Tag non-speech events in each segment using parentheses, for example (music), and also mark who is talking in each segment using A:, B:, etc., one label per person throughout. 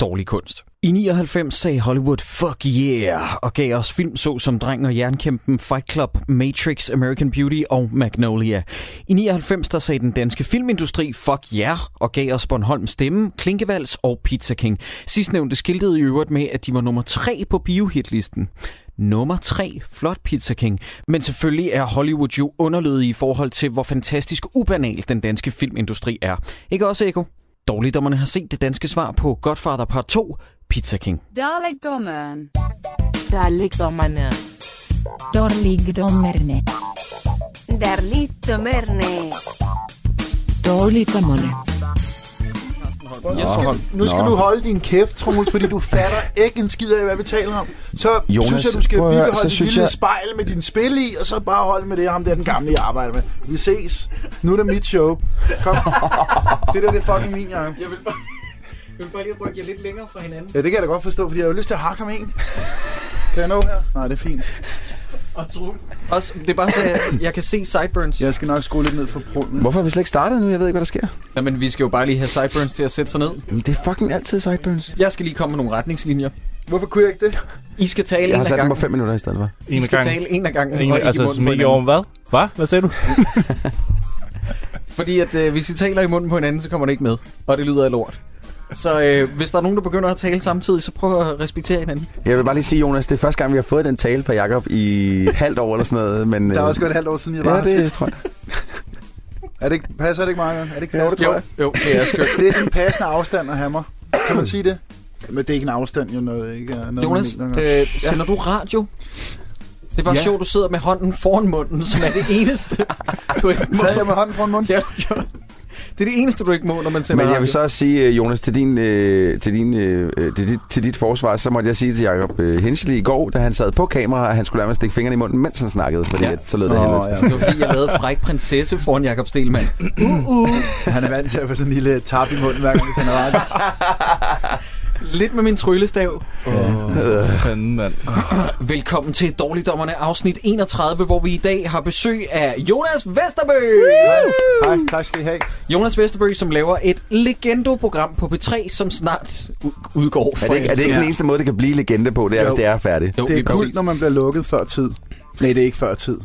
A: dårlig kunst. I 99 sagde Hollywood fuck yeah og gav os film så som Dreng og Jernkæmpen, Fight Club, Matrix, American Beauty og Magnolia. I 99 der sagde den danske filmindustri fuck yeah og gav os Bornholm Stemme, Klinkevals og Pizza King. Sidstnævnte skiltede i øvrigt med, at de var nummer 3 på biohitlisten. Nummer 3, flot Pizza King. Men selvfølgelig er Hollywood jo underlødig i forhold til, hvor fantastisk ubanal den danske filmindustri er. Ikke også, Eko? Dårligdommerne har set det danske svar på Godfather Part 2, Pizza King.
B: Dalekdommeren.
C: Der ligger dommerne.
D: Dårligdommerne.
E: Der lite merne.
C: Dårligdommerne.
A: Jesper Holm.
F: Nu skal
G: Nå.
F: du holde din kæft, Troels, fordi du fatter ikke en skid af, hvad vi taler om. Så
G: Jonas,
F: Jonas, synes jeg, du skal
G: prøv at høre,
F: bibeholde
G: så
F: dit
G: synes
F: lille jeg...
G: jeg-
F: spejl med din spil i, og så bare holde med det, ham der den gamle, jeg arbejder med. Vi ses. Nu er det mit show. Kom. det der, det er fucking min, Jacob.
H: Jeg vil bare, jeg vil bare lige rykke jer lidt længere fra hinanden.
F: Ja, det kan jeg da godt forstå, fordi jeg har jo lyst til at hakke ham en. Kan jeg nå her? Nej, det er fint.
H: Og Troels. Også, det er bare så, jeg, jeg kan se sideburns.
F: Jeg skal nok skrue lidt ned for prunden.
G: Hvorfor har vi slet ikke startet nu? Jeg ved ikke, hvad der sker.
H: Ja. men vi skal jo bare lige have sideburns til at sætte sig ned.
G: Jamen, det er fucking altid sideburns.
H: Jeg skal lige komme med nogle retningslinjer.
F: Hvorfor kunne jeg ikke det?
H: I skal tale
G: Jeg har
H: en af
G: sat den på
H: gangen.
G: 5 minutter i stedet for.
H: I
I: En
H: skal
I: gang.
H: tale en af gangen,
I: En,
H: og ikke
I: altså,
H: i munden
I: som
H: på
I: ikke
H: hinanden.
I: over, hvad? Hvad? Hvad sagde du?
H: (laughs) Fordi at, øh, hvis I taler i munden på hinanden, så kommer det ikke med. Og det lyder af lort. Så øh, hvis der er nogen, der begynder at tale samtidig, så prøv at respektere hinanden.
G: Jeg vil bare lige sige, Jonas, det er første gang, vi har fået den tale fra Jakob i et halvt år eller sådan noget. Men,
F: Der er
G: øh,
F: også gået et halvt år siden, jeg var
G: Ja,
F: her
G: det
F: sidst. (laughs)
G: tror jeg.
F: Er det ikke, passer det ikke meget godt? Er det ikke
G: Jo,
F: passet?
G: det tror jeg.
H: Jo, det er skørt.
F: Det er sådan en passende afstand at have mig. Kan man sige det? Men det er ikke en afstand, jo, når det ikke er noget,
H: Jonas,
F: man mener.
H: øh, sender du radio? Det er bare ja.
F: Ja.
H: sjovt, du sidder med hånden foran munden, som er det eneste, du ikke må.
F: Sad jeg med hånden foran munden?
H: Ja, ja. Det er det eneste, du ikke må, når man sender
G: Men jeg vil
H: radio.
G: så også sige, øh, Jonas, til, din, øh, til, din, øh, øh, til, dit, til dit forsvar, så måtte jeg sige til Jacob øh, Henschel i går, da han sad på kamera, at han skulle lade mig stikke fingrene i munden, mens han snakkede, fordi ja. at, så lød det
F: Nå,
G: helvedes.
F: ja.
H: Det var fordi, jeg lavede fræk prinsesse foran Jakob Uh, Stelman.
F: Han er vant til at få sådan en lille tap i munden, hver gang vi sender radio.
H: (laughs) Lidt med min tryllestav. Uh.
I: Fanden, mand.
F: Ah,
H: Velkommen til Dårligdommerne afsnit 31, hvor vi i dag har besøg af Jonas Vesterbø.
F: Hej, tak skal I have.
H: Jonas Vesterbø, som laver et Legendo-program på B3, som snart u- udgår.
G: Er det ikke, er det ikke
F: Ja.
G: den eneste måde, det kan blive legende på, det er,
F: Jo.
G: hvis det er færdigt?
H: Jo,
F: Det er
H: lige
F: kult,
H: præcis.
F: når man bliver lukket før tid. Nej, det er ikke før tid.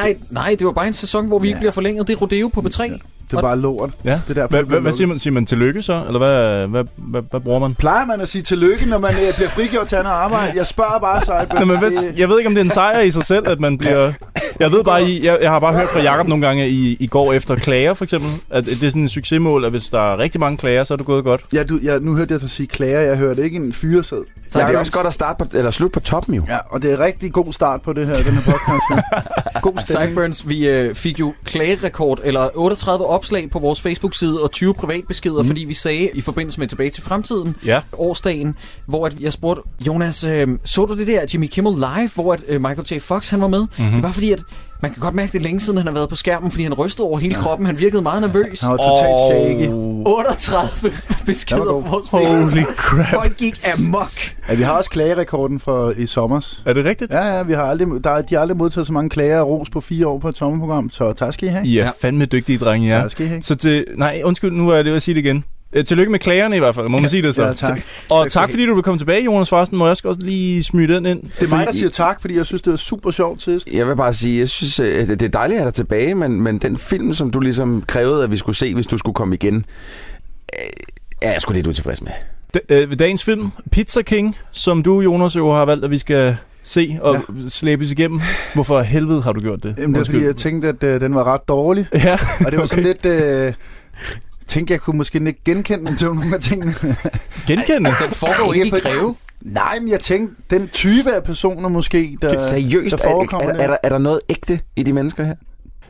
H: Nej, nej, det var bare en sæson, hvor vi ikke
F: Ja.
H: bliver forlænget. Det er Rodeo på B3.
F: Det er bare lort.
I: Ja.
F: Det er derfor,
I: Hvad,
F: man bliver
I: hvad, hvad siger
F: lukket.
I: man? Siger man tillykke så? Eller hvad, hvad, hvad, hvad bruger man?
F: Plejer man at sige tillykke, når man øh, bliver frigjort til andet arbejde? Jeg spørger bare, så
I: Nå, men hvis, jeg ved ikke, om det er en sejr i sig selv, at man bliver... Jeg ved bare, I, jeg, jeg har bare hørt fra Jakob nogle gange i, i går efter klager, for eksempel, at det er sådan en succesmål, at hvis der er rigtig mange klager, så er det gået godt.
F: Ja, du, ja, nu hørte jeg dig sige klager, jeg hørte ikke en fyresæd.
G: Så er det også godt at starte på, eller slutte på toppen jo.
F: Ja, og det er rigtig god start på det her, den her podcast.
H: (laughs)
F: nu. god stemning.
H: Altså, Sideburns, vi øh, fik jo klagerekord, eller 38 opslag på vores Facebook-side og 20 privatbeskeder, mm. fordi vi sagde i forbindelse med Tilbage til Fremtiden,
I: Ja.
H: årsdagen, hvor at jeg spurgte, Jonas, øh, så du det der Jimmy Kimmel live, hvor at, øh, Michael J. Fox han var med?
F: Mhm.
H: Mm-hmm. Det var fordi, at man kan godt mærke, det er længe siden, han har været på skærmen, fordi han rystede over hele kroppen. Han virkede meget nervøs.
F: Han var totalt
H: Og
F: shaky.
H: 38 beskeder
F: Den var
H: på
F: god.
H: vores Facebook.
I: Holy crap.
H: Folk gik amok.
F: Ja, vi har også klagerekorden fra i sommers.
I: Er det rigtigt?
F: Ja, ja, vi har aldrig, der, er- de har aldrig modtaget så mange klager og ros på fire år på et sommerprogram, så tak skal I have.
I: I er fandme dygtige, drenge, ja.
F: Tak skal I have.
I: Så til, nej, undskyld, nu er jeg ved at sige det igen. Øh, Tillykke med klagerne i hvert fald, må man sige det så.
F: Ja, tak.
I: Og tak fordi du vil komme tilbage, Jonas Forresten. Må jeg også godt lige smide den ind?
F: Det er mig, der siger tak, fordi jeg synes, det var super sjovt sidst.
G: Jeg vil bare sige, jeg synes, øh, det det er dejligt at have dig tilbage, men, men den film, som du ligesom krævede, at vi skulle se, hvis du skulle komme igen, øh, er sgu lidt utilfreds med.
I: D- øh, ved dagens film, Pizza King, som du, Jonas, jo har valgt, at vi skal se og ja. slæbes igennem. Hvorfor helvede har du gjort det?
F: Jamen, det er, fordi jeg tænkte, at øh, den var ret dårlig,
I: (laughs) Ja,
F: og det var sådan lidt... Øh, tænkte, jeg kunne måske ikke genkende den til nogle af tingene.
I: genkende.
H: Den foregår
F: Ikke
H: ikke i
F: på-
H: Greve.
F: Nej, men jeg tænkte, den type af personer måske, der...
G: Seriøst,
F: der
G: er, er,
F: forekommer
G: er,
F: det.
G: er, der, er der noget ægte i de mennesker her?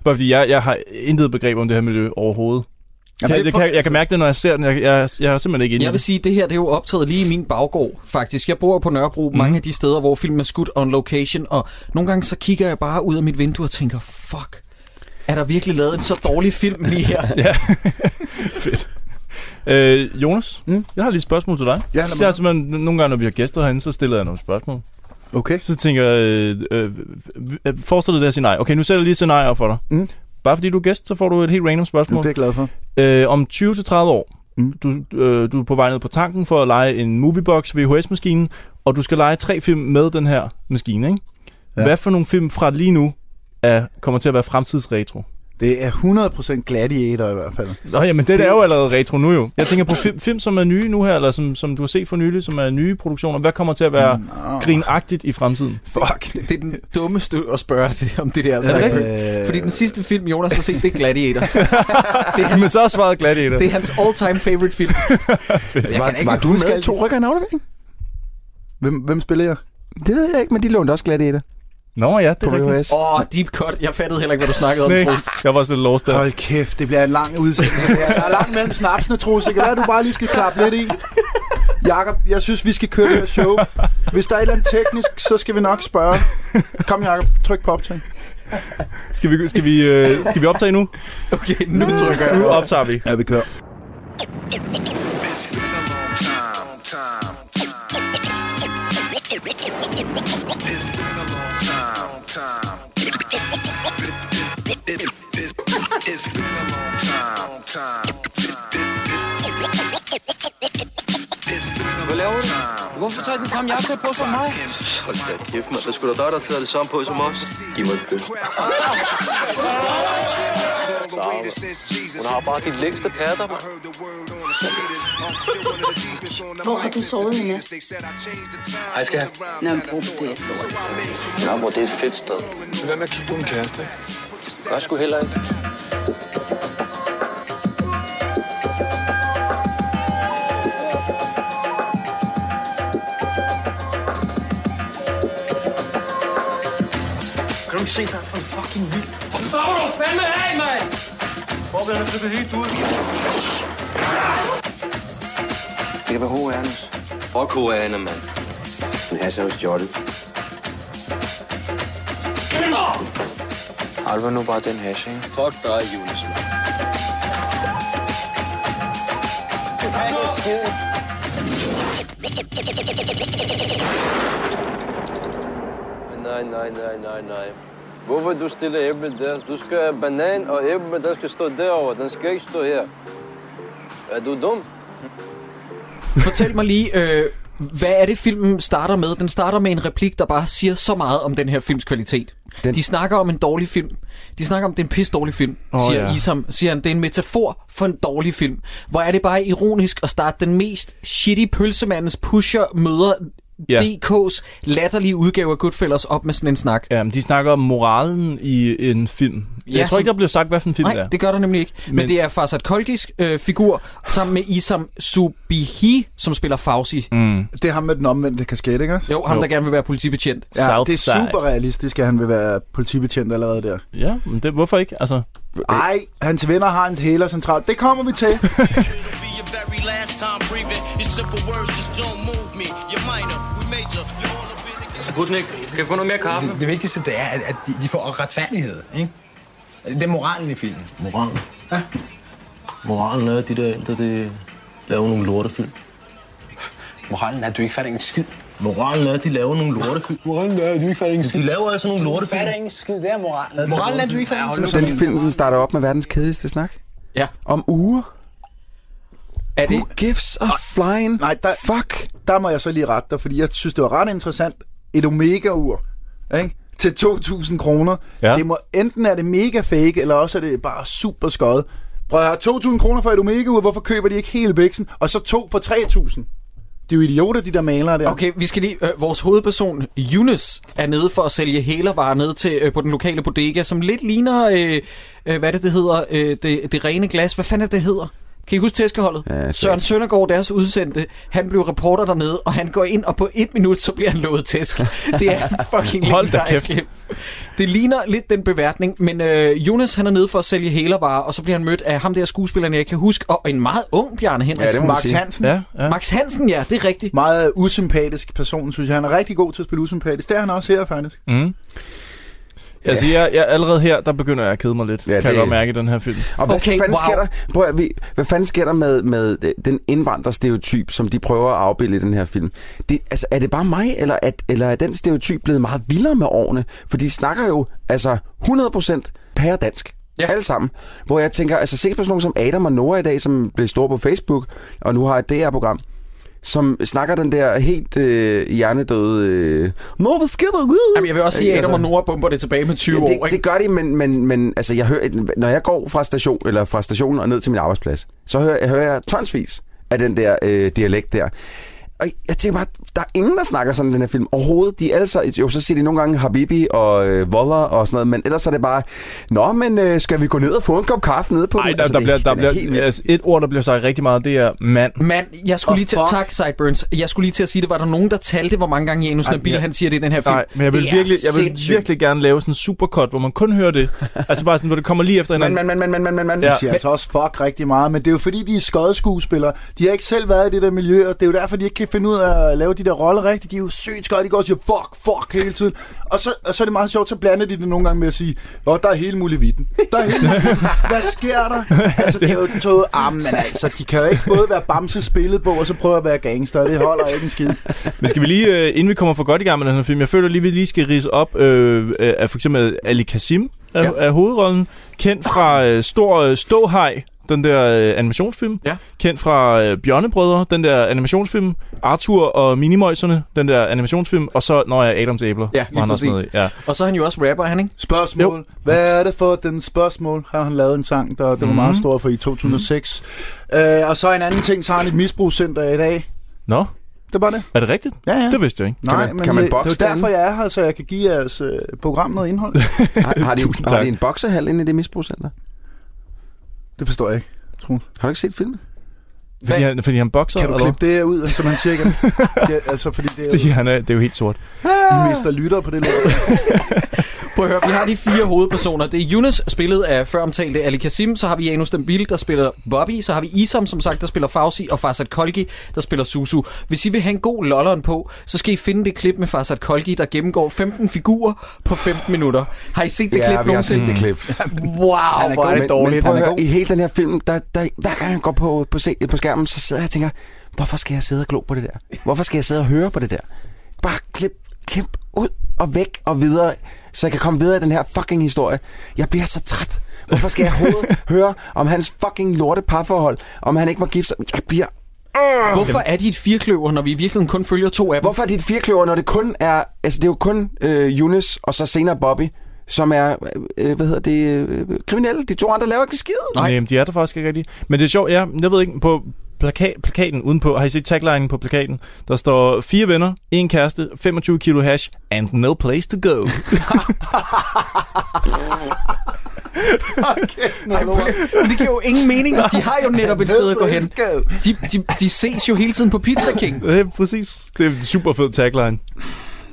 I: Bare fordi jeg, jeg har intet begreb om det her miljø overhovedet. Jamen, jeg,
F: det er
I: jeg,
F: for-
I: kan, jeg kan mærke det, når jeg ser den. Jeg, jeg, jeg er simpelthen ikke inde i
H: Jeg vil
I: det.
H: sige, at det her det er jo optaget lige i min baggård, faktisk. Jeg bor på Nørrebro,
I: Mhm.
H: mm. mange af de steder, hvor film er skudt on location, og nogle gange så kigger jeg bare ud af mit vindue og tænker,
I: (laughs)
H: fuck, er der virkelig lavet en så dårlig film lige her?
I: (laughs) Fedt. Øh, Jonas, mm? jeg har lige et spørgsmål til dig.
F: Ja, lad mig
I: jeg har simpelthen, nogle gange, når vi har gæster herinde, så stiller jeg nogle spørgsmål.
F: Okay.
I: Så tænker jeg, øh, øh, øh, forestil dig det at sige nej. Okay, nu sætter jeg lige et scenarie op for dig.
F: Mm.
I: Bare fordi du er gæst, så får du et helt random
F: Det
I: spørgsmål.
F: er jeg glad for.
I: Øh, om 20-30 år,
F: Mm.
I: du, øh, du er på vej ned på tanken for at lege en moviebox VHS-maskine, og du skal lege tre film med den her maskine, ikke?
F: Ja.
I: Ja. Hvad for nogle film fra lige nu er, kommer til at være fremtidsretro?
F: Det er 100% gladiator i hvert fald.
I: Nå, jamen det, det er jo allerede retro nu jo. Jeg tænker på film, film som er nye nu her, eller som, som du har set for nylig, som er nye produktioner. Hvad kommer til at være mm.
F: Nå,
I: grinagtigt i fremtiden?
F: fuck.
A: Det er den dummeste at spørge det, om
I: (laughs)
A: det der.
H: altså
F: det
A: Zack.
F: rigtigt?
A: Fordi den sidste film, Jonas har set, det er Gladiator.
I: Men så er svaret glat i det.
A: Det er hans all-time favorite
I: (laughs)
A: film.
G: Var,
F: kan ikke
G: var du
F: huske
G: med i
F: alt.
G: to rykker en aflevering?
F: Hvem, hvem spiller jeg?
G: Det ved jeg ikke, men de lånte også glat i det
I: Nå ja, det
G: på
I: er rigtigt.
G: VHS.
A: Åh, oh, deep cut. Jeg fattede heller ikke, hvad du snakkede om,
I: Nej,
A: Troels.
I: jeg var så lost der.
F: Hold kæft, det bliver en lang udsendelse. det her. Der er langt mellem snapsene, Troels. Det kan være, at du bare lige skal klappe lidt i. Jakob, jeg synes, vi skal køre det her show. Hvis der er et eller andet teknisk, så skal vi nok spørge. Kom, Jakob, tryk på optag.
I: Skal vi, skal vi, øh, skal vi optage nu?
A: Okay, nu trykker
I: Nu
A: jeg.
I: optager vi.
F: Ja, vi kører.
J: Hvad laver du? Hvorfor tager den samme jakke på som mig? Hold da kæft, mand. Det skulle da dig, der tager det samme på som os. Giv mig et kys. Hun har bare de længste patter, mand.
K: Hvor har du sovet i nat?
J: Hej, skat.
K: Nørrebro, det er flot.
J: Nå, hvor det er et fedt sted. Lad være med at kigge på min kæreste, ikke? Gør sgu heller ikke. Kan du ikke se, der er en fucking vild? Så må du fandme af, mand! Forberedt er flippet helt ud. Det kan være HR'ernes. Fuck HR'erne, mand. Men Hasse er jo stjålet. Alva nu bare den hash, ikke? Fuck dig, Jonas. Nej, nej, nej, nej, nej. Hvorfor du stiller æblet der? Du skal have banan og æble, der skal stå derovre. Den skal ikke stå her. Er du dum?
A: Fortæl mig lige, øh, hvad er det, filmen starter med? Den starter med en replik, der bare siger så meget om den her films kvalitet. Den... De snakker om en dårlig film. De snakker om, det er en pis dårlig film,
I: Åh,
A: oh, siger
I: ja.
A: ja. Isam. Siger han, det er en metafor for en dårlig film. Hvor er det bare ironisk at starte den mest shitty pølsemandens pusher møder
I: Ja.
A: ja. DK's latterlige udgave af Goodfellas op med sådan en snak.
I: Ja, men de snakker om moralen i en film. Ja,
A: Ja,
I: jeg tror
A: som-
I: ikke, der bliver sagt, hvad for en film
A: Nej,
I: det er.
A: det gør der nemlig ikke. Men,
I: Men-
A: Men det er Farsad Kolkis øh, figur, sammen med Isam Subihi, som spiller Fauci. Mm.
F: Det er ham med den omvendte kasket, ikke også?
A: Jo, ham
I: Jo.
A: der gerne vil være politibetjent.
F: Ja, det er
I: Southside.
F: super realistisk, at han vil være politibetjent allerede der.
I: Ja, men det, hvorfor ikke? Altså,
F: Ej, hans venner har en hæler centralt. Det kommer vi til.
L: be your very last time breathing. Your simple words just don't move me. You're minor, we major. You're all up in the game.
J: Sputnik, kan jeg få noget mere kaffe?
M: Det vigtigste det er, at, at de, de får retfærdighed, ikke? Det er moralen i filmen.
L: Moralen? Ja. Moralen er, at de der ældre, det laver nogle lortefilm.
M: Moralen er, at du ikke fatter en skid.
L: Moralen er, at de laver nogle lortefilm.
M: Moralen er, at du ikke fatter en skid.
L: De laver altså nogle lortefilm.
M: ingen skid, det er moralen. Moralen er, at du ikke fatter en skid.
G: Den film, den starter op med verdens kedeligste snak.
A: Ja.
G: Om uger.
A: Er det,
G: Who gives a flying
F: Nej, der-
G: fuck?
F: Der må jeg så lige rette dig, fordi jeg synes, det var ret interessant. Et Omega-ur, ikke? Til 2.000 kroner.
I: Ja.
F: Ja. Det må, enten er det mega fake, eller også er det bare super skøjet. Prøv at høre, 2.000 kroner for et Omega-ur, hvorfor køber de ikke hele bæksen? Og så to for 3.000. De er jo idioter, de der malere der.
A: Okay, vi skal lige... Øh, vores hovedperson, Yunus, er nede for at sælge hælervarer nede til, øh, på den lokale bodega, som lidt ligner, øh, øh, hvad er det, det hedder, øh, det, det rene glas. Hvad fanden er det, det hedder? Kan I huske tæskeholdet?
G: Ja,
A: Søren
G: sikkert.
A: Søndergaard, deres udsendte, han blev reporter dernede, og han går ind, og på et minut, så bliver han lovet
G: (laughs)
A: tæsk. Det er fucking
I: Hold da
A: legendarisk.
I: kæft.
A: Det ligner lidt den beværtning, men øh, Jonas, han er nede for at sælge hælervarer, og så bliver han mødt af ham der skuespilleren, jeg kan huske, og en meget ung Bjarne Henriksen.
G: Ja, det må man
F: Max
G: sige.
F: Hansen, ja.
I: ja, ja.
A: Max Hansen, ja, det er rigtigt.
F: meget usympatisk person, synes jeg. Han er rigtig god til at spille usympatisk. Det er han også her, faktisk.
I: Mm. Altså, jeg, Mm. jeg, allerede her, der begynder jeg at kede mig lidt, ja, kan jeg godt mærke i den her film.
G: Og hvad, okay, fanden wow. sker der, prøv at, vi- hvad fanden sker der med, med øh, den indvandrerstereotyp, som de prøver at afbilde i den her film? Det, altså, er det bare mig, eller, at, eller er den stereotyp blevet meget vildere med årene? For de snakker jo altså 100% pæredansk. Ja. Alle sammen. Hvor jeg tænker, altså se på sådan nogen som Adam og Nora i dag, som blev store på Facebook, og nu har et DR-program, som snakker den der helt øh, hjernedøde... Øh, Nå, hvad sker der? Altså,
A: Jamen, jeg vil også sige,
G: Øh,
A: at Adam og Nora bomber det tilbage med 20
G: Ja, det,
A: år, ikke?
G: det gør de, men, men, men altså, jeg hører, når jeg går fra, station, eller fra stationen og ned til min arbejdsplads, så hører, jeg- hører jeg tonsvis af den der øh, dialekt der. Og jeg tænker bare, der er ingen, der snakker sådan i den her film overhovedet. De er altså, jo, så siger de nogle gange Habibi og øh, Voller og sådan noget, men ellers er det bare, nå, men øh, skal vi gå ned og få en kop kaffe nede på
I: Nej,
G: den?"
I: der, der,
G: Altså, det-
I: bliver, der
G: den er helt
I: bliver,
G: vild.
I: altså, et ord, der bliver sagt rigtig meget, det er mand.
A: Mand, jeg skulle
G: Og
A: lige til...
G: fuck.
A: Tak, Sideburns. Jeg skulle lige til at sige det. Var der nogen, der talte, hvor mange gange Janus
I: Ej,
A: Nabil,
I: ja.
A: han siger det i den her film?
I: Nej, men jeg
A: Det
I: vil,
A: er
I: virkelig, jeg vil
A: sindssygt.
I: virkelig gerne lave sådan en supercut, hvor man kun hører det. Altså bare sådan, hvor det kommer lige efter
G: Man, man,
I: hinanden.
G: man, man, man, man, man, man.
I: Ja.
F: De siger altså også fuck rigtig meget, men det er jo fordi, de er skodskuespillere. De har ikke selv været i det der miljø, og det er jo derfor, de ikke kan finde ud af at lave de der roller rigtigt. De er jo sygt skøde, de går og siger fuck, fuck hele tiden. Og så, og så er det meget sjovt, så blander de det nogle gange med at sige, åh, der er hele muligheden. Der er hele muligheden. Hvad sker der? Altså, det er jo toget armen, men altså, de kan jo ikke både være bamse spillet på, og så prøve at være gangster. Det holder ikke en skid.
I: Men skal vi lige, øh, inden vi kommer for godt i gang med den her film, jeg føler lige, vi lige skal rise op øh, øh, af for eksempel Ali Kasim af, ja. af hovedrollen, kendt fra øh, Stor øh, Ståhej, den der øh, animationsfilm,
A: Ja.
I: kendt fra øh, Bjørnebrødre, den der animationsfilm, Arthur og Minimøjserne, den der animationsfilm, og så, når jeg Adams æbler.
A: Ja, lige
I: var han også
A: præcis.
I: med i. Ja.
A: Og så er han jo også rapper, er han ikke?
F: Spørgsmål. Jo. Hvad er det for den spørgsmål? Har han lavet en sang, der, der var meget stor for i 2006. Mm. Øh, og så en anden ting, så har han et misbrugscenter i dag.
I: Nå,
F: Det var det.
I: er det rigtigt?
F: Ja, ja.
I: Det vidste jeg ikke.
F: Nej,
G: man-
F: men
G: kan man
F: jeg- det
G: bokse
F: er jo derfor,
G: den?
F: jeg er her, så jeg kan give jeres øh, program noget
I: (laughs)
F: indhold.
G: Har, har, de,
I: Tusind
G: har
I: tak.
G: de en boksehal inde i det misbrugscenter?
F: det forstår jeg ikke.
G: Har du ikke set filmen?
I: Fordi han, fordi han bokser,
F: Kan du
I: eller
F: klippe det her ud, som han siger igen? (laughs) ja, altså, fordi det er,
I: hvad?
F: jo-
I: Fordi han er, det er jo helt sort.
F: I mister lytter på det (laughs) lort.
A: Prøv at høre, vi har de fire hovedpersoner. Det er Yunus, spillet af før omtalte Ali Kasim. Så har vi Janus Dembil, der spiller Bobby. Så har vi Isam, som sagt, der spiller Fauci. Og Farsad Kolgi, der spiller Susu. Hvis I vil have en god lolleren på, så skal I finde det klip med Farsad Kolgi, der gennemgår 15 figurer på 15 minutter. Har I set det klip nogensinde?
G: det klip.
A: Wow, hvor er det dårligt.
G: Men,
A: Han er
G: men prøv at
A: god.
G: høre, I hele den her film, der, der, hver gang jeg går på, på, se, på skærmen, så sidder jeg og tænker, hvorfor skal jeg sidde og glo på det der? Hvorfor skal jeg sidde og høre på det der? Bare klip, klip ud og væk og videre, så jeg kan komme videre i den her fucking historie. Jeg bliver så træt. Hvorfor skal jeg overhovedet høre om hans fucking lorte parforhold? Om han ikke må gifte sig? Jeg bliver...
A: Hvorfor er de et firkløver, når vi i virkeligheden kun følger to af dem?
G: Ah. Hvorfor er dit firkløver, når det kun er... Altså, det er jo kun øh, Eunice og så senere Bobby, som er, øh, hvad hedder det, øh, kriminelle. De to andre laver ikke skid.
A: Nej.
I: Nej. Nej, men de er der faktisk ikke rigtigt. Men det er sjovt, ja, jeg ved ikke, på plaka- plakaten udenpå, har I set taglinen på plakaten? Der står fire venner, en kæreste, 25 kilo hash, and no place to go.
A: Ej, prøv- Men det giver jo ingen mening. De har jo netop et sted at gå hen. De, de, de ses jo hele tiden på Pizza King.
I: (laughs) det er præcis. Det er en super fed tagline.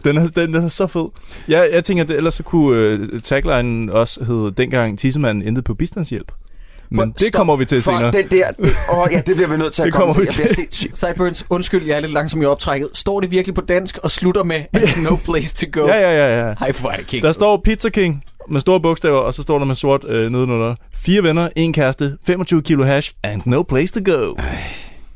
I: Den er, den, den er så fed. Jeg, jeg tænker, at ellers så kunne øh, taglinen også hedde dengang tissemanden endte på bistandshjælp. Men
A: Hvor-
I: det
A: stop.
I: kommer vi til
G: For
I: senere.
G: den der, det, åh, ja, det bliver vi nødt til at
I: Det
G: komme til.
I: kommer
G: Jeg
I: vi
G: bliver sindssyg.
A: Sideburns, undskyld, jeg er lidt langsom i optrækket. Står det virkelig på dansk og slutter med no place to go?
I: Ja, ja, ja, ja.
A: Hej, hvor er det kikset.
I: Der står Pizza King med store bogstaver, og så står der med sort øh, nedenunder. Fire venner, en kæreste, 25 kilo hash, and no place to go.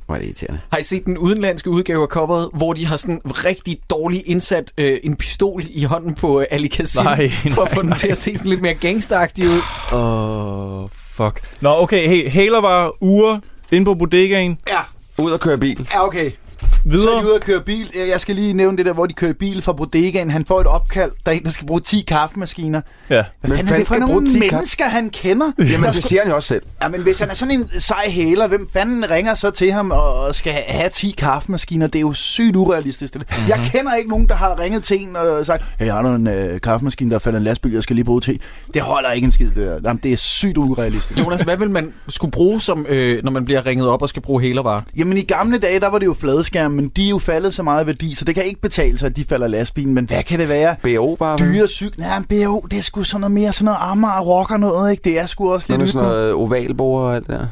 G: Hvor er det irriterende.
A: Har I set den udenlandske udgave af coveret, hvor de har sådan rigtig dårligt indsat øh, en pistol i hånden på øh, Ali Kassim,
I: Nej,
A: for at få den til at se sådan lidt mere gangsteragtig ud?
I: Åh, oh, fuck. Nå, okay, hey, hælervarer, uger, ind på bodegaen,
F: Ja,
G: Ud og køre bil.
F: (laughs) ja okay. Så er de
I: videre.
F: ude at køre bil. Øh, Jeg skal lige nævne det der, hvor de kører i bil fra bodegaen. Han får et opkald, der er en, der skal bruge 10 kaffemaskiner.
I: Ja.
F: Hvad fanden er
G: fanden
F: det for
G: skal bruge
F: nogle
G: 10 kaffe-
F: mennesker, han kender?
G: Jamen,
F: Der
G: det
F: skulle-
G: siger han jo også selv.
F: Ja, men hvis han er sådan en sej hæler, hvem fanden ringer så til ham og skal have 10 kaffemaskiner? Det er jo sygt urealistisk. Det. Mm-hmm.
G: Mhm.
F: Jeg kender ikke nogen, der har ringet til en og sagt, hey, har du en øh, kaffemaskine, der falder en lastbil, jeg skal lige bruge til? Det holder ikke en skid, det der. Jamen, det er sygt urealistisk.
A: Jonas, hvad vil man skulle bruge, som, øh, når man bliver ringet op og skal bruge hælervarer?
F: Jamen, i gamle dage, der var det jo fladskærme, men de er jo faldet så meget i værdi, så det kan ikke betale sig, at de falder lastbilen. Men hvad kan det være?
G: BO bare. vel?
F: Dyre cykel. Ja, men BO, det er sgu sådan noget mere sådan noget Amager rocker noget, ikke? Det er sgu også
G: Når
F: lidt
G: nu
F: nyt
G: sådan
F: nu.
G: noget ovalbord og alt det der.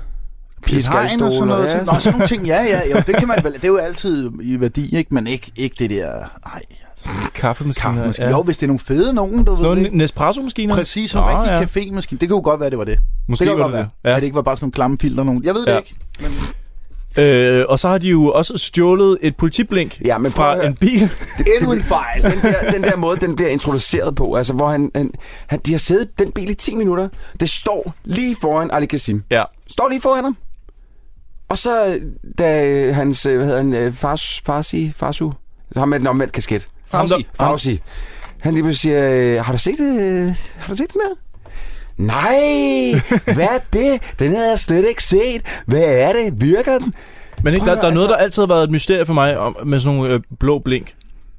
F: Piet Hein og sådan noget. Ja. Nå, sådan nogle ting, ja, ja, jo, det kan man vel, det er jo altid i værdi, ikke? men ikke, ikke det der, nej, altså.
I: Kaffemaskiner.
F: Kaffemaskine. Ja. Jo, hvis det er nogle fede nogen, du
I: Sådan
F: ved
I: nogle
F: ikke.
I: Nespresso-maskiner?
F: Præcis, som rigtig ja. cafémaskine. Det kunne jo godt være, det var det.
I: Måske
F: det kan jo
I: var
F: godt
I: det
F: være,
I: det. Ja.
F: at det ikke var bare sådan nogle klamme filter nogen. Jeg ved det
I: Ja.
F: ja. ikke. Men
I: Øh, og så har de jo også stjålet et politiblink
G: Ja, men prøv at
I: fra
G: høre.
I: en bil.
F: endnu en fejl.
G: den der, den der måde, den bliver introduceret på, altså hvor han, han, han, de har siddet den bil i 10 minutter. Det står lige foran Ali Kassim.
I: Ja.
G: Står lige foran ham. Og så, da øh, hans, øh, hvad hedder han, øh, fars, Farsi, Farsu, ham med den omvendt kasket.
I: Farsi.
G: Farsi. Han lige pludselig siger, øh, har du set det, øh, har du set det med? Nej,
A: (laughs)
G: hvad er det? Den havde jeg slet ikke set. Hvad er det? Virker den?
I: Men ikke, der,
G: Prøv at
I: der er
G: høre,
I: noget,
G: altså-
I: der altid har været et mysterie for mig om, med sådan nogle øh, blå blink.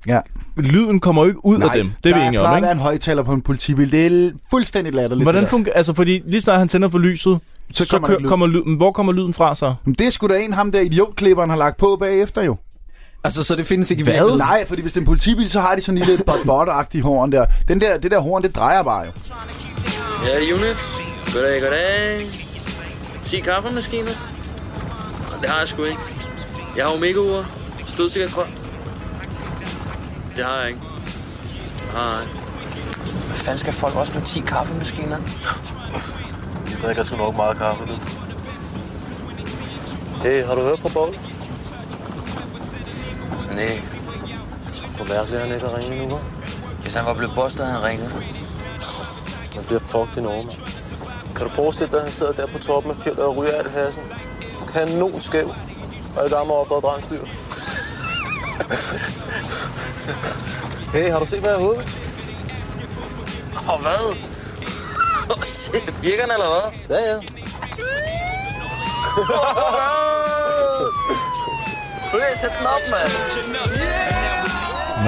F: Ja.
I: Lyden kommer jo ikke ud
G: Nej,
I: af dem. Det er vi
F: der
I: enige
F: plejer
I: om,
F: at være
I: ikke?
F: en højtaler på en politibil. Det er l- fuldstændig latterligt.
I: Hvordan
F: det der.
I: fungerer... Altså, fordi lige snart han tænder for lyset,
F: Så
I: så, så
F: kommer der ikke
I: kommer,
F: lyd.
I: kommer lyden... Hvor kommer lyden fra så?
F: Men det er sgu da en ham der idiotklipperen har lagt på bagefter jo.
A: Altså, så det findes ikke i
F: Hvad?
A: virkeligheden?
F: Nej, fordi hvis det er en politibil, så har de sådan en lille bot bot horn der. Den der. Det der horn, det drejer bare jo.
J: Ja, det er Jonas. Goddag, goddag. 10 kaffemaskiner? Nå, Det har jeg sgu ikke. Jeg har Omega-ure. Stødsikker krøn. Det har jeg ikke. Det har jeg ikke. Hvad fanden skal folk også med 10 kaffemaskiner?
B: De drikker sgu nok meget kaffe, du. Hey, har du hørt på Bob?
J: Nej.
B: For mærkeligt, han ikke har ringet nu, hva'?
J: Hvis han var blevet bostet, havde han ringet.
B: Man bliver fucked i Norge, mand. Kan du forestille dig, at han sidder der på toppen af fjellet og ryger alt hassen? Kanon skæv. Og i gang med at opdrage drengstyr. hey, har du set, hvad jeg har i hovedet?
J: Og hvad? Åh, Ah, Oh, shit. Virker den eller hvad?
B: Ja, ja.
J: Hey, sæt den op, mand.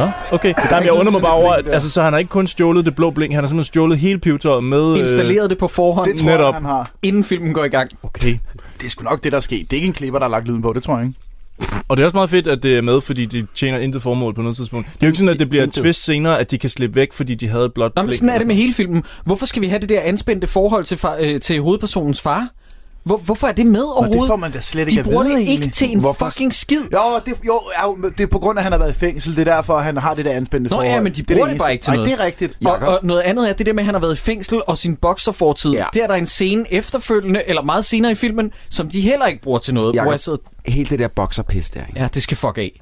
I: Nå, okay. Der, jeg undrer mig bare over, at altså, så han har ikke kun stjålet det blå blink, han har simpelthen stjålet hele pivetøjet med... øh,
A: Installeret det på forhånd,
F: Det tror jeg,
I: Netop.
F: han har.
A: inden filmen går i gang.
I: Okay.
F: Det er sgu nok det, der er sket. Det er ikke en klipper, der har lagt lyden på. Det tror jeg ikke.
I: Og det er også meget fedt, at det er med, fordi de tjener intet formål på noget tidspunkt. Det er jo ikke sådan, at det bliver et
F: Intet.
I: twist senere, at de kan slippe væk, fordi de havde et blåt
A: Nå, men
I: blink
A: sådan er
I: eller
A: det med hele filmen. Hvorfor skal vi have det der anspændte forhold til, far, øh, til hovedpersonens far? Hvor, hvorfor er det med
F: Og det
A: overhovedet?
F: får man da slet ikke
A: De
F: at
A: bruger
F: vide,
A: det ikke
F: egentlig.
A: til en
F: Hvorfor?
A: fucking skid.
F: Jo, det, jo, jo, men det er på grund af, at han har været i fængsel. Det er derfor, han har det der anspændte
A: Nå
F: forhold.
A: ja, men de
F: er
A: bruger det,
F: eneste.
A: bare ikke til
F: Nej,
A: noget.
F: det er rigtigt.
A: Og, og noget andet er det der med, at han har været i fængsel og sin bokserfortid.
G: Ja.
A: Ja. Det er der en scene efterfølgende, eller meget senere i filmen, som de heller ikke bruger til noget. Jacob.
G: Jakob.
A: Hvor jeg sidder,
G: Hele det der bokserpis der, ikke?
A: ja, det skal fuck af.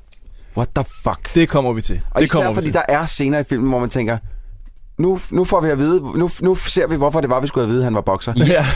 G: What the fuck?
I: Det kommer vi til.
G: Og
I: det
G: det især
I: kommer vi
G: fordi
I: til.
G: der er scener i filmen, hvor man tænker, nu, nu får vi at vide, nu, nu ser vi, hvorfor det var, vi skulle have vide, at han var bokser.
I: Ja.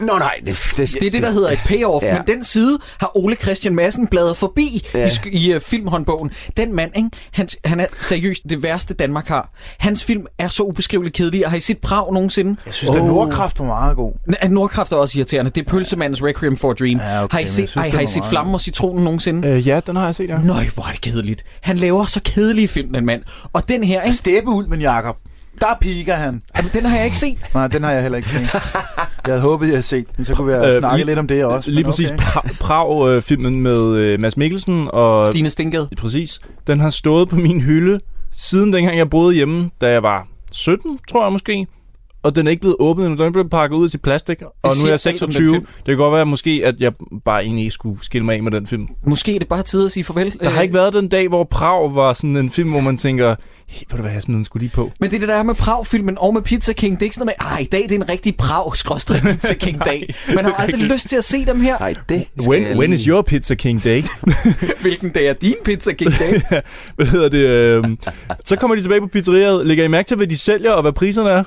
G: Nå nej, det, det,
A: Det er det, der hedder et payoff,
G: Ja.
A: ja. men den side har Ole Christian Madsen bladret forbi
G: Ja.
A: ja. i, sk- i uh, filmhåndbogen. Den mand, ikke? Han, han er seriøst det værste, Danmark har. Hans film er så ubeskriveligt kedelig, og har I set Prag nogensinde?
F: Jeg synes, at Nordkraft var meget god.
A: N- Nordkraft er også irriterende. Det er Pølsemandens Requiem for a Dream.
F: Ja, okay,
A: har I
F: men
A: set,
F: jeg synes,
A: ej,
F: den
A: har I
F: var
A: set
F: meget-
A: Flammen og Citronen nogensinde?
I: Øh, ja, den har jeg set, ja.
A: Nøj, hvor er det kedeligt. Han laver så kedelige film, den mand. Og den her, ikke?
F: Steppeulven, Jakob. Der piker han.
A: Jamen, den har jeg ikke set.
F: Nej, den har jeg heller ikke set. Jeg havde håbet, jeg havde set den, så kunne vi have
I: Øh,
F: snakket
I: lige-
F: lidt om det også.
I: Lige
F: men
I: præcis
F: Okay.
I: okay. Prag-filmen med øh, Mads Mikkelsen og...
A: Stine Stinkede.
I: Præcis. Den har stået på min hylde siden dengang, jeg boede hjemme, da jeg var 17, tror jeg måske. Og den er ikke blevet åbnet endnu. Den er blevet pakket ud til plastik, og nu er
A: siger
I: jeg
A: alt om den
I: 26.
A: film.
I: Det kan godt være måske, at jeg bare egentlig ikke skulle skille mig af med den film.
A: Måske er det bare tid at sige farvel. Øh.
I: Der har ikke været den dag, hvor Prag var sådan en film, hvor man tænker, hey, ved du hvad, jeg smider den skulle lige på.
A: Men det, er det der er med Prag-filmen og med Pizza King, det er ikke sådan noget med, ah, i dag det er en rigtig prag Pizza
F: (laughs)
A: King-dag. Man har aldrig lyst til at se dem her.
G: Nej, det
I: When, when is your Pizza King Day?
A: (laughs) Hvilken dag er din Pizza
I: (laughs)
A: King-dag?
I: hvad hedder det? Øh, så kommer de tilbage på pizzeriet. Lægger I mærke til, hvad de sælger, og hvad priserne er?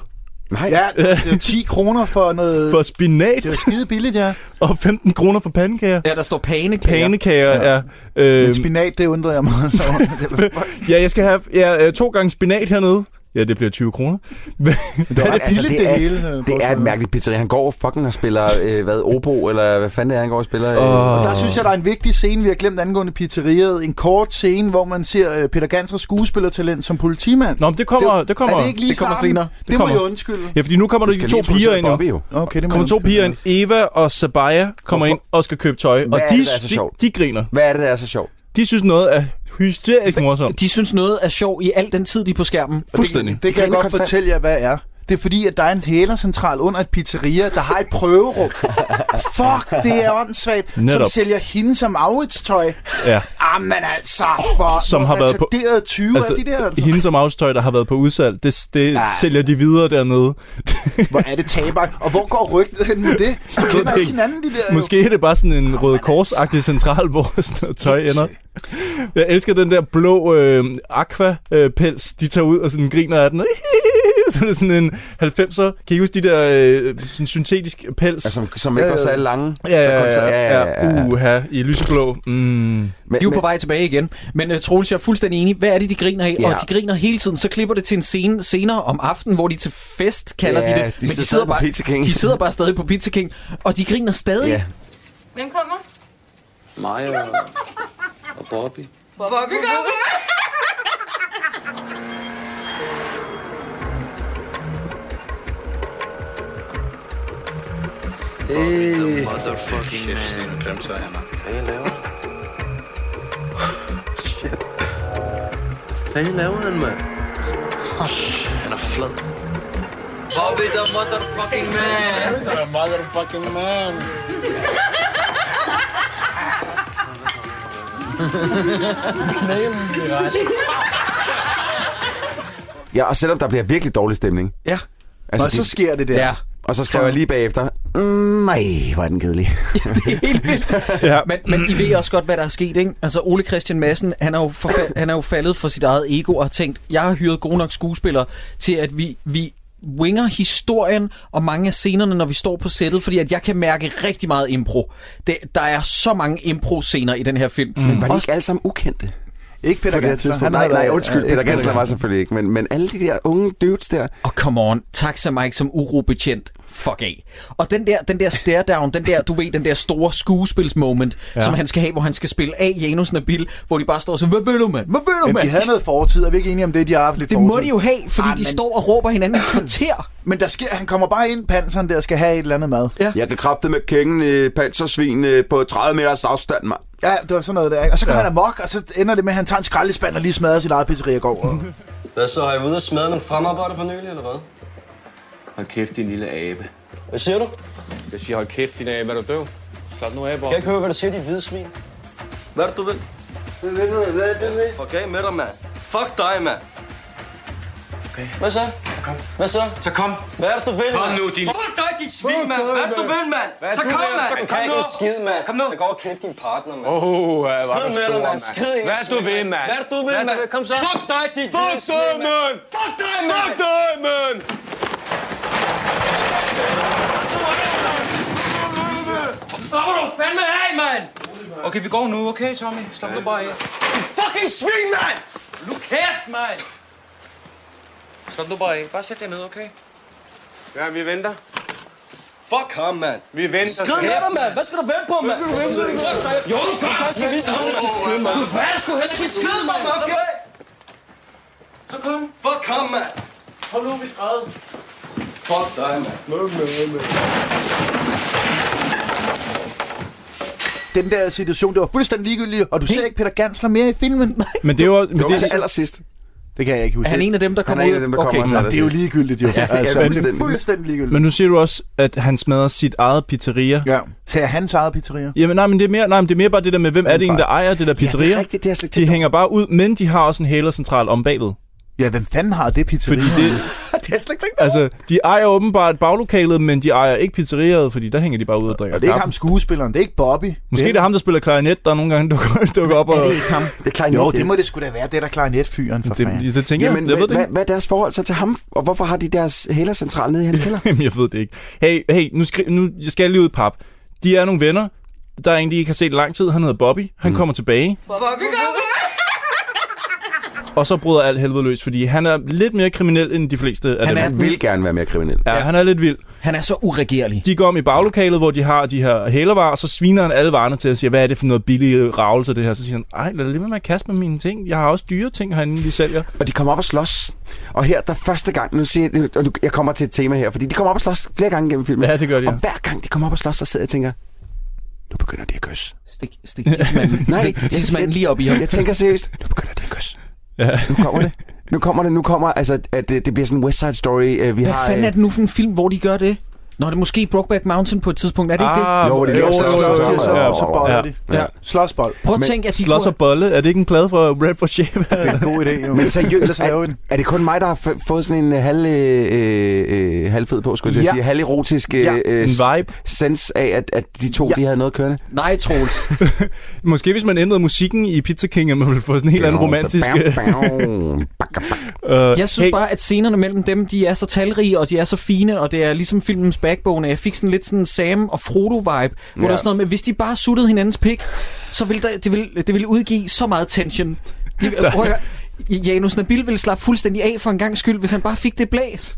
G: Nej, ja.
F: Ja, det var 10 kroner for noget...
I: For
F: Det
I: spinat
F: var skide billigt, ja.
I: (laughs) og 15 kroner for pandekager.
A: ja, der står panekager.
I: Pandekager ja. er... Øh,
F: Men spinat, det undrede jeg mig også over. Det var-
I: ja, jeg skal have (laughs) ja, øh, to gange spinat hernede. Ja, det bliver 20 kroner.
F: (laughs) Det var
G: Men
F: ret
G: altså,
F: billigt,
G: det
F: det
G: er-
F: hele. øh,
G: det er et
F: bortset fra-
G: mærkeligt pizzeria. Han går fucking og spiller, øh, hvad, Obo, eller hvad fanden det er, han går og spiller? Øh.
F: Og der synes jeg, der er en vigtig scene, vi har glemt angående pizzeriet. En kort scene, hvor man ser øh, Peter Gansers skuespillertalent som politimand.
I: Nå, men det kommer... Det,
F: Det-
I: det kommer,
F: er det ikke lige
I: det kommer
F: starten?
I: senere.
F: det må
I: kommer.
F: jeg undskylde.
I: Ja, fordi nu kommer der de to piger ind.
G: Bobby,
I: jo.
G: jo.
F: Okay, det må
I: Kommer
F: jeg
I: to
F: undskylde.
I: piger ind. Eva og Sabaya kommer ind og skal købe tøj. og
G: er
I: de,
G: det, der er så sjovt?
I: de, de griner.
G: Hvad er det, der er så sjovt?
I: De synes noget er hysterisk morsomt.
A: De synes noget er sjov i al den tid, de er på skærmen.
G: Fuldstændig.
F: Det kan jeg
G: Griner
F: godt
G: konstant.
F: fortælle jer, hvad er. Det er fordi, at der er en hælercentral under et pizzeria, der har et
I: (laughs)
F: prøverum. Fuck, det er åndssvagt. Som
I: Netop.
F: sælger hende som afhedstøj.
I: Ja.
F: Jamen altså,
G: Ah,
F: hvor
I: Som har været på...
F: 20 altså, af de der, altså.
I: Hende som afstøj, der har været på udsalg, det, det
G: Ah.
F: Nej.
I: sælger de videre dernede.
F: Hvor er det taber? Og hvor går rygtet hen med det? De
I: ved det
F: kender ikke
I: ikke.
F: hinanden, de der jo.
I: Måske er det bare sådan en Røde Kors-agtig central, hvor sådan noget tøj ender. Jeg elsker den der blå øh, aqua-pels, de tager ud og sådan griner af den. (laughs) Så er det sådan en 90'er. Kan I huske de der øh, sådan syntetisk pels?
G: Ja, som- som ikke var særlig lange.
I: Ja, ja,
G: Der kun
I: ja.
G: særlig-
I: ja, ja, ja. Uha, i lyseblå. Mm. Men,
A: De er jo på vej tilbage igen. Men uh, Troels, jeg er fuldstændig enig. Hvad er det, de griner af?
I: Ja.
A: Ja. Og de griner hele tiden. Så klipper det til en scene senere om aftenen, hvor de til fest kalder
G: Ja,
A: de det.
G: de sidder stadig på
A: bare,
G: Pizza King.
A: de sidder bare stadig på Pizza King. Og de griner stadig.
G: Ja.
A: Ja.
N: Hvem kommer?
J: Mig og, og Bobby.
N: Bobby kommer.
J: Hey. Motherfucking man. Kæft, jeg, mand. Hvad I laver? Shit. Hvad I laver han, mand? Oh, shit, han er flad. Bobby the motherfucking man.
K: a motherfucking man.
J: Knæ min cigaret.
G: Ja, og selvom der bliver virkelig dårlig stemning. Altså,
A: Ja.
F: Og så sker det der.
G: Ja. Og så skriver jeg lige bagefter, mm, nej, hvor er den kedelig.
A: (laughs)
I: ja.
A: Men, men I ved også godt, hvad der er sket, ikke? Altså, Ole Christian Madsen, han er jo, forfa- han er jo faldet for sit eget ego og har tænkt, jeg har hyret gode nok skuespillere til, at vi, vi winger historien og mange af scenerne, når vi står på sættet, fordi at jeg kan mærke rigtig meget impro. Det, der er så mange impro-scener i den her film.
G: Men var de ikke alle sammen ukendte?
F: (laughs) Ikke Peter
G: på det her
F: Gansler.
G: tidspunkt.
F: Han har
G: Nej, nej,
F: været-
G: undskyld.
F: ja,
G: Peter
F: ikke
G: Gansler
F: Peter
G: var selvfølgelig ikke, men, men alle de der unge dudes der.
A: Og oh, come on, taxa Mike som urobetjent. Fuck af. Og den der, den der stare down, den der, du ved, den der store skuespilsmoment,
F: Ja.
A: ja. som han skal have, hvor han skal spille af Janus Nabil, hvor de bare står sådan, hvad vil du, mand? Hvad vil du,
F: Men
A: mand?
F: de havde noget fortid, er vi ikke enige om det, de har haft lidt
A: Det
F: fortid? Ah,
A: må de jo have, fordi de står og råber hinanden i kvarter.
F: Men der sker, han kommer bare ind, panseren der skal have et eller andet mad.
A: Ja.
G: Jeg kan kræfte med kængen i pansersvin øh, på 30 meters afstand, mand.
F: Ja, det var sådan noget der, ikke? Og så går ja. han amok, og så ender det med, at han tager en skraldespand og lige smadrer sit eget pizzeria går.
A: Mhm.
L: Hvad så, har I været ude og smadre nogle fremarbejder for nylig, eller hvad? Hold kæft, din lille abe. Hvad siger du? Jeg siger, hold kæft, din abe. Er du døv? Slap nu af, Bob. Kan jeg ikke høre, hvad du siger, dit hvide svin? Hvad er det, du vil? Hvad er det, du vil? Fuck af med dig, mand. Fuck dig, mand. Okay. Hvad så? Kom. Hvad så? Så kom. Hvad er det, du vil,
O: Kom
L: mand?
O: nu, din-
L: Fuck dig, dit svin, mand. Hvad er det, du vil, mand?
O: Hvad er
L: Så
O: det, du
L: kom,
O: vil?
L: mand.
O: Så kom
L: kan ikke
O: nu.
L: en skid, mand. Kom nu. Jeg går og knip din partner, mand.
O: Åh, ja, hvor er du
L: Skid med dig,
O: stor,
L: mand.
O: mand.
L: Skid ind i
O: Hvad er det, du
L: svin,
O: vil, mand?
L: Hvad er det, du vil,
O: Hvad er det,
L: mand?
O: du vil? Kom så.
L: Fuck dig, dit
O: Fuck
L: lille svin,
O: dig, mand.
L: Fuck dig, mand.
O: Fuck dig, mand!
J: Slapper du fandme af, mand! Okay, vi går nu, okay, Tommy? Slap nu bare af.
L: Din fucking svin, mand!
J: Nu kæft, mand! Slap nu bare af. Bare sæt dig ned, okay?
L: Ja, vi venter. Fuck ham, mand.
J: Vi venter.
L: Skrid med dig, mand. Hvad skal du vente på, mand?
J: Jo, du gør
L: Du skal vise ham, at du skal skide, mand.
J: Du fatter sgu heller ikke skide,
L: Skid,
J: mand!
L: mand. Okay.
J: Så kom.
L: Fuck ham, mand. Hold nu, vi skræder. Fuck dig, mand. Mød, mød, mød.
F: Den der situation, det var fuldstændig ligegyldigt, og du ser ikke Peter Gansler mere i filmen. Nej.
I: Men det er jo... også- Men
F: Jo,
I: det
F: til
G: allersidst.
F: Det kan jeg ikke huske.
A: Er han en af dem, der kommer ud? Okay.
F: Nå, det er jo ligegyldigt, jo.
I: Ja,
F: altså,
I: ja,
F: fuldstændig.
I: fuldstændig.
F: fuldstændig ligegyldigt.
I: Men nu siger du også, at han smadrer sit eget pizzeria.
F: Ja. Så er hans eget pizzeria.
I: Jamen nej, men det er mere, nej, men det er mere bare det der med, hvem er det en, der ejer det der pizzeria?
F: det er rigtigt, det har jeg slet ikke
I: de hænger bare ud, men de har også en hælercentral om bagved.
F: Ja, hvem fanden har det pizzeria?
I: Fordi
F: (laughs)
I: det,
F: det har jeg slet ikke tænkt
I: altså, de ejer åbenbart baglokalet, men de ejer ikke pizzeriaet, fordi der hænger de bare ud og drikker
F: Og det er ikke
I: kaffe.
F: ham skuespilleren, det er ikke Bobby.
I: Måske det er ham, der spiller klarinet, der nogle gange (laughs) dukker, dukker op. Og,
G: Det er klarinet.
F: Jo, det må det sgu da være. Det er da klarinetfyren, for fanden.
I: det, det tænker
G: Jamen,
I: jeg. Jeg ved det
G: hvad,
I: ikke.
G: hvad er deres forhold så til ham? Og hvorfor har de deres hælercentral nede i hans kælder?
I: (laughs) Jamen, jeg ved det ikke. Hey, hey nu, skri- nu jeg skal lige ud pap. De er nogle venner, der er en, de ikke har set i lang tid. Han hedder Bobby. Han mm. kommer tilbage.
N: Bobby kommer.
I: Og så bryder alt helvede løs, fordi han er lidt mere kriminel end de fleste af
A: Han
I: dem.
A: er
G: Han vil gerne være mere kriminel.
I: Ja, han er lidt vild.
A: Han er så uregerlig.
I: De går om i baglokalet, hvor de har de her hælervarer, og så sviner han alle varerne til at sige, hvad er det for noget billig øh, ravelse det her? Så siger han, ej, lad lige være med at kaste med mine ting. Jeg har også dyre ting herinde, vi sælger.
G: Og de kommer op og slås. Og her, der første gang, nu siger jeg, og nu- jeg kommer til et tema her, fordi de kommer op og slås flere gange gennem filmen.
I: Ja, det gør de, ja.
G: Og hver gang de kommer op og slås, så sidder jeg og tænker, nu begynder de at kysse.
A: Stik,
F: (laughs)
A: stik tidsmanden,
G: (laughs) Nej,
A: stik (laughs)
G: jeg-
A: tidsmanden lige op i ham.
G: Jeg tænker seriøst, nu begynder de at kysse.
I: Ja.
G: Nu kommer det. Nu kommer det, nu kommer, altså, at det, det bliver sådan en West Side Story. øh, Vi
A: Hvad
G: har,
A: fanden
G: øh,
A: er det nu for en film, hvor de gør det? Nå, det er måske Brokeback Mountain på et tidspunkt, er det ikke
I: Ah,
A: det?
I: Jo, hvor de jo, laver jo, slås- jo, jo, slås- jo, jo. slås- og så boller de.
A: Ja.
F: Slåsbold.
A: Prøv at tænke, at de
I: Slås og bolle, er det ikke en plade for Red for Shape? Det
F: er en god idé, jo.
G: Men seriøst,
F: Ellers laver vi
G: er,
F: den.
G: er det kun mig, der har f- fået sådan en øh, halv, øh, øh, øh, halvfed på, skulle jeg ja.
F: Ja.
G: sige, halverotisk øh,
F: Ja.
G: øh,
I: En
G: s-
I: vibe.
G: sens af, at, at de to,
F: Ja.
G: de havde noget kørende?
A: Nej, Troels.
G: (laughs)
I: Måske hvis man ændrede musikken i Pizza King, at man ville få sådan en helt anden romantisk... (laughs) Øh,
A: Jeg synes hey. bare, at scenerne mellem dem, de er så talrige, og de er så fine, og det er ligesom filmens backbone, at jeg fik sådan lidt sådan en Sam og Frodo-vibe, hvor ja. der var
G: Ja.
A: sådan noget med, hvis de bare suttede hinandens pik, så ville der, det, ville, det ville udgive så meget tension.
I: (laughs)
A: De, prøv at høre, Janus Nabil ville slappe fuldstændig af for en gang skyld, hvis han bare fik det blæs.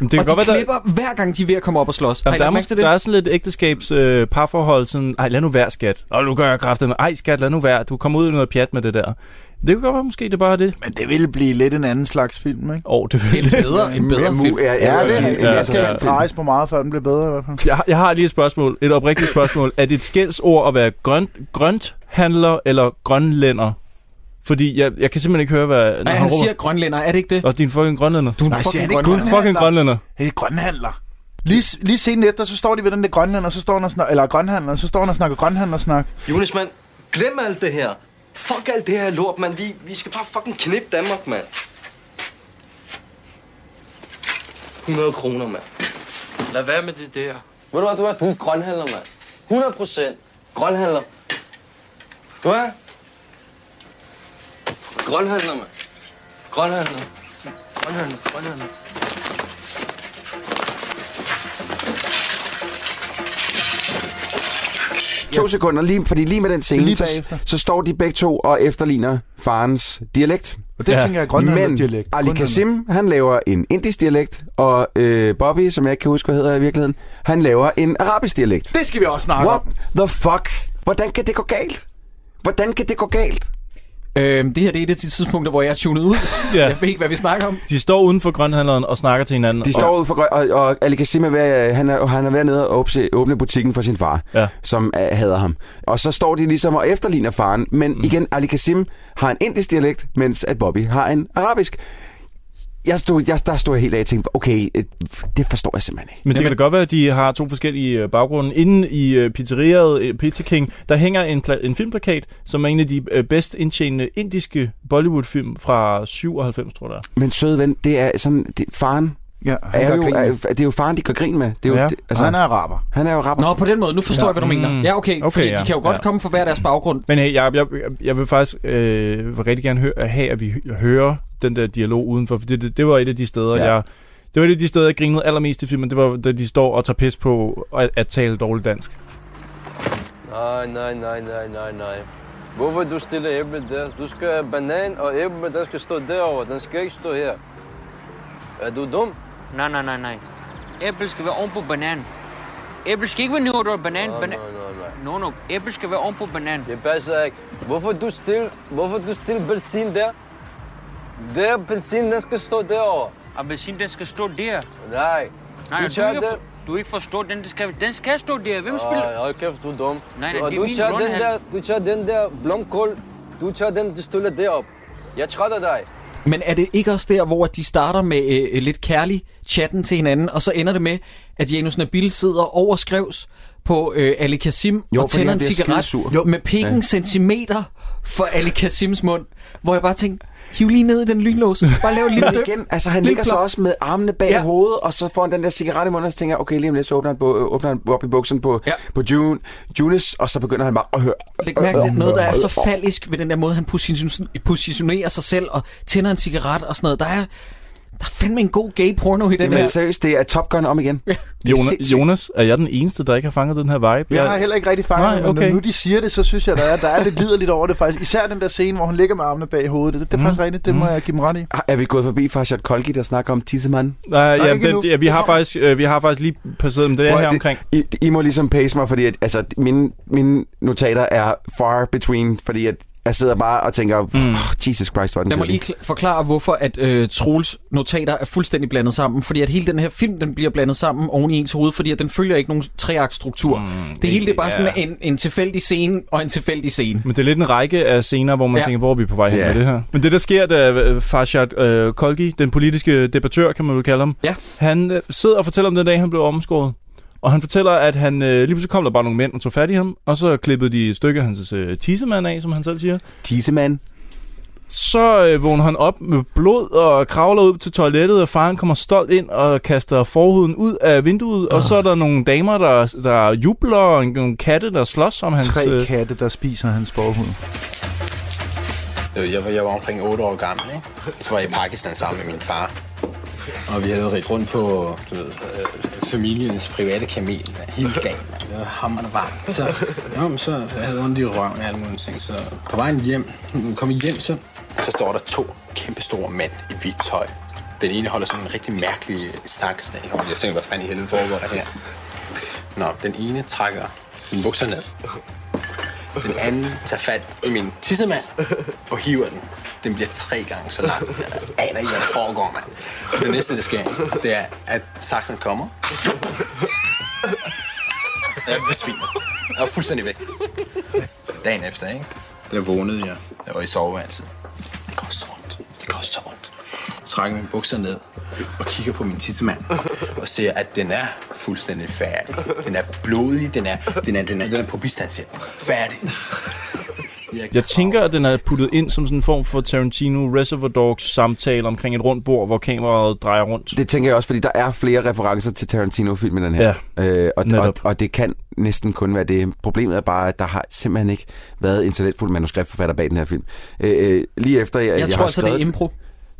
I: men det kan
A: og de
I: godt være, der,
A: klipper der... hver gang, de er ved at komme op og slås. Har I
I: Jamen, der, er
A: lagt mærke
I: måske,
A: til det?
I: der er sådan lidt ægteskabs øh, parforhold, sådan, ej, lad nu være, skat. Og nu gør jeg kraften med, ej, skat, lad nu være, du kommer ud i noget pjat med det der. Det kunne godt være, måske det er bare er det.
F: Men det ville blive lidt en anden slags film, ikke?
I: Åh, oh, det vil
A: En
I: (laughs)
A: bedre, en bedre film.
G: Ja,
F: Ja,
G: ja,
F: det
G: ja,
F: er
I: sige,
F: det.
I: ja,
F: Jeg skal
I: ja.
F: ikke drejes på meget, før den bliver bedre i hvert fald.
I: jeg, har- jeg har lige et spørgsmål, et oprigtigt spørgsmål. Er det et skældsord at være grønt, grønthandler eller grønlænder? Fordi jeg, jeg kan simpelthen ikke høre, hvad... når
A: Nej, han
I: råber,
A: siger grønlænder, er det ikke det?
I: Og din fucking grønlænder.
A: Du er en
F: Nej, siger
A: fucking
F: han ikke
I: Du er
A: grønlænder.
I: en fucking grønlænder.
F: Hey, grønhandler. Lige, lige sen efter, så står de ved den der grønlander, så står han og snakker, eller grønhandler, så står han og snakker grønhandlersnak.
L: Jonas, mand, glem alt det her. Fuck alt det her lort, mand. Vi, vi skal bare fucking knippe Danmark, mand. 100 kroner, mand.
J: Lad være med det der.
K: Ved du hvad, du er? Du er grønhandler, mand. 100 procent grønhandler. Du er? Grønhandler, mand. Grønhandler. Grønhandler, grønhandler.
G: To sekunder, lige, fordi lige med den scene,
F: Lige
G: så,
F: bagefter.
G: så står de begge to og efterligner farens dialekt.
F: Og det
I: Ja,
F: ja. tænker jeg er
G: Men
F: grønhandlerdialekt.
G: Ali
F: Grønhandler.
G: Kasim, han laver en indisk dialekt, og øh, Bobby, som jeg ikke kan huske, hvad hedder i virkeligheden, han laver en arabisk dialekt.
F: Det skal vi også snakke
G: What
F: om.
G: the fuck? Hvordan kan det gå galt? Hvordan kan det gå galt?
A: Øhm, det her det er et af de tidspunkter, hvor jeg er tunet ud.
I: Ja.
A: Jeg ved ikke, hvad vi snakker om.
I: De står uden for grønhandleren og snakker til hinanden.
G: De står ude for grøn, og, og Ali Kasim er ved, øh, han er, han er ved nede og åbne, åbne butikken for sin far,
I: Ja.
G: ja. som uh, hader ham. Og så står de ligesom og efterligner faren, men mm. igen, Ali Kasim har en indisk dialekt, mens at Bobby har en arabisk. Jeg stod, jeg, der stod jeg helt af og tænkte, okay, øh, det forstår jeg simpelthen ikke.
I: Men det
A: Jamen-
I: kan da godt være, at de har to forskellige øh, baggrunde. Inden i øh, pizzeriaet øh, Pizza King, der hænger en, pla- en filmplakat, som er en af de øh, bedst indtjenende indiske Bollywood-film fra 97, tror jeg. det er.
G: Men søde ven, det er sådan, det, faren
F: Ja, han
G: er
F: gør
G: jo,
F: grin.
G: er, jo- det er jo faren, de gør grin med. Det er jo,
I: Ja.
G: det,
F: Altså,
G: altså,
F: han er araber.
G: han er jo rapper.
A: Nå, på den måde. Nu forstår ja. jeg, hvad du
I: Mm.
A: mener. Ja, okay.
I: Okay,
A: okay fordi
I: ja.
A: de kan jo godt
I: Ja.
A: komme fra hver deres baggrund.
I: Men hey, jeg, jeg, jeg vil faktisk øh, vil rigtig gerne hø- have, at vi hø- hører den der dialog udenfor, for det, det, det var et af de steder,
G: Ja.
I: ja. jeg... Det var et af de steder, jeg grinede allermest i filmen. Det var, da de står og tager pis på at, at tale dårligt dansk.
L: Nej, nej, nej, nej, nej, nej. Hvorfor du stiller æblet der? Du skal have banan, og æblet, den skal stå derovre. Den skal ikke stå her. Er du dum?
J: Nej, nej, nej, nej. Æble skal være oven på banan. Æble skal ikke være nede over banan.
L: Nå,
J: banan.
L: nå, nå, nej.
J: No, no. Æble skal være oven på banan.
L: Det passer ikke. Hvorfor du stille, hvorfor du stille benzin der? Der benzin, den skal stå derovre.
J: Appelsin, den skal stå der.
L: Nej.
J: Nej,
L: du
J: du,
L: tager
J: ikke,
L: den.
J: for- du ikke forstår den. Den skal, den skal stå der. Hvem spiller?
L: Ej, hold kæft, du er dum.
J: Nej, nej,
L: og
J: det er
L: du
J: min
L: tager den
J: grundhandel.
L: der, du tager den der blomkål, du tager den, du stiller derop. Jeg trætter dig.
A: Men er det ikke også der, hvor de starter med øh, lidt kærlig chatten til hinanden, og så ender det med, at Janus Nabil sidder over skrevs på øh, Ali Kasim
G: Jo,
A: og
G: fordi
A: tænder
G: han
A: en
G: bliver
A: cigaret
G: skidesur.
A: med pikken ja. centimeter for Ali Kasims mund, hvor jeg bare tænkte, hiv lige ned i den lynlås, bare lav en lille
G: Men
A: døb.
G: igen, altså han
A: Lidt
G: ligger så
A: blok.
G: også med armene bag ja.
A: Ja.
G: hovedet, og så får han den der cigaret i munden, og så tænker jeg, okay, lige om lidt, så åbner han, på, åbner han op i buksen på, ja.
A: Ja.
G: på June, Junis, og så begynder han bare at høre.
A: Læg mærke til noget, der er så faldisk ved den der måde, han position- positionerer sig selv og tænder en cigaret og sådan noget. Der er, der er fandme en god gay porno i den
G: Men
A: her.
G: seriøst, det er Top Gun om igen. Det er
I: Jonas,
G: sindssygt.
I: Jonas, er jeg den eneste, der ikke har fanget den her vibe?
F: Jeg har heller ikke rigtig fanget
I: Nej,
F: det, men
I: okay.
F: når nu de siger det, så synes jeg, der er, der er lidt liderligt over det faktisk. Især den der scene, hvor hun ligger med armene bag hovedet. Det, det er
A: Mhm.
F: faktisk rigtigt, det må jeg give dem ret i.
G: Ah, Er vi gået forbi fra Shot Kolgi, der snakker om Tissemand?
I: Nej,
F: Nej,
I: ja,
F: ikke
I: den,
F: endnu.
I: ja, vi, har
F: Altså-
I: faktisk, øh, vi har faktisk lige passeret dem. Det er
G: Prøv at-
I: her
G: det-
I: omkring.
G: I, I må ligesom pace mig, fordi at, altså, mine, mine notater er far between, fordi at Jeg sidder bare og tænker, mm. oh, Jesus Christ, hvor er den
A: Lad mig
G: kedelig."
A: lige kl- forklare, hvorfor at øh, Troels notater er fuldstændig blandet sammen. Fordi at hele den her film, den bliver blandet sammen oven i ens hoved, fordi at den følger ikke nogen treaktstruktur. Mm, det hele det er bare
I: ja.
A: sådan en, en tilfældig scene og en tilfældig scene.
I: Men det er lidt en række af scener, hvor man
A: Ja.
I: ja. tænker, hvor er vi på vej hen
A: Ja.
I: med det her? Men det, der sker, da øh, Farshad øh, Kolgi, den politiske debattør, kan man vel kalde ham,
A: ja.
I: han øh, sidder og fortæller om den dag, han blev omskåret. Og han fortæller, at han øh, lige pludselig kom der bare nogle mænd og tog fat i ham, og så klippede de et stykke af hans øh, tissemand af, som han selv siger.
G: Tissemand?
I: Så øh, vågner han op med blod og kravler ud til toilettet, og faren kommer stolt ind og kaster forhuden ud af vinduet. Og så er der nogle damer, der, der jubler, og en- nogle katte, der slås om hans...
F: Tre
I: øh,
F: katte, der spiser hans forhud.
M: Jeg var, jeg var omkring 8 år gammel, ikke? Så var jeg i Pakistan sammen med min far. Og vi havde ridt rundt på du ved, øh, familiens private kamel hele dagen. mand. Det var hammerende varmt. Så, jo, men så havde jeg ondt i røven og alle mulige ting. Så på vejen hjem, når vi kom hjem, så, så står der to kæmpe store mænd i hvidt tøj. Den ene holder sådan en rigtig mærkelig saks. ned i hånden. Jeg tænker, hvad fanden i helvede foregår der her? Nå, den ene trækker min bukser ned. Den anden tager fat i min tissemand og hiver den. Den bliver tre gange så lang. Jeg aner ikke, hvad der foregår, mand. Det næste, der sker, det er, at saksen kommer. Jeg besvimer. Jeg er fuldstændig væk. Dagen efter, ikke? Der vågnede jeg. Jeg var i soveværelset. Det går så ondt. Det går så ondt. Jeg trækker mine bukser ned og kigger på min tissemand og ser, at den er fuldstændig færdig. Den er blodig, den er, den er, den er, den er på bistandshjælp. Færdig.
I: Jeg tænker, at den er puttet ind som sådan en form for Tarantino Reservoir Dogs samtale omkring et rundt bord, hvor kameraet drejer rundt.
G: Det tænker jeg også, fordi der er flere referencer til Tarantino-film i den her. Ja, øh, og, og,
I: netop.
G: og det kan næsten kun være det. Problemet er bare, at der har simpelthen ikke været en talentfuld manuskriptforfatter bag den her film. Øh, øh, lige efter jeg,
A: Jeg, jeg tror
G: har
A: altså, det er
G: skrevet-
A: impro.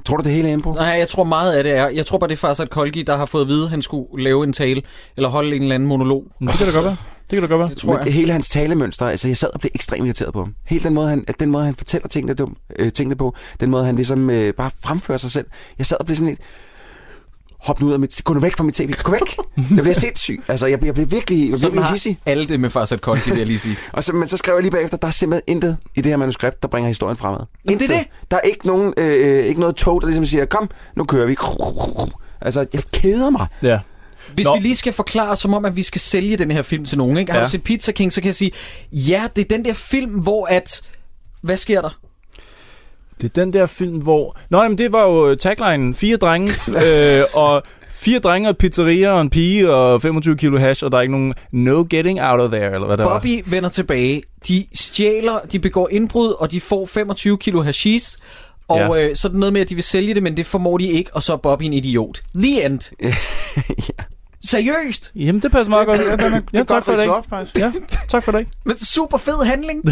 G: Tror du, det hele er impro?
A: Nej, jeg tror meget af det er. Jeg tror bare, det er faktisk, at Kolgi, der har fået at vide, at han skulle lave en tale, eller holde en eller anden monolog.
I: det kan da godt være. Det kan da godt være.
A: Det tror
G: Men
A: jeg.
G: hele hans talemønster, altså jeg sad og blev ekstremt irriteret på ham. Hele den måde, han, at den måde, han fortæller tingene, dum, øh, tingene på, den måde, han ligesom øh, bare fremfører sig selv. Jeg sad og blev sådan lidt, hop nu ud af mit, gå nu væk fra mit tv, gå væk. Jeg bliver sindssyg. Altså, jeg, jeg blev virkelig, jeg blev
A: Sådan
G: virkelig
A: har
G: hissig.
A: alle det med Farsat Kolgi, vil jeg lige
I: (laughs)
A: sige.
G: Og så, men så skrev jeg lige bagefter, der er simpelthen intet i det her manuskript, der bringer historien fremad. Men det er det. Der er ikke, nogen, øh, øh, ikke noget tog, der ligesom siger, kom, nu kører vi. Altså, jeg keder mig.
I: Ja.
A: Hvis Nå. vi lige skal forklare, som om, at vi skal sælge den her film til nogen, ikke? Har
G: Ja.
A: du set Pizza King, så kan jeg sige, ja, det er den der film, hvor at... Hvad sker der?
I: Det er den der film, hvor... Nå, jamen, det var jo øh, tagline. Fire drenge, øh, og fire drenge, og et pizzeria, og en pige, og 25 kilo hash, og der er ikke nogen no getting out of there, eller hvad der var.
A: Bobby vender tilbage. De stjæler, de begår indbrud, og de får 25 kilo hashish. Og
I: Ja.
A: ja. øh, så er det noget med, at de vil sælge det, men det formår de ikke, og så er Bobby en idiot. The end.
I: (laughs)
A: ja. Seriøst?
I: Jamen, det passer meget godt. (laughs) Ja, tak for i dag. Ja, tak for i dag.
A: (laughs) Men super fed
I: (laughs)
A: handling.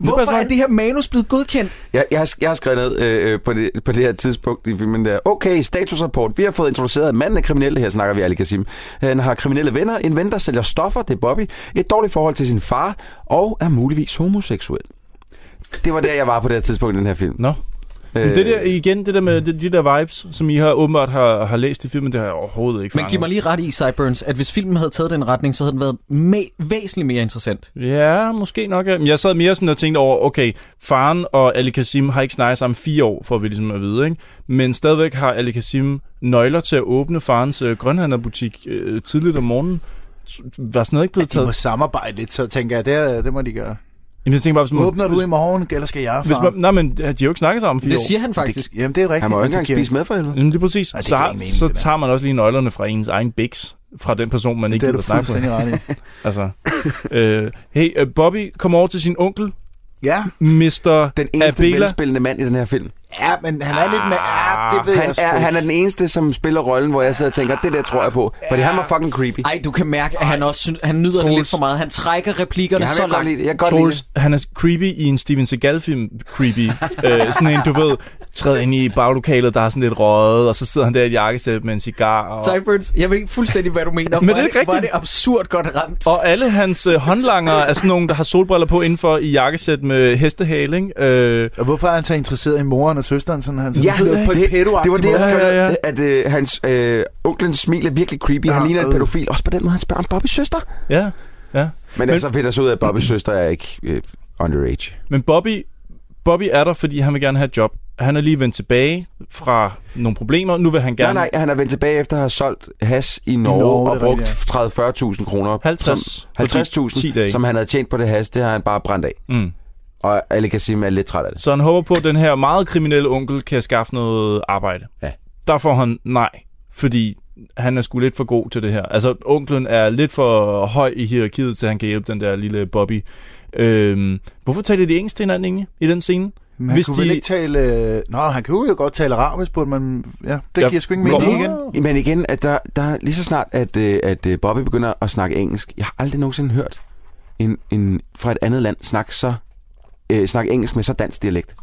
A: Hvorfor er det her manus blevet godkendt?
G: Jeg, jeg, har, sk- jeg har skrevet ned øh, øh, på, det, på det her tidspunkt i filmen der. Okay, statusrapport. Vi har fået introduceret, at manden er kriminel. Her snakker vi Ali Kasim. Han har kriminelle venner, en ven, der sælger stoffer, det er Bobby, et dårligt forhold til sin far, og er muligvis homoseksuel. Det var der, jeg var på det her tidspunkt i den her film.
I: Nå.
A: Øh,
I: Men det der, igen, det der med de, de der vibes, som I har åbenbart har, har læst i filmen, det har jeg overhovedet ikke
A: Men giv mig lige ret i, Cyburns, at hvis filmen havde taget den retning, så havde den været me- væsentligt mere interessant.
I: Ja, måske nok. ja. Men jeg sad mere sådan og tænkte over, okay, faren og Ali Kasim har ikke snakket sammen fire år, for vi ligesom at vide, ikke? Men stadigvæk har Ali Kasim nøgler til at åbne farens øh, grønhandlerbutik øh, tidligt om morgenen. S- Var sådan noget ikke blevet
F: De må
I: taget?
F: samarbejde lidt, så tænker jeg, det, er- det må de gøre.
I: Jamen, jeg tænker bare, hvis man,
F: Åbner du i morgen, eller skal jeg,
I: hvis
F: far?
I: man, nej, men de har jo ikke snakket sammen fire
F: Det
I: år.
F: siger han
A: faktisk.
F: Det, jamen, det er rigtigt. og det giver-
G: med for helvede.
I: Jamen, det er præcis.
F: Nej, det
I: så,
F: giver
I: har,
F: ingen mening,
I: så
F: det der.
I: tager man også lige nøglerne fra ens egen biks fra den person, man ikke
F: er
I: gider
F: du
I: at snakke med.
F: fuldstændig
I: (laughs) altså, øh, hey, øh, Bobby, kom over til sin onkel.
F: Ja.
I: Mr.
G: Den eneste
I: Abela.
G: velspillende mand i den her film.
F: Ja, men han er lidt med...
G: Ah.
F: Ja, det ved
G: Han
F: jeg sgu
G: er,
F: ikke.
G: han er den eneste, som spiller rollen, hvor jeg sidder og tænker, det der tror jeg på. Fordi han var fucking creepy.
A: Ej, du kan mærke, at han også synes, han nyder Troels. det lidt for meget. Han trækker replikkerne
G: Ja, jeg
A: så
G: kan godt
A: langt.
G: lide det. Jeg kan
I: Troels, han er creepy i en Steven Seagal-film
G: (laughs)
I: creepy. øh, sådan en, du ved, træder ind i baglokalet, der har sådan lidt røget, og så sidder han der i et jakkesæt med en cigar. Og...
A: Cyburns, jeg ved ikke fuldstændig, hvad du mener.
I: (laughs) Men det er
A: Var
I: ikke rigtigt.
A: Var det absurd godt
I: (laughs)
A: ramt?
I: Og alle hans øh, håndlangere er sådan nogle, der har solbriller på indenfor i jakkesæt med hestehale, ikke? Øh,
F: Og hvorfor er han så interesseret i moren og søsteren? Sådan, han, sådan
G: Ja,
F: blevet på et
G: det,
F: pedo
G: det var det, jeg skrev,
I: Ja,
G: ja,
I: ja,
G: ja,
I: ja.
G: at øh, hans øh, onklens smil er virkelig creepy. Han
F: Ja,
G: ligner en
F: øh.
G: pædofil, også på den måde, han spørger om Bobbys søster.
I: ja, ja.
G: Men, men altså finder så ud af, at Bobbys søster er ikke øh, underage.
I: Men Bobby, Bobby er der, fordi han vil gerne have et job. Han er lige vendt tilbage fra nogle problemer. Nu vil han
G: Nej,
I: gerne...
G: nej, han er vendt tilbage efter at have solgt hash i Norge,
I: Norge,
G: Norge
I: det
G: og
I: er rigtigt,
G: brugt 30-40.000 kroner.
I: 50.
G: som-
I: På 10 dage.
G: 50.000, som han havde tjent på det hash, det har han bare brændt af.
I: Mm.
G: Og alle kan sige, at er lidt træt af det.
I: Så han håber på, at den her meget kriminelle onkel kan skaffe noget arbejde.
G: Ja.
I: Der får han nej, fordi han er sgu lidt for god til det her. Altså, onklen er lidt for høj i hierarkiet, til han kan hjælpe den der lille Bobby. Øhm, hvorfor taler de engelsk til hinanden egentlig i den scene?
F: Men han Hvis kunne de... vel ikke tale... øh, Nå, han kunne jo godt tale arabisk på det, men ja, det ja. giver sgu ikke mening igen.
G: Men igen, at der, der lige så snart, at, øh, at øh, Bobby begynder at snakke engelsk, jeg har aldrig nogensinde hørt en, en fra et andet land snakke så øh, snakke engelsk med så dansk dialekt.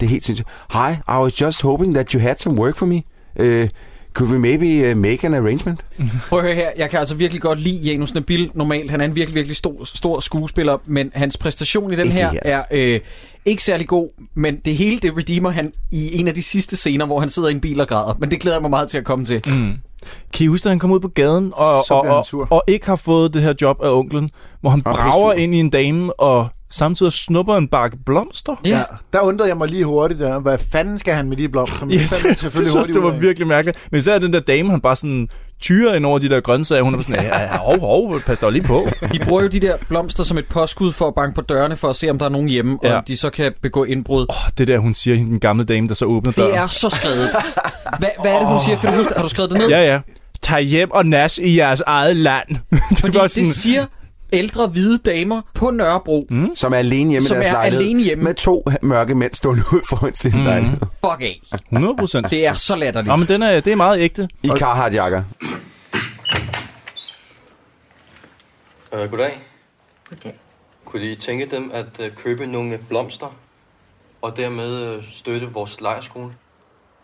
G: Det er helt sindssygt. Hi, I was just hoping that you had some work for me. Uh, could we maybe uh, make an arrangement?
A: Prøv at høre her, jeg kan altså virkelig godt lide Janus Nabil normalt. Han er en virkelig, virkelig stor, stor skuespiller, men hans præstation i den
G: Ikke
A: her,
G: her.
A: er øh, ikke særlig god, men det hele det redeemer han i en af de sidste scener, hvor han sidder i en bil og græder. Men det glæder jeg mig meget til at komme til.
I: Mm. Kan I huske, da han kom ud på gaden og,
A: Så
I: og,
A: bliver han
I: og, og ikke har fået det her job af onklen, hvor han
F: Og
I: brager
F: sur.
I: ind i en dame og samtidig snupper en bakke blomster?
F: Ja. Der undrede jeg mig lige hurtigt der. Hvad fanden skal han med de blomster? Men
I: Ja,
F: det fandt
I: det,
F: man
I: det, synes,
F: hurtigt
I: det var
F: ud af.
I: virkelig mærkeligt. Men især den der dame, han bare sådan tyrer ind over de der grøntsager. Hun er bare sådan, ja, ja, hov, hov, pas dog lige på.
A: De bruger jo de der blomster som et påskud for at banke på dørene for at se, om der er nogen hjemme, ja.
I: Ja.
A: og om de så kan begå indbrud. Oh,
I: Det der, hun siger, hende, den gamle dame, der så åbner døren.
A: det er så skrevet. Hvad, hvad er det, hun siger? Kan du huske det? Har du skrevet det ned?
I: Ja, ja. Tag hjem og nas i jeres eget land. (laughs) det
A: Fordi det siger ældre hvide damer på Nørrebro.
G: Mm. Som er alene hjemme
A: Som
G: i deres
A: er
G: lejlighed.
A: alene hjemme.
G: Med to mørke mænd stående ud foran sin mm. lejlighed.
A: Fuck af.
I: 100 procent.
A: Det er så latterligt.
I: Nå, men den er, det er meget ægte.
G: I Carhartt jakker.
L: Øh, goddag. Goddag. Kunne I tænke dem at øh, købe nogle blomster, og dermed øh, støtte vores lejerskole?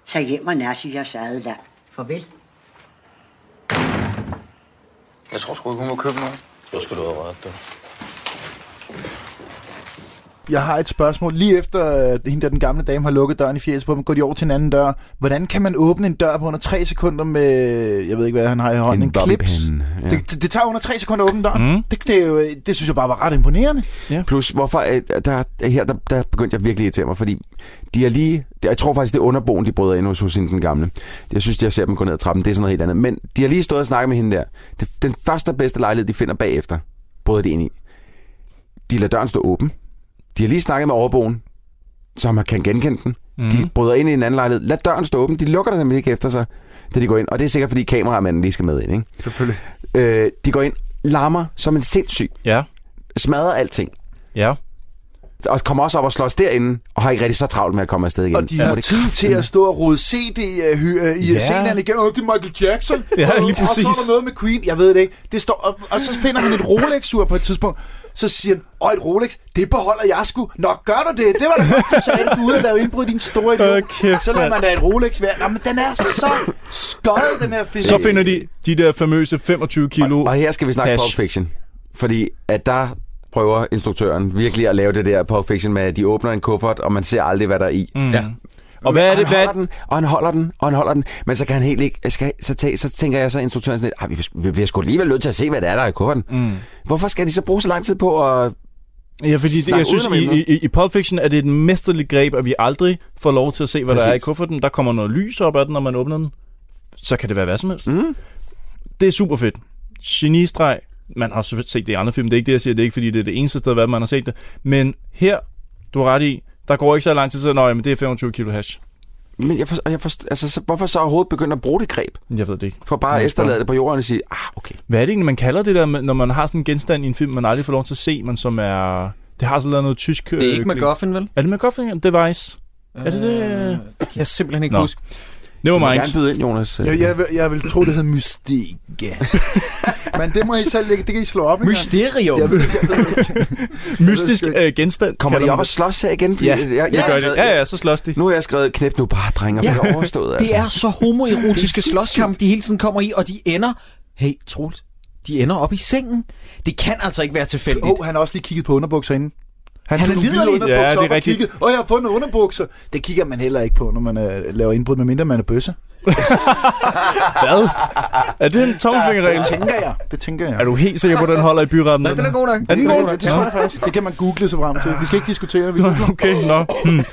P: Tag hjem og nærse jeres eget land. Farvel.
L: Jeg tror sgu ikke, hun vil købe nogen. Så skal du have ret, du.
F: Jeg har et spørgsmål. Lige efter øh, hende der den gamle dame har lukket døren i fjeset på dem, går de over til en anden dør. Hvordan kan man åbne en dør på under 3 sekunder med, jeg ved ikke hvad han har i hånden, en, en clips?
G: ja.
F: Det, det, det tager under 3 sekunder at åbne døren. Mm. Det, det, er jo, øh, det synes jeg bare var ret imponerende.
I: Ja.
G: Plus, hvorfor, øh, der, her der, der begyndte jeg virkelig at irritere mig, fordi de har lige, jeg tror faktisk, det er underboen, de bryder ind hos, hos hende, den gamle. Jeg synes, jeg ser dem gå ned ad trappen, det er sådan noget helt andet. Men de har lige stået og snakket med hende der. Det, den første og bedste lejlighed, de finder bagefter, bryder de ind i. De lader døren stå åben. De har lige snakket med overboen, som kan genkende den. Mm. De bryder ind i en anden lejlighed. Lad døren stå åben. De lukker den nemlig ikke efter sig, da de går ind. Og det er sikkert, fordi kameramanden lige skal med ind. Ikke?
F: Selvfølgelig.
G: Øh, de går ind, larmer som en sindssyg.
I: Ja.
G: Smadrer alting.
I: Ja.
G: Og kommer også op og slås derinde, og har ikke rigtig så travlt med at komme afsted igen.
F: Og de
G: Ja.
F: har tid til at stå og rode CD øh, hy- øh, i
G: Ja.
F: ja. scenerne igen. Åh, det er Michael
I: (laughs)
F: Jackson.
G: Ja,
F: Åh,
G: lige
F: Og så er
G: præcis.
F: der noget med Queen. Jeg ved det ikke. Det står, og, og så finder han et Rolex-ur på et tidspunkt. Så siger han, åh, et Rolex, det beholder jeg sgu. Nå, gør du det? Det var da godt, du sagde, at du ude og lave indbrud i din store idiot.
I: Okay,
F: så lader man da et Rolex være. Nå, men den er så skød, den her film.
I: Så finder de de der famøse 25 kilo
G: Og her skal vi snakke Pulp Fiction. Fordi at der prøver instruktøren virkelig at lave det der Pulp Fiction med, at de åbner en kuffert, og man ser aldrig, hvad der er i.
I: Mm. Ja. Og hvad er det?
G: Han
I: Hvad
G: holder
I: er
G: den, og han holder den, og han holder den, men så kan han helt ikke... Skal, så, tage, så tænker jeg så instruktøren sådan lidt, "Ej, vi, vi bliver sgu alligevel nødt til at se, hvad der er, der er i kufferten. Mm. Hvorfor skal de så bruge så lang tid på at...
I: Ja, fordi det,
G: snakke
I: jeg synes,
G: udenom
I: i,
G: emnet?
I: i, i Pulp Fiction er det et mesterligt greb, at vi aldrig får lov til at se, hvad Præcis. der er i
G: Præcis.
I: kufferten. Der kommer noget lys op af den, når man åbner den. Så kan det være hvad som helst. Mm. Det er super fedt. Genistreg. Man har selvfølgelig set det i andre film. Det er ikke det, jeg siger. Det er ikke, fordi det er det eneste sted, i verden, man har set det. Men her, du har ret i, der går ikke så lang tid, så nej, men det er 25 kilo hash.
G: Men jeg forstår, jeg forstår, altså, så, hvorfor så overhovedet begynde at bruge det greb?
I: Jeg ved det ikke.
G: For bare
I: Jeg
G: at
I: må
G: efterlade
I: spørge.
G: det på jorden og sige, ah, okay.
I: Hvad er det egentlig, man kalder det der, med- når man har sådan en genstand i en film, man aldrig får lov til at se, men som er... Det har sådan noget tysk... øh,
A: Det er ikke MacGuffin, vel?
I: Er det MacGuffin? Device? Er det det?
A: Øh, det kan jeg simpelthen ikke
I: Nå.
A: huske.
I: Det var
G: Du må
I: mig.
G: gerne byde ind, Jonas.
F: Jeg, jeg, vil- jeg vil tro, det hed
G: (laughs)
F: Mystique. Men det må I selv lægge, det kan I slå op. ikke?
A: Mysterium.
F: Jeg, vil,
I: Mystisk øh, genstand.
G: Kommer
I: kalder
G: de
I: man
G: op og
I: det.
G: slås her igen? Fordi
I: Ja,
G: jeg,
I: det gør de. Ja, ja, så slås de.
G: Nu har jeg skrevet, knep nu bare, drenge, og ja.
A: Ja.
G: det er
I: (laughs)
G: overstået. altså.
A: Det er så homoerotiske slåskamp, de hele tiden kommer i, og de ender... Hey, Troels, de ender op i sengen. Det kan altså ikke være tilfældigt.
F: Åh, oh, han har også lige kigget på underbukser inden. Han,
A: Han
F: han
A: er
F: tog nogle hvide
A: liderlig.
F: underbukser
I: Ja, det er
F: op og
I: rigtigt.
F: kiggede, og jeg har fundet underbukser. Det kigger man heller ikke på, når man øh, laver indbrud, medmindre man er bøsse.
I: Hvad? Er det en tommelfingerregel?
F: Det tænker jeg. Det tænker jeg.
I: Er du helt sikker på, at den holder i byretten?
F: Nej, den er god nok.
I: Er den god nok?
F: Det tror jeg faktisk. Det kan man google sig frem til. Vi skal ikke diskutere, vi googler.
I: Okay, nå. Hmm.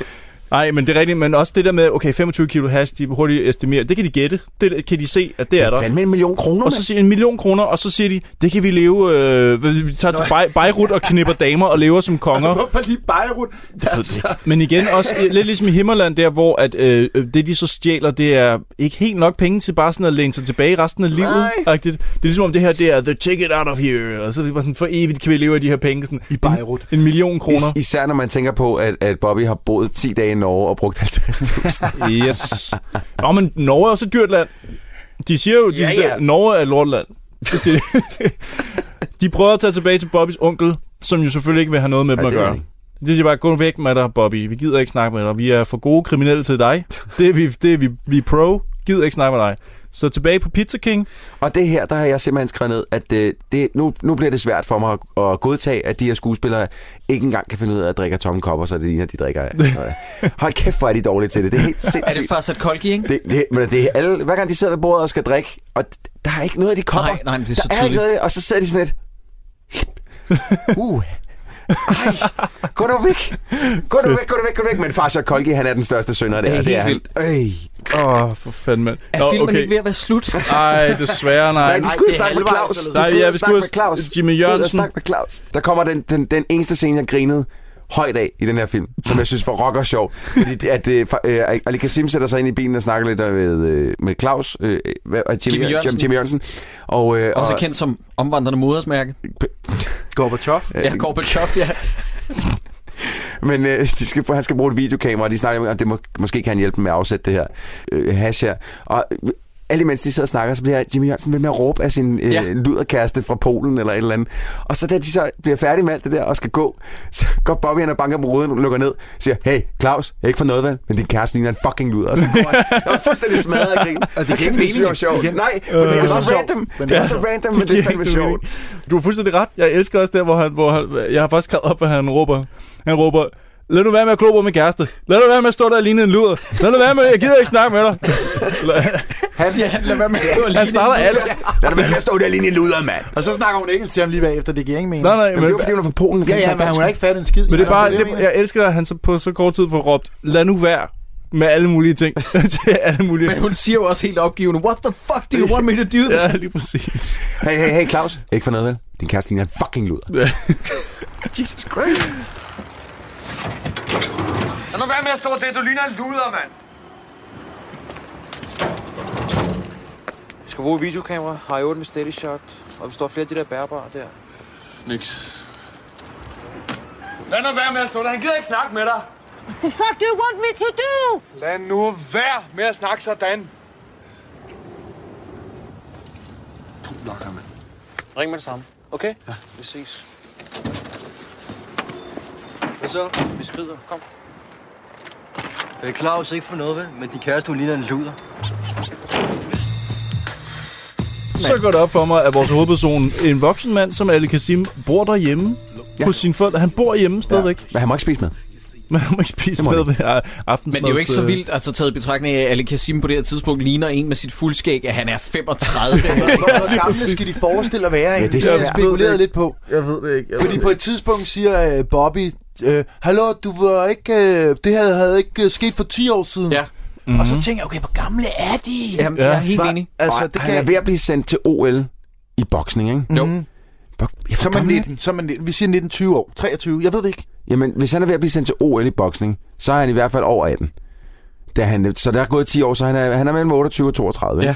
I: Nej, men det er rigtigt, men også det der med, okay, 25 kilo hash, de hurtigt estimerer, det kan de gætte, det kan de se, at det, det er,
G: er
I: der.
G: fandme en million kroner,
I: Og så
G: mand.
I: siger en million kroner, og så siger de, det kan vi leve, øh, vi tager til Bei- Beirut og knipper damer og lever
F: (laughs)
I: som konger.
F: Hvorfor lige Beirut? Altså,
I: Men igen, også øh, lidt ligesom i Himmerland der, hvor at, øh, øh, det, de så stjæler, det er ikke helt nok penge til bare sådan at læne sig tilbage resten af livet. Agtigt. Det er ligesom om det her, det er the ticket out of here. Og så er det bare sådan, for evigt kan vi leve af de her penge. Sådan, I
F: Beirut.
I: En, en million kroner.
G: Is- især når man tænker på, at, at Bobby har boet 10 dage i Norge og brugt
I: (laughs)
G: 50.000.
I: yes. Nå, men Norge er også et dyrt land. De siger jo, de
G: Ja,
I: ja,
G: ja.
I: ja. Norge er et lortland. Det siger de. de prøver at tage tilbage til Bobbys onkel, som jo selvfølgelig ikke vil have noget med
G: Ja,
I: dem at
G: det vil
I: gøre.
G: han
I: Det siger bare, gå væk med dig, Bobby. Vi gider ikke snakke med dig. Vi er for gode kriminelle til dig. Det er vi, det er vi, vi er pro. Gider ikke snakke med dig. Så tilbage på Pizza King.
G: Og det her, der har jeg simpelthen skrevet ned, at øh, det, nu, nu bliver det svært for mig at, at godtage, at de her skuespillere ikke engang kan finde ud af at drikke af tomme kopper, så det ligner, de drikker af.
H: (laughs)
G: Hold kæft, hvor er de dårlige til det. Det er helt sindssygt.
H: Er det Farsat Kolki, ikke?
G: Det, det, men det er alle, hver gang de sidder ved bordet og skal drikke, og d- der er ikke noget af de kommer.
H: Nej, nej, men det er så
G: der er ikke
H: tydeligt.
G: noget, og så sidder de sådan lidt... Uh, ej, gå nu væk. Gå nu væk, gå nu væk, gå nu væk. Men far så Kolki, han er den største sønder der.
I: helt
G: det er han.
I: vildt.
G: Øj.
I: Åh, oh, for fanden, mand.
H: Er filmen ikke ved at være slut?
I: Ej, desværre
G: Nej,
I: nej.
G: de skulle
H: det er
G: jo snakke med
H: halvvejs
G: Claus.
H: eller
G: De
I: sådan
G: skulle
I: noget.
G: jo
I: Nej,
G: snakke
I: ja, vi skulle-
G: med Claus.
I: Jimmy
G: Ud og
I: Jørgensen.
G: snakke med Claus. Der kommer den, den, den eneste scene, jeg grinede højt af i den her film, som jeg synes var rocker sjov. Fordi det- at øh, fa- øh, Ali Kasim sætter sig ind i bilen og snakker lidt øh, med, øh, med Claus, øh, hvad- og
H: Jimmy
G: Jimmy, Jimmy, Jørgensen.
H: Jørgensen.
G: Jimmy Jørgensen. Og, øh,
H: Også
G: og,
H: kendt som omvandrende modersmærke.
F: Gorbachev.
H: Ja, Gorbachev, ja.
G: Men øh, (laughs) de skal, han skal bruge et videokamera, og de snakker om, at det må, måske kan han hjælpe dem med at afsætte det her øh, hash her. Og øh, alle imens de sidder og snakker, så bliver Jimmy Jørgensen ved med at råbe af sin øh, ja.
H: Ja.
G: luderkæreste fra Polen eller et eller andet. Og så da de så bliver færdige med alt det der og skal gå, så går Bobby hen og banker på ruden, lukker ned, siger, hey Claus, ikke for noget vel, men din kæreste ligner en fucking luder. Og så går han,
K: (laughs)
G: jeg var fuldstændig smadret af grin.
F: Og det giver ikke
G: det synes jeg var sjovt.
F: mening. Igen.
G: Nej, for
F: Øh.
G: det er så
F: Det er sjovt,
G: random.
F: men
G: Det er
F: det
G: så
F: er sjovt.
G: random, men det er fandme sjovt.
I: Du har fuldstændig ret. Jeg elsker også der, hvor, han, hvor han, jeg har faktisk skrevet op, hvad han råber. Han råber, lad nu være med at glo på min kæreste. Lad nu være med at stå der og ligne en luder. Lad nu være med, jeg gider ikke
G: (laughs)
I: snakke med dig.
H: Han siger, han lader være med at stå alene.
I: Han starter alle.
G: Lad dig være med at stå der lige i luder, mand.
F: Og så snakker hun engelsk til ham lige bagefter, det giver ingen mening.
I: Nej, nej,
G: Jamen,
I: men,
G: det var fordi, hun er fra Polen.
F: Ja, ja, men hun har ikke fattet en skid.
I: men det er bare,
F: jeg
I: det,
F: mener.
I: jeg elsker, at han så på så kort tid får råbt, lad nu være med alle mulige ting. (laughs) til alle mulige.
H: Men hun siger jo også helt opgivende, what the fuck do you want me to do?
I: Ja, lige præcis.
G: Hey, hey, hey, Claus. Ikke for noget, vel? Din kæreste ligner en fucking luder.
H: Jesus Christ.
L: Lad nu være med at stå der. Du ligner en luder, mand.
J: Vi skal bruge videokamera, har i 8 med steady shot, og vi står flere af de der bærbare der.
L: Niks. Lad nu være med at stå der. Han gider ikke snakke med dig.
N: The fuck do you want me to do?
L: Lad nu være med at snakke sådan.
J: Ring med det samme, okay? Ja. Vi ses.
K: Hvad så?
J: Vi skrider, kom.
K: Øh, Claus, ikke for noget, vel? Men din kæreste, hun ligner en luder.
I: Så går det op for mig, at vores hovedperson, en voksen mand som Ali Kasim, bor derhjemme ja. hos sine forældre. Han bor hjemme stadigvæk. Ja.
G: Men han må ikke spise med.
I: Men han må ikke spise med ved øh, aftensmads...
H: Men det er jo ikke så
I: øh,
H: vildt, altså taget i betragtning af, at Ali Kasim på det her tidspunkt ligner en med sit fuldskæg, at han er 35.
G: (laughs)
F: Hvor gamle skal de forestille at være?
G: Ja, det
F: Ja,
G: er
F: det er jeg
G: svært.
F: spekuleret lidt på.
I: Jeg ved det ikke. Jeg
F: Fordi på et tidspunkt siger øh, Bobby, øh, Hallo, du var ikke, øh, det her havde ikke øh, sket for 10 år siden.
H: Ja.
F: Mm-hmm. Og så
I: Mhm.
F: tænker jeg, okay, hvor gamle er de?
H: Jamen, ja. jeg er helt
F: Hva-
H: enig.
F: Altså,
G: Og
F: det
G: han er
F: kan... Mhm.
G: ved at blive sendt til OL i boksning, ikke?
H: Jo.
G: Ja,
F: Så er man 19, så er man 19, vi siger 19, 20 år, 23, jeg ved det ikke.
G: Jamen, hvis han er ved at blive sendt til OL i boksning, så er han i hvert fald over 18. Da han, så der er gået 10 år, så han er, han er mellem 28 og 32.
H: Ja.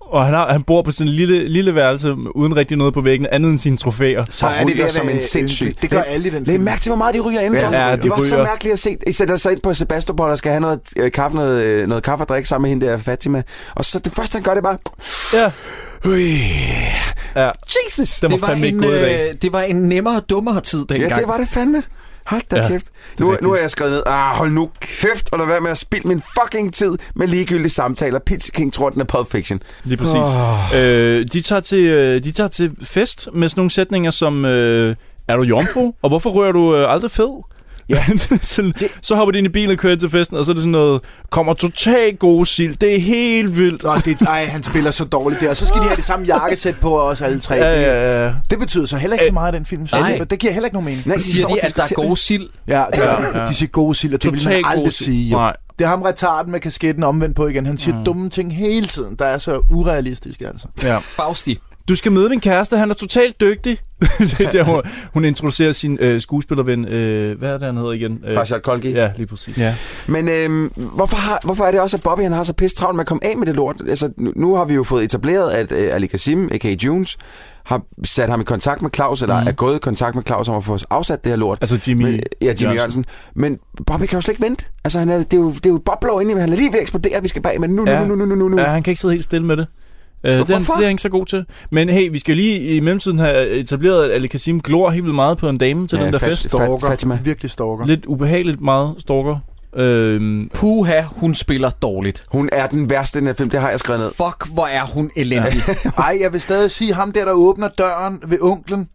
I: Og han, har, han bor på sådan en lille, lille værelse uden rigtig noget på væggen, andet end sine trofæer.
G: Så er det
F: ved at
G: som
F: være
G: en sindssyg.
F: ynkeligt. Det gør alle i den
G: Det er
F: film.
G: mærke til, hvor meget de ryger indenfor.
I: Ja, ja, de
G: det var så
I: ryger.
G: mærkeligt at se. I sætter sig ind på Sebastopol og skal have noget, øh, kaffe, noget, øh, noget kaffe og drikke sammen med hende der Fatima. Og så det første, han gør, det er bare...
I: Ja.
G: Øj,
I: ja.
G: Jesus!
I: Den var,
H: Det var,
I: fandme
H: en,
I: ikke god i dag.
H: øh, det var en nemmere og dummere tid dengang.
G: Ja, det var det fandme. Hold da ja,
I: Ja,
G: kæft.
I: er
G: Nu,
I: rigtigt.
G: nu har jeg skrevet ned, ah, hold nu kæft, og lad være med at spille min fucking tid med ligegyldige samtaler. Pizza King tror, den er Pulp Fiction.
I: Lige præcis.
G: Åh.
I: Oh. Øh, de, tager til, øh, de tager til fest med (laughs) sådan nogle sætninger som... Øh, er du jomfru? Og hvorfor rører du øh, aldrig fed? Ja, så, så hopper de ind i bilen og kører til festen, og så er det sådan noget, kommer totalt god sild, det er helt vildt.
F: Nå, det, ej, han spiller så dårligt der. Og så skal de have det samme jakkesæt på os alle tre.
I: Ja, ja, ja.
F: Det betyder så heller ikke så meget, den film. synes
I: Øh, nej.
F: jeg. Det giver heller ikke nogen mening.
I: Nej, siger
F: står
I: de,
F: og
I: at der er
F: diskuterer
I: gode
F: det.
I: sild?
F: Ja, det
I: Ja,
F: ja,
I: ja.
F: ja. de siger gode sild, og det vil man
I: Totalt gode
F: aldrig
I: sild.
F: sige. jo.
I: Nej.
F: Det er ham retarden med kasketten omvendt på igen. Han siger
I: Mm.
F: mm. dumme ting hele tiden, der er så urealistisk altså.
I: Ja.
A: Bagsti.
I: Du skal møde din kæreste, han er totalt dygtig. (laughs) det er der, hvor hun introducerer sin øh, skuespillerven, øh, hvad er det, han hedder igen? Øh,
G: Farshad Kholghi.
I: Ja, lige præcis. Ja.
G: Men øhm, hvorfor, har, hvorfor er det også, at Bobby han har så pisse travlt med at komme af med det lort? Altså, nu, nu har vi jo fået etableret, at øh, Ali Kasim, a.k.a. Jones, har sat ham i kontakt med Claus, eller
I: Mhm.
G: mm. er gået i kontakt med Claus om at få afsat det her lort.
I: Altså Jimmy
G: Men, ja, Jimmy
I: Jørgensen.
G: Jørgensen. Jørgensen. Men Bobby kan jo slet ikke vente. Altså, han er, det, er jo, det er jo bobler inde i, ham. han er lige ved at eksplodere, vi skal bag, men nu, nu,
I: Ja.
G: nu, nu, nu, nu, nu, nu.
I: Ja, han kan ikke sidde helt stille med det. Øh, det, er han,
G: Hvorfor?
I: det er han ikke så god til. Men hey, vi skal jo lige i mellemtiden have etableret, at Ali Kasim glor helt vildt meget på en dame til
G: Ja,
I: den der
G: fat-
I: fest.
G: Stalker. Fat- Fatima.
F: Virkelig stalker.
I: Lidt ubehageligt meget stalker.
G: (laughs)
I: Øhm,
A: Puha, hun spiller dårligt.
G: Hun er den værste i den her film, det har jeg skrevet ned.
A: Fuck, hvor er hun elendig.
F: Ej, jeg vil stadig sige, ham der, der åbner døren ved onklen,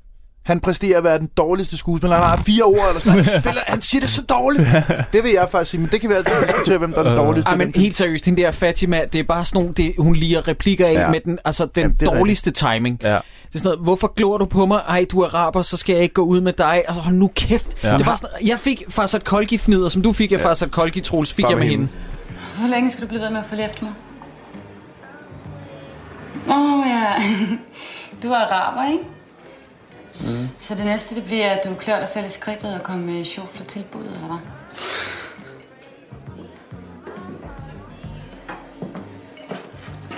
F: han præsterer at være den dårligste skuespiller. Han har fire ord, eller sådan noget. Han, spiller, han siger det så
A: (laughs)
F: dårligt. Det vil jeg faktisk sige, men det kan vi altid diskutere, hvem der er den
I: Øh.
F: dårligste.
A: Ej, men helt seriøst, hende der Fatima, det er bare sådan nogle, det, hun liger replikker af ja.
F: Ja.
A: med den, altså den
F: det er
A: dårligste timing.
I: Ja.
A: Det er sådan noget, hvorfor glor du på mig? Ej, du er araber, så skal jeg ikke gå ud med dig. Altså, hold nu kæft.
I: Ja.
A: Ja. Det var sådan, jeg fik Farsat Kolki fnider, som du fik af ja. Farsat Kolki, Troels, fik
I: Bare
A: jeg med
I: med
A: hende.
Q: Hvor længe skal du blive ved med at følge efter mig? Åh oh, ja, (laughs) du er araber, ikke?
J: Mm.
Q: Så det næste det bliver, at du klør dig selv i skridtet og kommer med sjofle tilbuddet, eller hvad?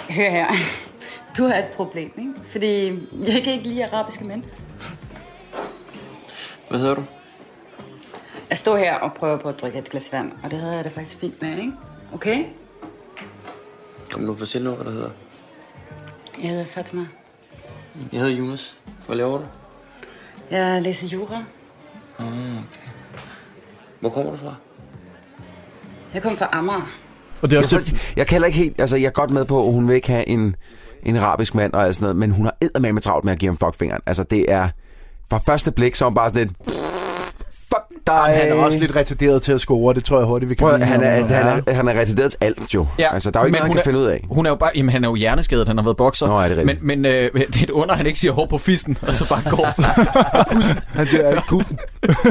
Q: Hør her, du har et problem, ikke? Fordi jeg kan ikke lide arabiske mænd.
J: Hvad hedder du?
Q: At stå her og prøve på at drikke et glas vand, og det havde jeg det faktisk fint med, ikke? Okay?
J: Kom nu, fortæl nu, hvad du hedder.
Q: Jeg hedder Fatma.
J: Jeg hedder Jonas. Hvad laver du?
Q: Jeg læser jura.
J: Ah, okay. Hvor kommer du fra?
Q: Jeg kommer fra Amager.
I: Og det er også
G: jeg, for, jeg kan heller ikke helt... Altså, jeg er godt med på, at hun vil ikke have en, en arabisk mand og alt sådan noget, men hun har med travlt med at give ham fuckfingeren. Altså, det er... Fra første blik, så er hun bare sådan lidt... Fuck dig!
F: Han er også lidt retarderet til at score, det tror jeg hurtigt, vi kan
G: Prøv, at-
F: blive
G: han, er,
F: enige om.
G: han, er, han er retarderet til alt, jo. Ja, altså, der er jo ikke
A: men
G: noget, han kan
A: hun
G: finde ud af.
A: Hun er jo bare, jamen han er jo hjerneskadet, han har været bokser. Nå,
G: er det
A: men
G: rigtigt.
A: men øh, (laughs) det er et under, han ikke siger hår på fisten, og så bare går.
F: Han siger, er det kussen?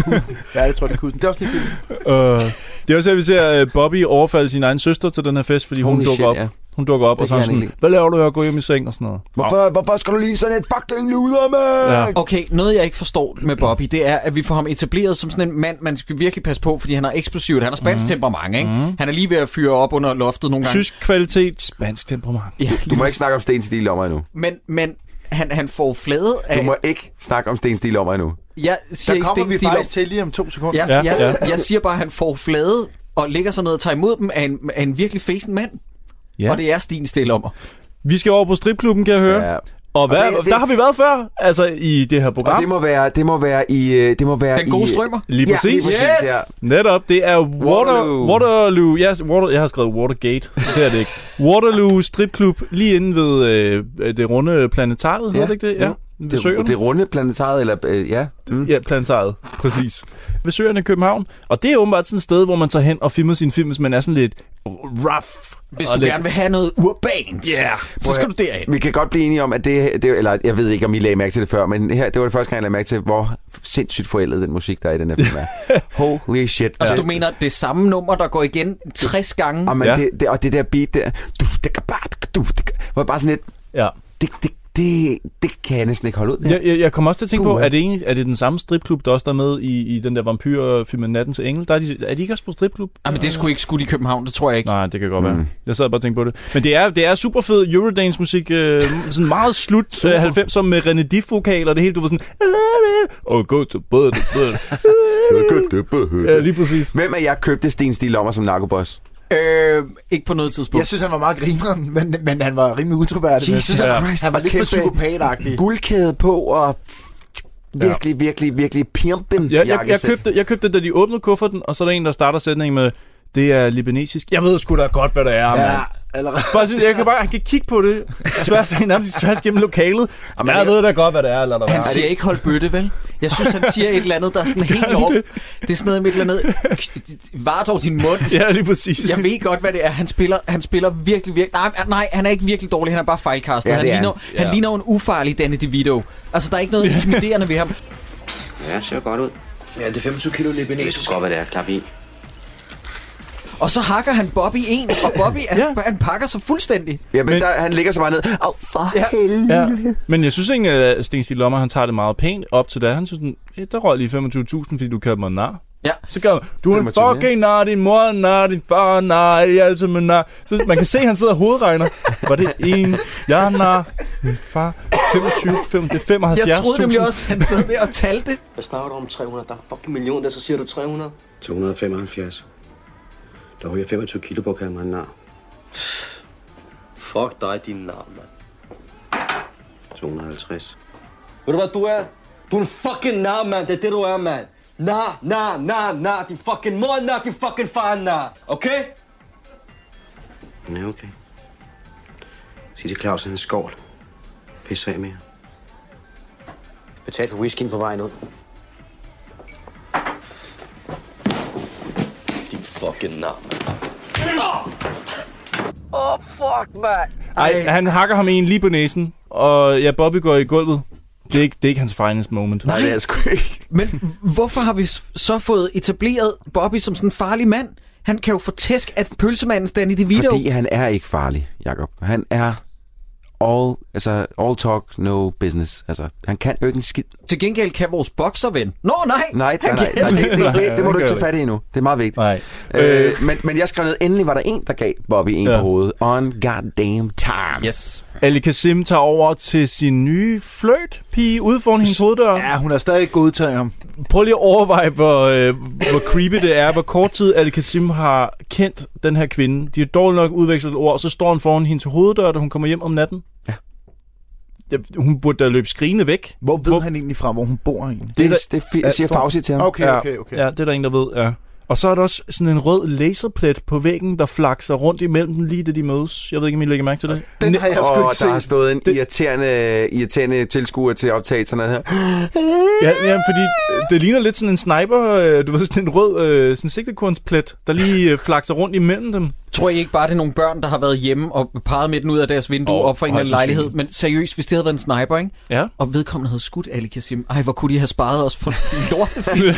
F: Kussen. Ja, jeg tror, det er kussen. Det er også lidt
I: Øh, det er også her, vi ser øh, Bobby overfalde sin egen søster til den her fest, fordi hun
G: Holy
I: dukker
G: shit,
I: op.
G: ja.
I: Hun dukker op,
G: Det
I: og så
G: kan
I: er
G: han
I: sådan,
G: ikke
I: hvad laver du her? Gå hjem i seng og sådan noget.
G: (laughs) Hvorfor, hvorfor skal du lige sådan et fucking luder, mand?
A: Okay, noget jeg ikke forstår med Bobby, det er, at vi får ham etableret som sådan en mand, man skal virkelig passe på, fordi han er eksplosivt, han har spansk
I: Mhm.
A: temperament, ikke?
I: Mhm.
A: Han er lige ved at fyre op under loftet nogle gange.
I: Tysk kvalitet, spansk temperament.
A: Ja,
G: Du må ikke snakke om Stens Stil om endnu.
A: Men, men han, han får flade af...
G: Du må ikke snakke om Stens Stil om endnu.
A: Jeg siger
F: Der kommer
A: ikke
F: vi
A: Sten
F: faktisk
A: Stilov.
F: til lige om to sekunder.
A: Ja, ja, ja. Jeg siger bare, at han får flade og ligger sig ned og tager imod dem af en, af en virkelig fæsen mand.
I: Ja.
A: Ja. Og det er Stine Stelommer.
I: Vi skal over på stripklubben, kan jeg høre.
G: Ja.
I: Og, hvad,
A: Og det-
I: det,
A: det-
I: der har vi været før, altså i det her program.
G: Og det må være, det må være i... øh, Det må være
I: Den gode
G: i,
I: strømmer. Lige præcis.
G: Ja, lige præcis
I: Yes!
G: ja.
I: Netop, det er Water,
G: Waterloo.
I: Waterloo. Yes, water, jeg har skrevet Watergate, det er det ikke. Waterloo stripklub lige inde ved øh, det runde planetariet, ja. hedder det ikke det? Ja. Ved søerne.
G: Det, det runde planetariet, eller... Øh, ja. Mm.
I: Ja, planetariet. Præcis. Ved søerne i København. Og det er åbenbart sådan et sted, hvor man tager hen og filmer sin film, hvis man er sådan lidt rough.
A: Hvis
I: og
A: du
I: lidt...
A: gerne vil have noget urbant,
I: Ja.
A: så skal du derhen.
G: Vi kan godt blive enige om, at det, det... Eller jeg ved ikke, om I lagde mærke til det før, men her, det var det første gang, jeg lagde mærke til, hvor sindssygt forældet den musik, der er i den her film
I: (laughs)
G: er. Holy shit.
A: Altså,
G: Ja.
A: du mener, det er samme nummer, der går igen 60 gange?
G: Og, man, det, det, og det der beat der, du, det kan bare, du, det kan, var bare sådan lidt,
I: Ja.
G: det, det, det, det kan jeg næsten ikke holde ud. det her.
I: Jeg, jeg, jeg kommer også til at tænke på,
G: Puha.
I: er det, egentlig, er det den samme stripklub, der også der er med i, i den der vampyrfilm Nattens Engel? Der er, de, er de ikke også på stripklub?
A: Jamen, det skulle ikke skudt i København, det tror jeg ikke.
I: Nej, det kan godt være. Mm. Jeg sad bare og tænkte på det. Men det er, det er super fed Eurodance musik. Øh, sådan meget slut øh, 90'er med René Diff vokal og det hele. Du var sådan... Og gå til bød, Ja, lige præcis.
G: Hvem af jer købte Sten Stil Lommer som narkoboss?
A: Øh, ikke på noget tidspunkt.
F: Jeg synes, han var meget grineren, men, men han var rimelig utroværdig.
G: Jesus Christ,
F: Han var lidt for
G: kæmpe
F: psykopatagtig.
G: Guldkæde på og virkelig, virkelig, virkelig pirmpen
I: Jeg, jeg, jeg, købte, jeg købte det, da de åbnede kufferten, og så er der en, der starter sætningen med, det er libanesisk. Jeg ved sgu da godt, hvad det er, ja. mand.
F: Allerede.
I: Bare sådan, jeg kan bare, han kan kigge på det. Tværs, nærmest tværs gennem lokalet. Jamen, jeg ved da godt, hvad det er, eller der
A: Han siger ikke hold bøtte, vel? Jeg synes, han siger et eller andet, der er
I: (laughs)
A: sådan helt op. Det er sådan noget med et eller andet. Var dog din mund.
I: Ja, lige præcis.
A: Jeg ved godt, hvad det er. Han spiller, han spiller virkelig, virkelig... Nej, nej, han er ikke virkelig dårlig. Han er bare fejlkastet.
I: Ja,
A: han,
I: det er
A: ligner,
I: han.
A: han
I: Ja.
A: ligner jo en ufarlig Danny DeVito. Altså, der er ikke noget intimiderende ved ham.
M: Ja, ser godt ud.
L: Ja, det er 25 kilo libanesisk.
M: Jeg ved godt, hvad det er. Klap i.
A: Og så hakker han Bobby en, og Bobby, han, ja. han pakker sig fuldstændig.
G: Ja, men, men der, han ligger så bare ned. Åh, oh, for
A: Ja.
G: ja. helvede.
I: Ja. Men jeg synes ikke, at Sten Stig Lommer, han tager det meget pænt op til da. Han synes, sådan, "Eh, der røg lige 25.000, fordi du kaldte mig en nar.
A: Ja.
I: Så gør han, du er en
G: 25, ja.
I: fucking nar, din mor er en nar, din far er en nar, I er altid med nar. Så man kan se, at han sidder og hovedregner. Var det en? Jeg er nar. Min far. 25, 5, det er 75.000.
A: Jeg troede nemlig også, han sad med og talte.
L: Hvad snakker du om 300? Der er fucking million der, så siger du 300.
M: 275. Der ryger 25 kilo på, kalder mig en nar.
L: Fuck dig, din nar, mand.
M: 250.
L: Ved du hvad du er? Du er en fucking nar, mand. Det er det, du er, mand. Nar, nar, nar, nar. Din fucking mor er nar, din fucking far er nar. Okay?
M: Ja, okay. Sig til Claus, at han skovl. Pisse af med jer. Betal for whiskyen på vejen ud.
L: Din fucking nar, mand.
M: Åh, oh, fuck, mand.
I: Ej, han hakker ham en lige på næsen, og ja, Bobby går i gulvet. Det er ikke, det er ikke hans finest moment.
G: Nej, det er sgu ikke.
A: Men hvorfor har vi s- så fået etableret Bobby som sådan en farlig mand? Han kan jo få tæsk af pølsemandens Danny DeVito.
G: Fordi han er ikke farlig, Jakob. Han er all, altså, all talk, no business. Altså, han kan jo ikke en skid.
A: Til gengæld kan vores bokserven. Nå nej!
G: Nej, nej,
A: Han
G: nej,
A: kan
G: nej,
A: heller
G: det, det,
A: ikke.
G: det, det må du ikke tage fat i endnu. Det er meget vigtigt.
I: Nej.
G: Øh, men, men jeg skrev ned, endelig var der en, der gav Bobby en
I: Ja.
G: på hovedet. On goddamn time.
A: Yes.
I: Ali Kasim tager over til sin nye fløjt-pige ude foran hendes hoveddør.
F: Ja, hun er stadig godtaget ham.
I: Prøv lige at overveje, hvor, øh, hvor creepy det er, hvor kort tid Ali Kasim har kendt den her kvinde. De har dårligt nok udvekslet ord, og så står han foran hendes hoveddør, da hun kommer hjem om natten.
G: Ja.
I: Det- Hun burde da løbe skrigende væk.
F: Hvor ved hvor... han egentlig fra, hvor hun bor egentlig?
G: Det,
I: er
G: det,
I: der-
G: det fi- siger
F: for-
G: Fauci til ham.
F: Okay, okay, okay.
I: Ja, det er der en, der ved, ja. Og så er der også sådan en rød laserplet på væggen, der flakser rundt imellem dem, lige da de mødes. Jeg ved ikke, om I lægger mærke til det.
F: Den har jeg sgu
G: Og
F: ikke
G: der har
F: set.
G: stået en irriterende, irriterende tilskuer til optagelserne her.
I: Ja, ja fordi det ligner lidt sådan en sniper, øh, du ved, sådan en rød øh, sådan sigtekornsplet, der lige øh, flakser rundt imellem dem.
A: Tror I ikke bare, det er nogle (laughs) børn, der har været hjemme og parret med den ud af deres vindue
I: Åh,
A: oh, op for en eller anden
I: højst
A: lejlighed? Men seriøst, hvis det havde været en sniper, ikke?
I: Ja.
A: Og vedkommende havde skudt Ali Kasim. Ej, hvor kunne de have sparet os for en
G: (laughs)
A: lortefilm?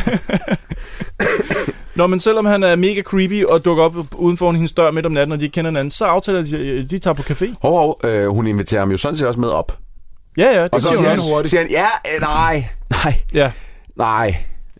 I: Nå, men selvom han er mega creepy og dukker op uden for hendes dør midt om natten, og de ikke kender hinanden, så aftaler de, at de tager på café.
G: Hov, hov, øh, hun inviterer ham jo sådan set også med op.
I: Ja, ja, det
G: Og så
I: gør
G: siger
I: hun
G: han,
I: også.
G: siger han, ja, øh, nej, nej,
I: Ja.
G: nej.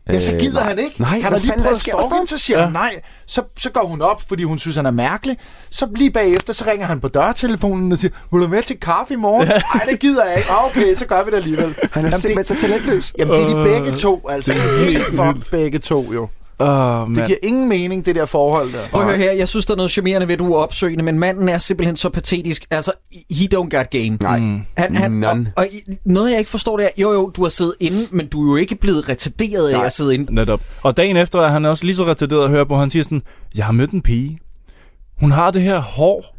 F: Ja, så
G: Øh,
F: gider
G: nej.
F: han ikke.
G: Nej,
F: han har
G: hvad
F: lige
G: fanden
F: prøvet at
G: er der
F: stalke
G: for?
F: hende, så siger ja. han nej. Så, så går hun op, fordi hun synes, han er mærkelig. Så lige bagefter, så ringer han på dørtelefonen og siger, vil du med til kaffe i morgen? Nej, det gider jeg ikke. Ah, okay, så gør vi det alligevel.
G: (laughs) Han er simpelthen så talentløs.
F: Jamen, det er de
I: Øh,
F: begge to, altså. Det er helt fuck begge to, jo.
I: Åh,
F: Det
I: mand.
F: giver ingen mening, det der forhold der.
A: Prøv at høre her, jeg synes, der er noget charmerende ved, at du er opsøgende, men manden er simpelthen så patetisk. Altså, he don't got game.
G: Nej.
A: Han, han, og,
G: None.
A: og i- noget, jeg ikke forstår, det er, jo jo, du har siddet inde, men du er jo ikke blevet retarderet af
G: Øh. Nej.
A: at sidde inde.
I: Netop. Og dagen efter er han også lige så retarderet at høre på, han siger sådan, jeg har mødt en pige. Hun har det her hår.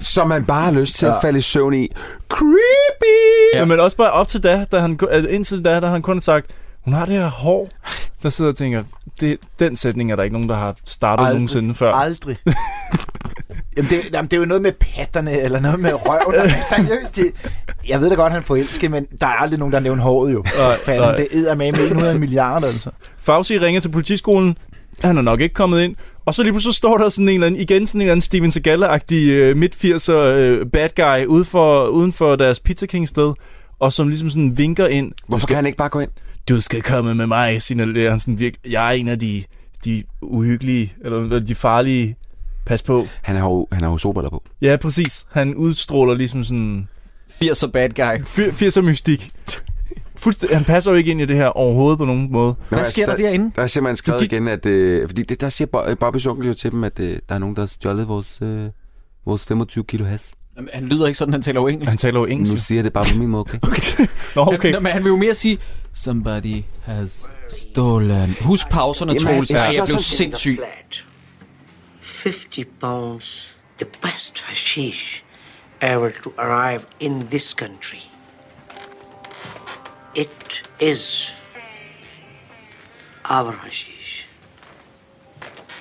G: Som man bare har lyst til at falde i søvn i. Creepy!
I: Ja. Men også bare op til da, da han, ku- altså, indtil da, der har han kun sagt, hun har det her hår. Der sidder jeg og tænker, det, den sætning er der ikke nogen, der har startet
F: Aldrig.
I: nogensinde før.
F: Aldrig. (laughs) jamen, det, jamen, det er jo noget med patterne, eller noget med røven. altså, jeg, det, jeg ved da godt, han forelsker, men der er aldrig nogen, der nævner håret jo.
I: Nej, nej.
F: Fanden, det æder med med 100 milliarder, altså.
I: Fauci ringer til politiskolen. Han er nok ikke kommet ind. Og så lige pludselig står der sådan en eller anden, igen sådan en eller anden Steven Seagal-agtig øh, midt-80'er øh, bad guy ude for, uden for deres Pizza King sted, og som ligesom sådan vinker ind.
G: Hvorfor kan han ikke bare gå ind?
I: Du skal komme med mig, signalerer han sådan virkelig. Jeg er en af de, de uhyggelige, eller de farlige. Pas på.
G: Han har jo, han har jo solbriller på.
I: Ja, præcis. Han udstråler ligesom sådan
A: 80 bad guy.
I: 80'er mystik. Fuldstæ- han passer jo ikke ind i det her overhovedet på nogen måde.
A: Hvad sker der derinde?
G: altså, Der er simpelthen skrevet
I: Fordi-
G: fordi... igen, at... Øh, fordi det, der siger Bo- Bobbys onkel jo til dem, at øh, der er nogen, der har stjålet vores, øh, vores 25 kilo has.
A: Jamen, Han lyder ikke sådan, han taler jo engelsk.
I: Han taler jo
G: Nu
I: engelsk.
G: siger jeg det bare på min måde, okay?
I: Nå,
A: Okay. Men, men han vil jo mere sige, somebody has stolen. Husk pauserne,
G: Jamen,
A: er Troels.
G: jeg
A: Ja,
G: synes
A: jeg
G: også,
A: blev
G: han-
A: sindssyg.
R: 50 pounds. the best hashish ever to arrive in this country. It is our hashish.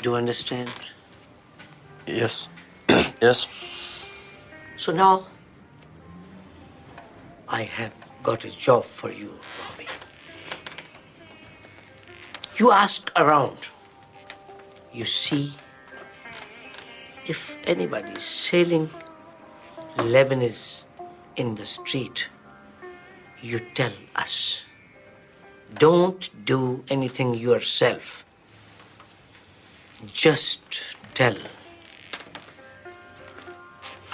R: Do you understand?
K: Yes. (coughs) yes.
R: So now, I have got a job for you, Bobby. You ask around. You see if anybody is selling Lebanese in the street. You tell us. Don't do anything yourself. Just tell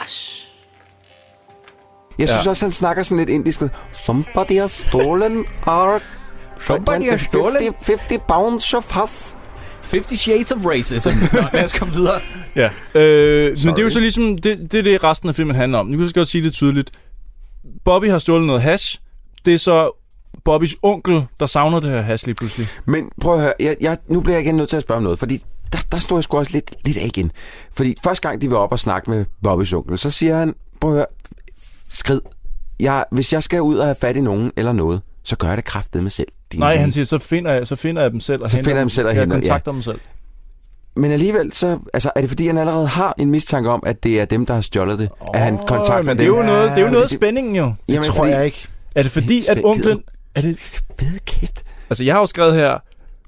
R: us.
G: Jeg synes
R: Ja.
G: også, han snakker sådan lidt indisk. Somebody has stolen our...
A: Somebody has stolen-
G: 50, 50 pounds of us.
A: 50 Shades of
G: (laughs)
A: Racism. Nå, lad os komme videre.
I: Ja. Øh, men det er jo så ligesom, det, det er det, resten af filmen handler om. Nu kan jeg så godt sige det tydeligt. Bobby har stjålet noget hash. Det er så Bobbys onkel, der savner det her hash lige pludselig.
G: Men prøv at høre, jeg, jeg, nu bliver jeg igen nødt til at spørge om noget, fordi der, der stod jeg sgu også lidt, lidt af igen. Fordi første gang, de var op og snakke med Bobbys onkel, så siger han, prøv at høre, skrid. Jeg, hvis jeg skal ud og have fat i nogen eller noget, så gør jeg det kraftedeme selv. Din
I: Nej,
G: lille
I: han siger, så finder jeg, så finder jeg dem selv. Og
G: Så
I: henter
G: finder jeg dem selv og
I: jeg
G: henter, ja.
I: kontakter dem selv.
G: Men alligevel, så, altså, er det fordi, han allerede har en mistanke om, at det er dem, der har stjålet det? Oh, at han kontakter
I: men
G: dem?
I: det er jo noget, det er jo noget af spændingen jo.
G: Jamen, tror fordi- jeg ikke.
I: Er det fordi, at
G: Spændingen.
I: onklen... Er det... Altså, jeg har jo skrevet her,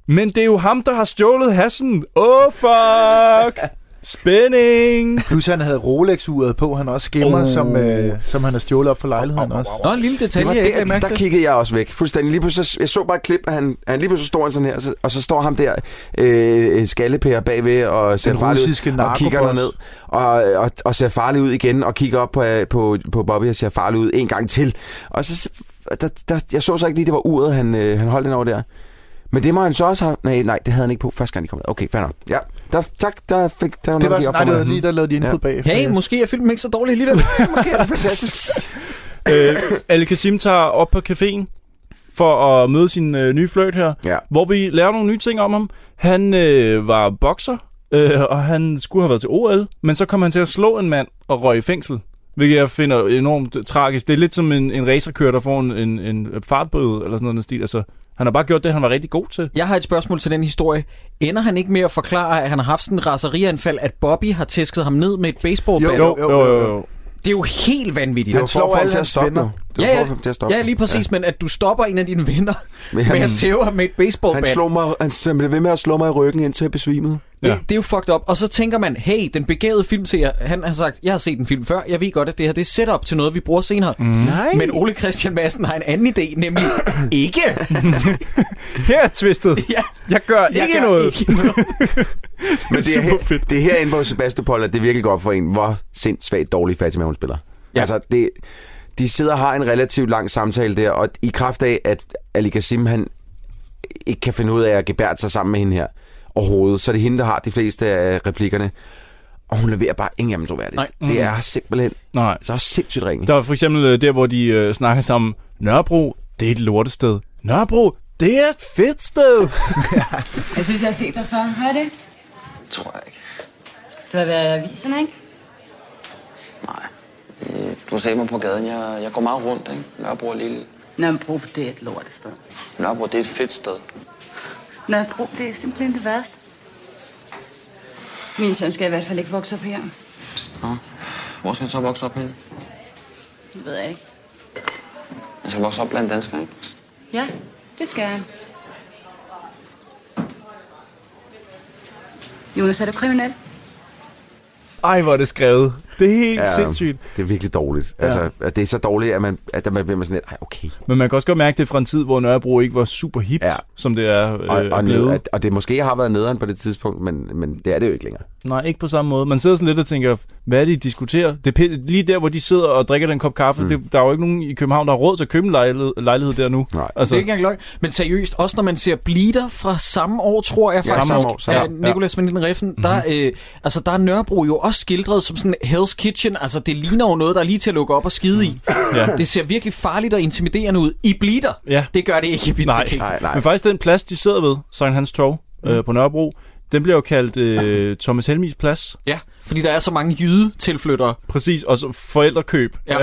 I: men det er jo ham, der har stjålet hassen. Oh, fuck! Spænding!
F: Plus han havde Rolex-uret på, han også gemmer,
G: Oh.
F: oh. som, øh, som han har stjålet op for lejligheden også.
A: Nå, en lille
G: Det var der, der kiggede jeg også væk. Fuldstændig. Lige pludselig, så- jeg så bare et klip, at han, han lige pludselig står han sådan her, og så, og så står ham der, øh, skallepærer bagved, og ser farlig
F: russiske
G: ud, og kigger
F: narkoboss.
G: derned, og, og, og ser farlig ud igen, og kigger op på, øh, på, på Bobby og ser farlig ud en gang til. Og så, der, der, jeg så så ikke lige, det var uret, han, øh, han holdt den over der. Men det må han så også have... Nej, nej, det havde han ikke på første gang, de kom ned. Okay, fair nok. Ja, der, tak, der fik... Der noget,
F: Det var
G: lige op for
F: sådan, nej, det var
G: mig.
F: lige, der lavede de input
G: Ja.
F: bagefter.
A: Hey, måske er filmen ikke så dårlig alligevel.
G: (laughs) måske er det fantastisk.
I: øh, Ali Kasim tager op på caféen for at møde sin øh, nye fløjt her,
G: ja.
I: hvor vi lærer nogle nye ting om ham. Han øh, var bokser, øh, og han skulle have været til OL, men så kom han til at slå en mand og røg i fængsel. Hvilket jeg finder enormt tragisk. Det er lidt som en, en racerkører, der får en, en, en fartbøde eller sådan noget i den stil. Altså, han har bare gjort det, han var rigtig god til.
A: Jeg har et spørgsmål til den historie. Ender han ikke med at forklare, at han har haft sådan en raserianfald, at Bobby har tæsket ham ned med et baseballbat?
I: Jo, jo, jo, jo, jo.
A: Det er jo helt vanvittigt.
G: Det var for at få ham til at stoppe, jo. Det var
A: Ja,
G: for at få
A: ja,
G: ham til at stoppe.
A: ja, lige præcis, ja. men at du stopper en af dine venner
G: Men
A: med
G: han-
A: at tæve ham med et baseballbat.
G: Han, slog mig, han, han blev ved med at slå mig i ryggen, indtil jeg besvimede.
A: Det, det er jo fucked up. Og så tænker man, hey, den begavede filmseer, han har sagt, jeg har set en film før, jeg ved godt, at det her det er setup til noget, vi bruger senere.
I: Mhm.
A: Mm.
G: Nej.
A: Men Ole Christian Madsen har en anden idé, nemlig
I: (coughs) (laughs)
A: ikke.
I: Her er (laughs) twistet.
A: Ja.
I: Jeg gør
A: Jeg
I: ikke
A: gør
I: noget.
A: Ikke noget.
G: Men (laughs) det er, her, det er herinde, hvor Sebastian Poll, at det virkelig går op for en, hvor sindssvagt dårlig Fatima hun spiller. Ja. Altså, det, de sidder og har en relativt lang samtale der, og i kraft af, at Ali Kassim, han ikke kan finde ud af at gebære sig sammen med hende her overhovedet, så er det hende, der har de fleste af replikkerne. Og hun leverer bare ingen af dem troværdigt.
I: Nej.
G: Det er simpelthen
I: Nej.
G: så sindssygt ringe.
I: Der er for eksempel øh, der, hvor de øh, snakker sammen. Nørrebro, det er et lortested. Nørrebro, det er et fedt
G: (laughs)
I: sted.
Q: Jeg synes, jeg har set dig før. Har jeg det?
K: Tror jeg ikke.
Q: Du har været i aviserne, ikke?
K: Mm, Du ser mig på gaden. Jeg, jeg går meget rundt, ikke? Nørrebro er lille.
Q: Nørrebro, det er et lortested.
K: Nørrebro, det er et fedt sted.
Q: Nørrebro, det er simpelthen det værste. Min søn skal i hvert fald ikke vokse op her.
K: Nå. Hvor skal jeg så vokse op henne?
Q: Det ved jeg ikke.
K: Jeg skal vokse op blandt danskere, ikke?
Q: Ja, det skal han. Jonas, er du kriminel?
I: Ej, hvor er det skrevet. Det er helt
G: Ja,
I: ja. sindssygt.
G: Det er virkelig dårligt.
I: Ja.
G: Ja. Altså, at det er så dårligt, at man, at man bliver sådan lidt, ej, okay.
I: Men man kan også godt mærke, det er fra en tid, hvor Nørrebro ikke var super hipt, ja. som det er øh,
G: Og,
I: er
G: og,
I: blevet.
G: ned, at, og det måske har været nederen på det tidspunkt, men, men det er det jo ikke længere.
I: Nej, ikke på samme måde. Man sidder sådan lidt og tænker, hvad er det, de diskuterer? Det er pi- lige der, hvor de sidder og drikker den kop kaffe,
G: Mm.
I: mm. det, der er jo ikke nogen i København, der har råd til at købe en lejlighed, lejlighed der nu.
G: Nej.
A: Altså. Det er ikke engang løgn. Men seriøst, også når man ser Bleeder fra samme år, tror jeg
I: Ja, Mhm.
A: faktisk,
I: samme år, samme
A: af
I: år.
A: Nicolas Van Reffen, mm-hmm. der, øh, altså, der er Nørrebro jo også skildret som sådan Hell's Kitchen. Altså, det ligner jo noget, der er lige til at lukke op og skide i.
I: Ja.
A: Det ser virkelig farligt og intimiderende ud i Bleeder.
I: Ja.
A: Det gør det ikke i Pizza
I: Nej.
A: King.
I: Men faktisk den plads, de sidder ved, Sankt Hans Torv mm. øh, på Nørrebro, Den bliver jo kaldt øh, Thomas Helmis Plads.
H: Ja, fordi der er så mange jyde tilflyttere.
I: Præcis, og så forældrekøb. (laughs) Ja.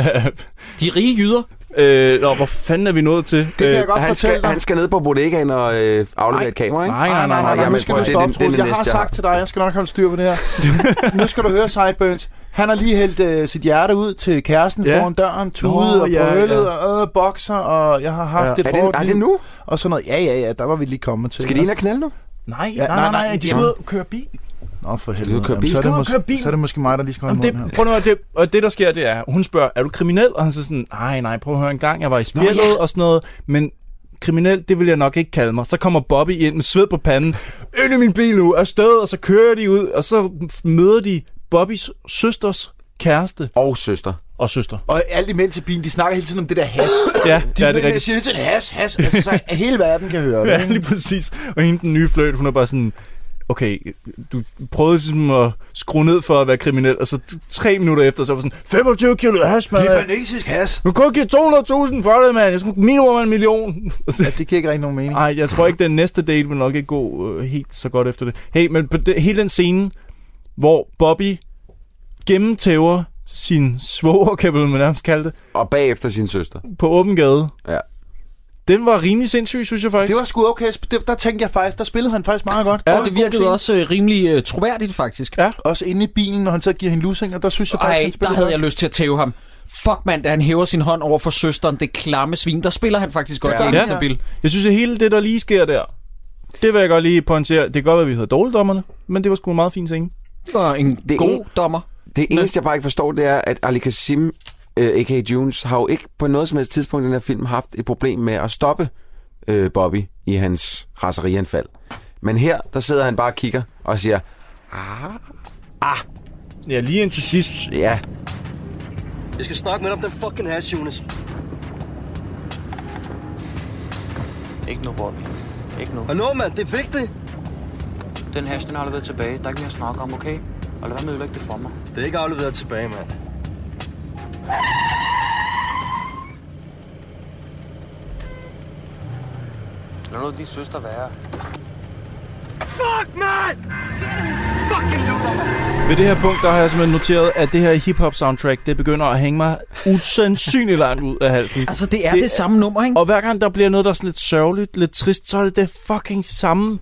H: De rige jyder.
I: Øh, nå, hvor fanden er vi nået til? Øh,
F: Det kan jeg godt
G: Øh, han,
F: fortælle
G: skal,
F: dig.
G: han skal ned på bodegaen og øh, aflevere et kamera, ikke?
I: Nej, nej, nej, nej,
F: Nej,
G: Jamen,
F: nu skal
G: prøv
F: du
G: at-
F: stoppe,
G: det er den-
F: Troels.
G: det er den
F: Jeg har
G: næste,
F: sagt til dig, jeg skal nok holde styr på det her. nu skal du høre Sideburns. Han har lige hældt øh, sit hjerte ud til kæresten
I: Ja.
F: foran døren, tudet
I: Nå,
F: og
I: ja,
F: brølet
I: ja.
F: og øh, bokser, og jeg har haft
I: Ja.
F: ja. et
I: Er det-
F: hårdt
I: er det
F: liv,
I: nu?
F: Og sådan noget. Ja, ja, ja, der var vi lige kommet til.
G: Skal de ind og knalde nu?
I: Nej,
F: Ja, nej, nej,
I: de
F: ja.
I: skal ud og køre bil.
F: Nå, for
G: ud
F: helvede.
G: og køre
F: Jamen,
G: bil?
F: så, er
I: Skal
F: det
I: ud og køre
F: mås-
I: bil?
F: så er det måske mig, der lige skal holde munden
I: Jamen,
F: her.
I: det, prøv nu, at- det, og det der sker, det er, hun spørger, er du kriminel? Og han så sådan, nej, nej, prøv at høre en gang, jeg var i spjældet
G: ja.
I: og sådan noget, men kriminel, det vil jeg nok ikke kalde mig. Så kommer Bobby ind med sved på panden, ind i min bil nu, er stået, og så kører de ud, og så møder de Bobbys søsters kæreste
G: Og søster.
I: og søster.
F: Og alt imens i bilen, de snakker hele tiden om det der has.
I: (clears throat) Ja,
F: De
I: det er det
F: jeg
I: rigtigt.
F: siger hele tiden has,
I: (laughs)
F: has. Altså, så hele verden kan høre det.
I: Ja,
F: ikke?
I: lige præcis. Og hende, den nye fløjt, hun er bare sådan, okay, du prøvede ligesom at skrue ned for at være kriminel, og så tre minutter efter, så var hun sådan, 25 kilo hash, mand.
F: Libanesisk has.
I: Nu kunne jeg give 200.000 for det, mand. Jeg skulle minimum en million.
F: Ja, det giver ikke rigtig nogen mening.
I: Nej, jeg tror ikke, den næste date vil nok ikke gå øh, helt så godt efter det. Hey, men på de, hele den scene, hvor Bobby gennemtæver sin svoger, kan man nærmest kalde det,
G: Og bagefter sin søster.
I: på åben gade.
G: Ja.
I: Den var rimelig sindssyg, synes jeg faktisk.
F: Det var sgu okay. Sp- Det, der tænkte jeg faktisk, der spillede han faktisk meget godt.
H: Ja,
F: Der var
H: det
F: en god
H: virkede
F: scene.
H: også øh, rimelig øh, troværdigt, faktisk.
I: Ja.
F: Også inde i bilen, når han så giver hende lusinger, der synes jeg faktisk,
H: Ej,
F: han spillede
H: der havde
F: godt.
H: jeg lyst til at tæve ham. Fuck mand, da han hæver sin hånd over for søsteren, det klamme svin, der spiller han faktisk godt.
F: Ja.
H: Ja.
I: Ja. Jeg synes, at hele det, der lige sker der, det vil jeg godt lige pointere. Det kan godt være, at vi hedder dårligdommerne, men det var sgu en meget fin scene.
H: Det var en
G: er
H: det god
G: en-
H: dommer.
G: Det eneste, jeg bare ikke forstår, det er, at Ali Kasim, øh, a.k.a. Jones, har jo ikke på noget som helst tidspunkt i den her film haft et problem med at stoppe øh, Bobby i hans raserianfald. Men her, der sidder han bare og kigger og siger, "Ah."
I: Ja, lige indtil sidst.
G: ja,
K: Jeg skal snakke med dig om den fucking hash, Jonas.
J: Ikke nu, Bobby. Ikke nu.
K: Og nå, mand, det er vigtigt.
J: Den hash, den har aldrig været tilbage. Der er ikke mere at snakke om, okay? Og lad være med at ødelægge det for mig.
K: Det er ikke afleveret tilbage, mand.
J: Lad nu din søster være.
I: Ved det her punkt, der har jeg simpelthen noteret, at det her hip-hop soundtrack, det begynder at hænge mig usandsynligt langt ud af halsen.
H: Altså, det er det, det samme nummer, ikke?
I: Og hver gang der bliver noget, der er sådan lidt sørgeligt, lidt trist, så er det det fucking samme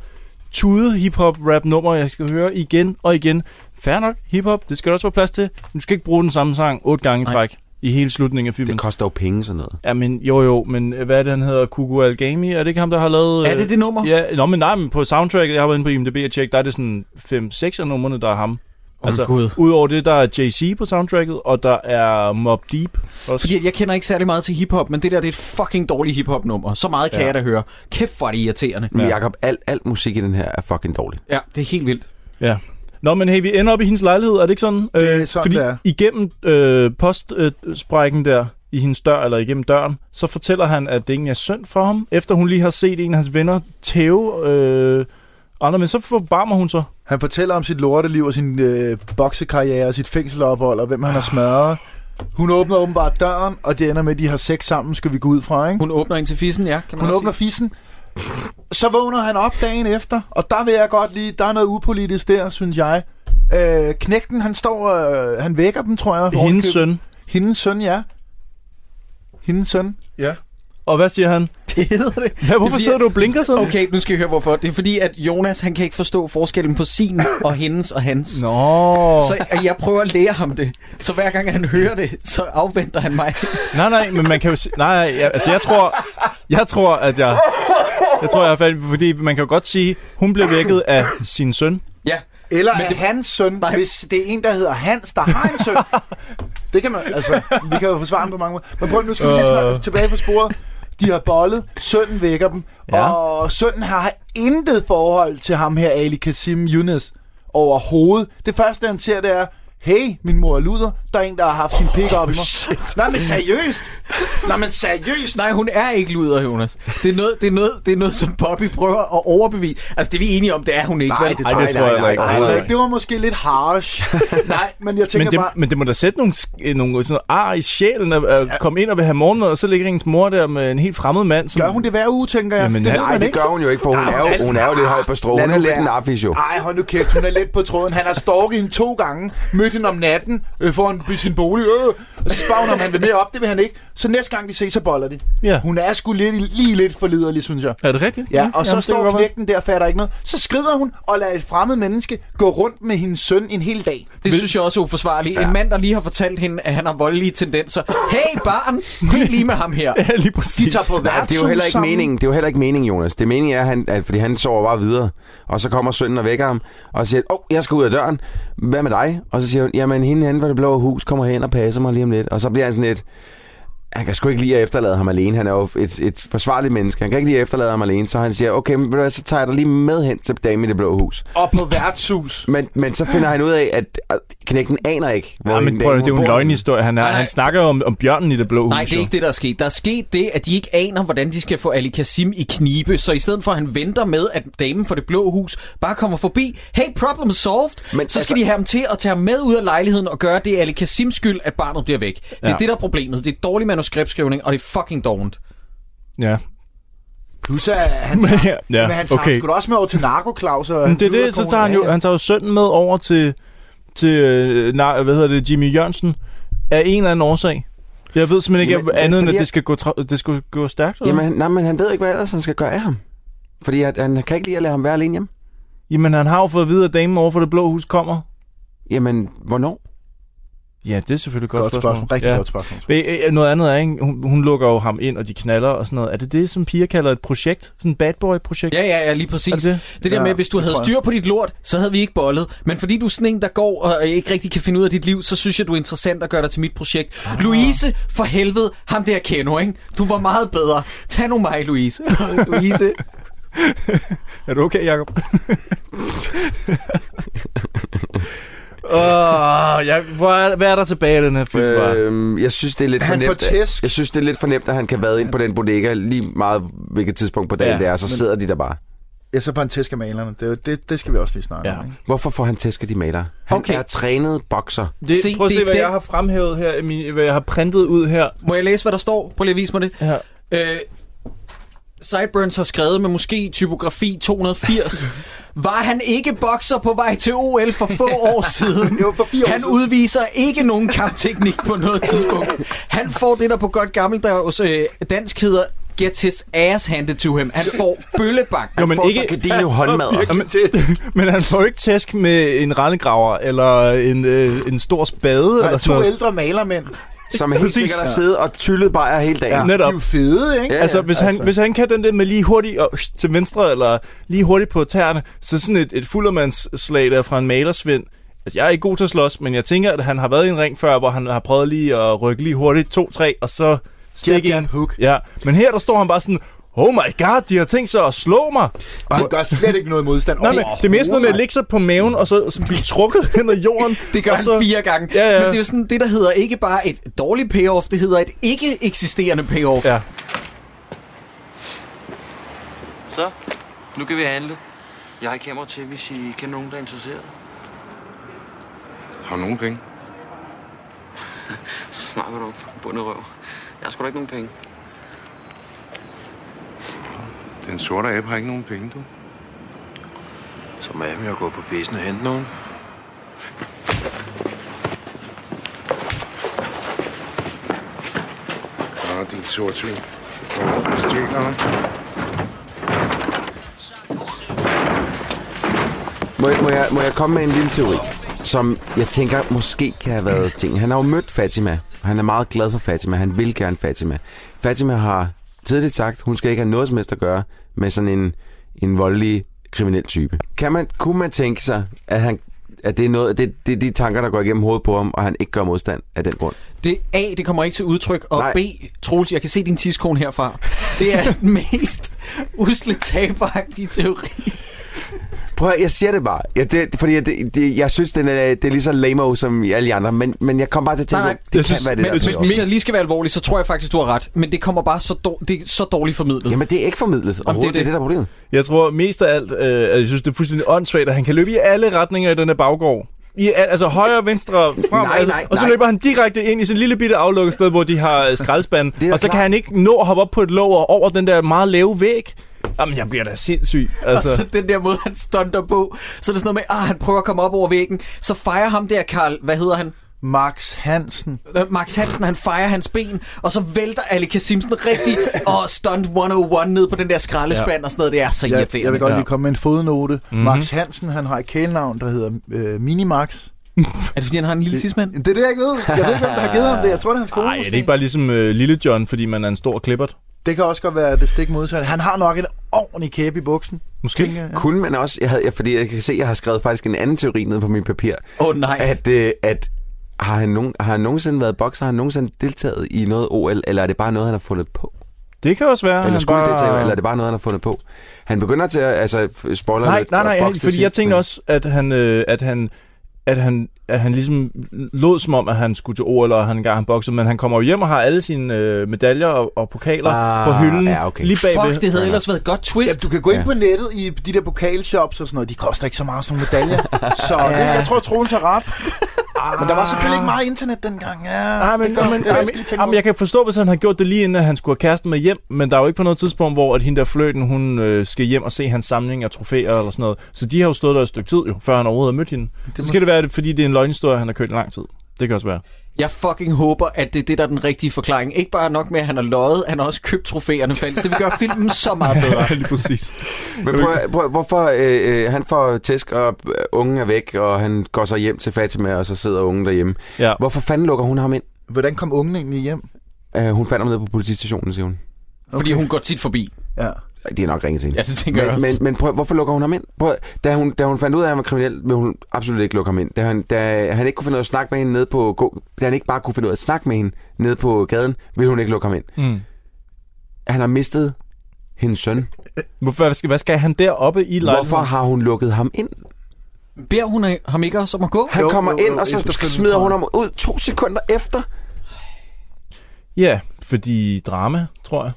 I: tude hip-hop rap nummer, jeg skal høre igen og igen. Fair nok, hip-hop, det skal der også være plads til. Du skal ikke bruge den samme sang otte gange i
H: Nej.
I: træk i hele slutningen af filmen.
G: det koster jo penge sådan noget.
I: Ja, men jo jo, men øh, hvad er det, han hedder? Kuku Algami? Er det ikke ham, der har lavet... øh,
H: Er det det nummer?
I: Ja, nå, men nej, men på soundtracket, jeg har været inde på IMDb og tjekket, der er det sådan 5-6 af numrene, der er ham. Altså,
H: Åh, Gud.
I: udover det, der er Jay-Z på soundtracket, og der er Mob Deep også.
H: Fordi jeg kender ikke særlig meget til hiphop, men det der det er et fucking dårligt hiphop nummer. Så meget kan ja.
I: Ja.
H: jeg da høre. Kæft, hvor er det irriterende.
G: Men Jacob, al, alt musik i den her er fucking dårlig.
H: Ja, det er helt vildt.
I: Ja. Nå, men hey, vi ender op i hendes lejlighed, er det ikke sådan? Øh,
F: Det er sådan,
I: fordi
F: det er.
I: igennem øh, postsprækken der, i hendes dør, eller igennem døren, så fortæller han, at det egentlig er synd for ham, efter hun lige har set en af hans venner tæve øh, andre, men så forbarmer hun sig.
F: Han fortæller om sit lorteliv og sin øh, boksekarriere og sit fængselophold og hvem han har
I: Ah.
F: smadret. Hun åbner åbenbart døren, og det ender med, at de har sex sammen, skal vi gå ud fra, ikke?
H: Hun åbner ind til fissen, ja, kan man
F: Hun
H: også
F: åbner
H: sige.
F: fissen. Så vågner han op dagen efter, og der vil jeg godt lige, der er noget upolitisk der, synes jeg. Øh, knægten, han står, øh, han vækker dem, tror jeg.
I: Hendes
F: ovenikøbet.
I: søn.
F: Hendes søn, ja. Hendes søn.
I: Ja. Og hvad
F: (laughs)
I: siger han?
H: Det hedder det.
I: Hvad, hvorfor
H: fordi-
I: sidder du og blinker sådan?
H: Okay, nu skal I høre hvorfor. Det er fordi, at Jonas, han kan ikke forstå forskellen på sin og hendes og hans.
I: Nå.
H: Så jeg- jeg prøver at lære ham det. Så hver gang han hører det, så afventer han mig.
I: Nej, nej, men man kan jo se... Nej, jeg, altså jeg tror... Jeg tror, at jeg... Jeg tror, jeg har fat, i- fordi man kan jo godt sige, hun bliver vækket af sin søn.
H: Ja.
F: Eller er det... hans søn,
H: Nej.
F: hvis det er en, der hedder Hans, der har en (laughs) søn. det kan man, altså, vi kan jo forsvare ham på mange måder. Men prøv nu skal vi lige snart tilbage på sporet. De har bollet, sønnen vækker dem,
I: Ja.
F: ja. og sønnen har intet forhold til ham her, Ali Kasim Yunus, overhovedet. Det første, han ser, det er, hey, min mor er luder, der er en, der har haft sin pik op i mig. Nej, men seriøst. Oh, Nej, men seriøst.
A: Nej, hun er ikke luder, Jonas. Det er noget, det er noget, det er noget som Bobby prøver at overbevise. Altså, det vi er enige om, det er hun ikke.
F: Nej,
A: vel?
F: det tror jeg
I: heller ikke.
F: Nej,
I: Overhovedet
F: men det var måske lidt (laughs) harsh.
A: Nej,
F: men jeg tænker
I: Men det,
F: bare...
I: men det må da sætte nogle, sk- øh, nogle sådan noget ar i sjælen at, at komme ind og vil have morgenmad, og så ligger hendes mor der med en helt fremmed mand. Som,
F: Gør hun det hver uge, tænker jeg?
I: Jamen,
F: det
I: nej,
F: ved
G: Nej,
F: man
G: det
F: ikke.
G: gør hun jo ikke, for hun,
F: Nej,
G: er, jo,
F: altså,
G: hun er jo lidt høj på strå. Hun
F: lad
G: er
F: nu
G: lidt en
F: være.
G: affis jo.
F: Ej, hold nu kæft, hun er lidt på tråden. Han har stalket hende to gange, mødt hende om natten, øh, foran i sin bolig, øh, og så spørger hun, om han vil med op. Det vil han ikke. Så næste gang de ses, så boller de.
I: Ja.
F: Hun er sgu lidt, lige lidt for liderlig, synes jeg.
I: Er det rigtigt?
F: Ja, og så
I: Jamen, det kan
F: står
I: godt være.
F: knægten der og fatter ikke noget. Så skrider hun og lader et fremmed menneske gå rundt med hendes søn en hel dag.
A: Det synes jeg også er uforsvarligt. Ja. En mand, der lige har fortalt hende, at han har voldelige tendenser. Hey, barn! Bliv lige med ham her.
I: (laughs) Ja, lige præcis.
F: De tager på
G: Nej,
F: værtshus
G: det er jo heller ikke
F: sammen.
G: meningen. Det er jo heller ikke meningen, Jonas. Det er meningen er, at han, at, fordi han sover bare videre. Og så kommer sønnen og vækker ham og siger, åh, oh, jeg skal ud af døren. Hvad med dig? Og så siger hun, jamen hende henne fra det blå hus kommer hen og passer mig lige om lidt. Og så bliver han sådan lidt, han kan sgu ikke lige efterlade ham alene. Han er jo et, et forsvarligt menneske. Han kan ikke lige efterlade ham alene. Så han siger, okay, men ved du hvad, så tager jeg dig lige med hen til damen i det blå hus.
F: Og på værtshus.
G: Men, men så finder han ud af, at at knægten aner ikke, hvor
I: Ja, men
G: hende
I: prøv, at-
G: damen,
I: det er jo
G: hun
I: en
G: bor.
I: løgnhistorie. Han, er,
A: nej.
I: han snakker jo om, om bjørnen i det blå hus.
A: Nej, det er
I: jo.
A: ikke det, der er sket. Der er sket det, at de ikke aner, hvordan de skal få Ali Kasim i knibe. Så i stedet for, at han venter med, at damen for det blå hus bare kommer forbi. Hey, problem solved! Men
G: Men
A: så skal
G: altså-
A: de have ham til at tage ham med ud af lejligheden og gøre det er Ali Kasims skyld, at barnet bliver væk. Det er
I: Ja.
A: det, der er problemet. Det er dårlig manuskriptskrivning, og det er fucking dårligt.
I: Ja.
F: Plus at
I: (laughs)
F: han tager,
I: Ja,
F: men han tager okay.
I: okay.
F: sgu da også med over til narkoklaus. Og
I: Men det er det, så tager han jo, han tager jo sønnen med over til, til øh, nej, hvad hedder det, Jimmy Jørgensen, af en eller anden årsag. Jeg ved simpelthen ikke
G: Jamen,
I: Jamen, andet,
G: fordi
I: end at
G: jeg-
I: det skal gå, tra- det skal gå stærkt. eller
G: Jamen, han- nej, men han ved ikke, hvad ellers han skal gøre af ham. Fordi at, han kan ikke lide at lade ham være alene hjemme.
I: Jamen, han har jo fået at vide, at damen over for det blå hus kommer.
G: Jamen, hvornår?
I: Ja, det er selvfølgelig et godt,
F: Godt spørgsmål. Rigtig
I: ja.
F: godt spørgsmål.
I: spørgsmål. Noget andet er, ikke? Hun, hun lukker jo ham ind, og de knaller og sådan noget. Er det det, som piger kalder et projekt? Sådan et bad boy-projekt?
A: Ja, ja, ja, lige præcis.
I: Er det
A: Det,
I: det?
A: det der
F: Ja,
A: med, at hvis du
F: det
A: havde
F: tror jeg.
A: styr på dit lort, så havde vi ikke bollet. Men fordi du er sådan en, der går og ikke rigtig kan finde ud af dit liv, så synes jeg, du er interessant at gøre dig til mit projekt. Ah. Louise, for helvede, ham der kender, ikke? Du var meget bedre. Tag nu mig, Louise. (laughs) Louise.
I: Er du okay, Jacob?
A: (laughs)
I: Åh, jeg, hvor er, hvad er der tilbage af den her film? Øh,
G: Øhm, jeg synes, det er lidt
F: Han
G: for
F: får
G: nemt.
F: tæsk.
G: Jeg synes, det er lidt for nemt, at han kan vade ind på den bodega lige meget, hvilket tidspunkt på dagen
I: Ja,
G: ja, det er, og så sidder de der bare.
F: Ja, så parentes af malerne. Det, er jo- det, det skal vi også lige snakke
I: Ja.
F: om. Ikke?
G: Hvorfor får han tæsk af de malere? Han
A: Okay.
G: okay. er trænet bokser.
I: det,
A: se,
I: se, prøv at se,
A: det er
I: hvad
A: den-
I: jeg har fremhævet her, i min, hvad jeg har printet ud her.
A: Må jeg læse, hvad der står? Prøv lige at vise mig det.
I: her.
A: Øh, Sideburns har skrevet med måske typografi
I: (laughs)
A: 280. Var han ikke bokser på vej til OL for
I: (laughs)
A: få år siden?
F: Jo, for fire år
A: Han
F: siden.
A: udviser ikke nogen kampteknik på
I: (laughs)
A: noget tidspunkt. Han får det, der på godt gammeldags øh, dansk hedder get his ass handed to him. Han
I: (laughs)
A: får bøllebank.
I: Jo, men
G: Folk
I: ikke,
G: ikke... kan dine
I: (laughs)
G: håndmadder.
I: Jamen, men han får jo ikke tæsk med en rendegraver, eller en, øh, en stor spade,
F: Der
I: eller
F: er
I: sådan
F: to
I: noget.
F: ældre malermænd.
G: Som helt
I: Præcis.
G: sikkert har siddet og tyllet bajer hele dagen.
F: De
I: Netop.
F: er jo fede, ikke?
G: Ja,
I: Altså, hvis, altså. Han, hvis han kan den der med lige hurtigt og, til venstre, eller lige hurtigt på tæerne, så sådan et, et fuldermandsslag der fra en malersvend. Altså, jeg er ikke god til at slås, men jeg tænker, at han har været i en ring før, hvor han har prøvet lige at rykke lige hurtigt, to, tre, og så
F: Jab,
I: stikke
F: jab,
I: en.
F: hook.
I: Ja, men her der står han bare sådan, oh my god, de har tænkt sig at slå mig.
F: Og han gør slet ikke noget modstand.
I: Nej, men det er mere sådan noget med at ligge sig på maven, og så, så blive trukket hen ad jorden.
A: (laughs) Det gør
I: og
A: så,
I: så,
A: han fire gange.
I: Ja, ja.
A: Men det er jo sådan det, der hedder ikke bare et dårligt payoff, det hedder et ikke eksisterende payoff.
I: Ja.
J: Så, nu kan vi handle. Jeg har et kamera til, hvis I kender nogen, der er interesseret.
M: Har du nogen penge?
J: Så snakker du bunderøv. Jeg har sgu da ikke nogen penge.
M: Den sorte abe har ikke nogen penge, du.
S: Så må jeg jo gå på pisen og hente nogen.
M: Nå, din sortvin. Stikker ham.
G: Må, jeg- må, jeg, må jeg komme med en lille teori, som jeg tænker måske kan have været ting. Han har jo mødt Fatima. Han er meget glad for Fatima. Han vil gerne Fatima. Fatima har tidligt sagt, hun skal ikke have noget som helst at gøre med sådan en, en voldelig kriminel type. Kan man, kunne man tænke sig, at, han, at det er noget, det, det er de tanker, der går igennem hovedet på ham, og han ikke gør modstand af den grund?
A: Det A, det kommer ikke til udtryk, og
G: Nej.
A: B, Troels, jeg kan se din tidskone herfra. Det er den mest usle taberagtige teori.
G: Prøv at, høre, jeg siger det bare. Jeg, det, fordi jeg, det, det, jeg synes, den er, det er lige så lame som alle andre, men, men jeg kom bare til at tænke,
A: Nej,
G: på,
A: nej,
G: det kan synes, være det
A: men,
G: der.
A: hvis,
G: med
A: hvis
G: os.
A: jeg lige skal være alvorlig, så tror jeg faktisk, du har ret. Men det kommer bare så, dår, det er så dårligt formidlet.
G: Jamen, det er ikke formidlet overhovedet. Det er det, der er problemet.
I: Jeg tror mest af alt, øh, at jeg synes, det er fuldstændig åndssvagt, at han kan løbe i alle retninger i den her baggård. I, al- altså højre, venstre, frem.
G: Nej,
I: altså,
G: nej,
I: og så
G: nej.
I: løber han direkte ind i sådan en lille bitte aflukket sted, hvor de har øh, skraldespanden.
G: er
I: Og så
G: klart.
I: kan han ikke nå at hoppe op på et låg og over den der meget lave væg. Jamen, jeg bliver da sindssyg.
A: Altså. Og
I: Altså.
A: så den der måde, han stunter på. Så er det sådan noget med, ah, han prøver at komme op over væggen. Så fejrer ham der, Karl, hvad hedder han?
F: Max Hansen.
A: Øh, Max Hansen, han fejrer hans ben, og så vælter Alika Simpson rigtig og stunt 101 ned på den der skraldespand ja. og sådan noget. Det er så
F: Jeg,
A: irriterende.
F: jeg vil godt lige komme med en fodnote.
A: Mhm.
F: Mm-hmm. Max Hansen, han har et kælenavn, der hedder øh,
A: (laughs)
F: Minimax.
A: Er det fordi, han har en lille tidsmand?
F: Det er det, jeg ikke ved. Jeg ved ikke, hvem der har givet ham det. Jeg tror, det er hans kone.
I: Nej, er det ikke bare ligesom øh, Lille John, fordi man er en stor klippert?
F: Det kan også godt være det stik modsatte. Han har nok en ordentlig kæbe i buksen.
I: Måske.
F: Tænker jeg.
G: Kunne man også, jeg havde, jeg, fordi jeg kan se, at jeg har skrevet faktisk en anden teori ned på min papir.
A: Åh oh, nej.
G: At, øh, at har, han nogen, har han nogensinde været bokser? Har han nogensinde deltaget i noget OL? Eller er det bare noget, han har fundet på?
I: Det kan også være.
G: Eller
I: han
G: skulle
I: bare-
G: bare... deltage, eller er det bare noget, han har fundet på? Han begynder til at, altså, f- spoiler
I: Nej,
G: alert,
I: nej,
G: at
I: nej,
G: bokse
I: han,
G: til
I: fordi jeg
G: sidst,
I: tænkte
G: men-
I: også, at han, øh, at han, at han, at han ligesom lod som om, at han skulle til OL, og han engang han boxede, men han kommer jo hjem og har alle sine øh, medaljer og, og pokaler
G: Ah,
I: ah, på hylden
G: ja, okay.
I: lige bagved.
A: Fuck, det havde ellers været et godt twist.
F: Ja, du kan gå ind
I: Ja.
F: ja. på nettet i de der pokalshops og sådan noget. De koster ikke så meget som
A: (laughs)
F: medaljer. så det,
I: Ja.
F: jeg tror, Troels har ret. Men der var selvfølgelig ikke meget internet dengang. Ja,
I: Ah. Nej, men,
F: det gør,
I: men,
F: det er
I: men,
F: også lige
I: men,
F: tænkt
I: jamen, jeg kan forstå, hvis han har gjort det lige inden, at han skulle have kæresten med hjem, men der er jo ikke på noget tidspunkt, hvor at hende der fløten, hun øh, skal hjem og se hans samling af trofæer eller sådan noget. Så de har jo stået der et stykke tid, jo, før han overhovedet har mødt hende. Så skal det være, at det- fordi det er en løgnhistorie, han har kørt i lang tid. Det kan også være.
A: Jeg fucking håber, at det er det, der er den rigtige forklaring. Ikke bare nok med, at han har løjet, han har også købt trofæerne falsk. Det vil gøre filmen så meget bedre.
I: lige præcis.
G: Men prøv, at- prøv, at- hvorfor øh, øh, han får tæsk, og øh, ungen er væk, og han går så hjem til Fatima, og så sidder ungen derhjemme.
I: Ja.
G: Hvorfor fanden lukker hun ham ind?
F: Hvordan kom ungen egentlig hjem?
G: Øh, hun fandt ham nede på politistationen, siger hun.
A: Okay. Fordi hun går tit forbi.
F: Ja.
G: De er nok ringet til hende.
A: Ja, det tænker
G: men,
A: jeg også.
G: Men, men prøv, hvorfor lukker hun ham ind? Prøv, da, hun, da hun fandt ud af, at han var kriminel, ville hun absolut ikke lukke ham ind. Da han, da han ikke kunne finde ud af at snakke med hende nede på... gå- Da han ikke bare kunne finde ud af at snakke med hende nede på gaden, ville hun ikke lukke ham ind.
I: Mm.
G: Han har mistet hendes søn.
I: Hvorfor, hvad, skal, hvad skal han deroppe i lejligheden?
G: Hvorfor har hun lukket ham ind?
A: Beder hun ham ikke også om at gå?
G: Han
A: Jo,
G: kommer
A: jo, jo,
G: ind, og så
A: efterfølgende,
G: smider
A: tror
G: hun
A: jeg.
G: ham ud to sekunder efter.
I: Ja, fordi drama, tror jeg.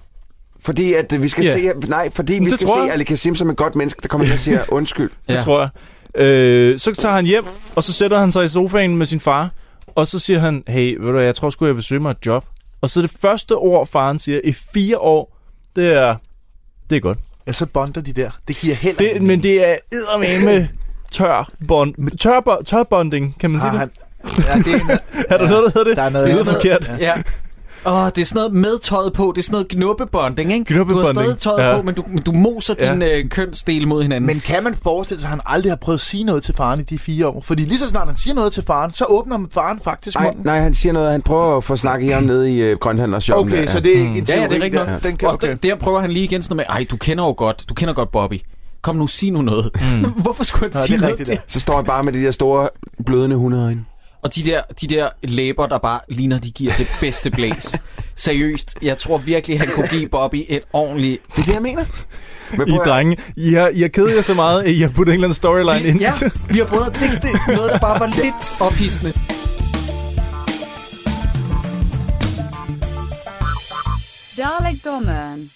G: Fordi at øh, vi skal
I: Ja.
G: se... Nej, fordi
I: Men
G: vi
I: det
G: skal
I: tror
G: se
I: jeg.
G: Ali Kasim som et godt menneske, der
I: (laughs)
G: kommer ind og
A: (laughs)
G: siger undskyld.
I: Det tror jeg. Øh, så tager han hjem, og så sætter han sig i sofaen med sin far, og så siger han, hey, ved du hvad, jeg tror sgu, jeg vil søge mig et job. Og så det første ord, faren siger i fire år, det er, det er godt.
F: Ja, så bonder de der. Det giver held.
I: Det, men det er
F: (laughs)
I: eddermame tør, bond, tør, bo- tør bonding, kan man sige
F: Ah,
I: det?
F: han- Ja, det er, en,
I: (laughs) er der noget, der hedder det?
F: Der er
I: det
F: noget,
I: lyder forkert.
A: Ja. Åh, det er sådan noget med tøjet på. Det er sådan noget gnubbebonding, ikke? Du har
I: Gnubbebonding,
A: stadig tøjet
I: ja.
A: på, men du, men du moser
I: Ja.
A: ja. din øh, kønsdel mod hinanden.
F: Men kan man forestille sig, at han aldrig har prøvet at sige noget til faren i de fire år? Fordi lige så snart han siger noget til faren, så åbner faren faktisk
G: Nej,
F: munden.
G: nej, han siger noget. Han prøver at få snakket i ham nede i øh, grønthandlershoppen.
F: Okay,
G: der.
F: så det er ikke en
A: Mm. Ja, ja, det
F: teori,
A: er rigtigt
F: der-
A: nok.
F: den kan-
A: og der, der prøver han lige igen sådan noget med, ej, du kender jo godt, du kender godt Bobby. Kom nu, sig nu noget. (laughs) Mm. Hvorfor skulle han
G: Nå, det
A: sige
G: er
A: noget?
G: rigtigt,
A: der?
G: ja. Så står han bare med de der store, blødende hundeøjne.
A: Og de der, de der læber, der bare ligner, de giver det bedste blæs. Seriøst, jeg tror virkelig, han kunne give Bobby et ordentligt...
G: Det er det, jeg mener. Men
I: I drenge, I har, I har kedet jer så meget, at I har puttet en eller anden storyline ind.
A: Ja, vi har prøvet at digte noget, der bare var lidt ophidsende.
T: Dalekdommen.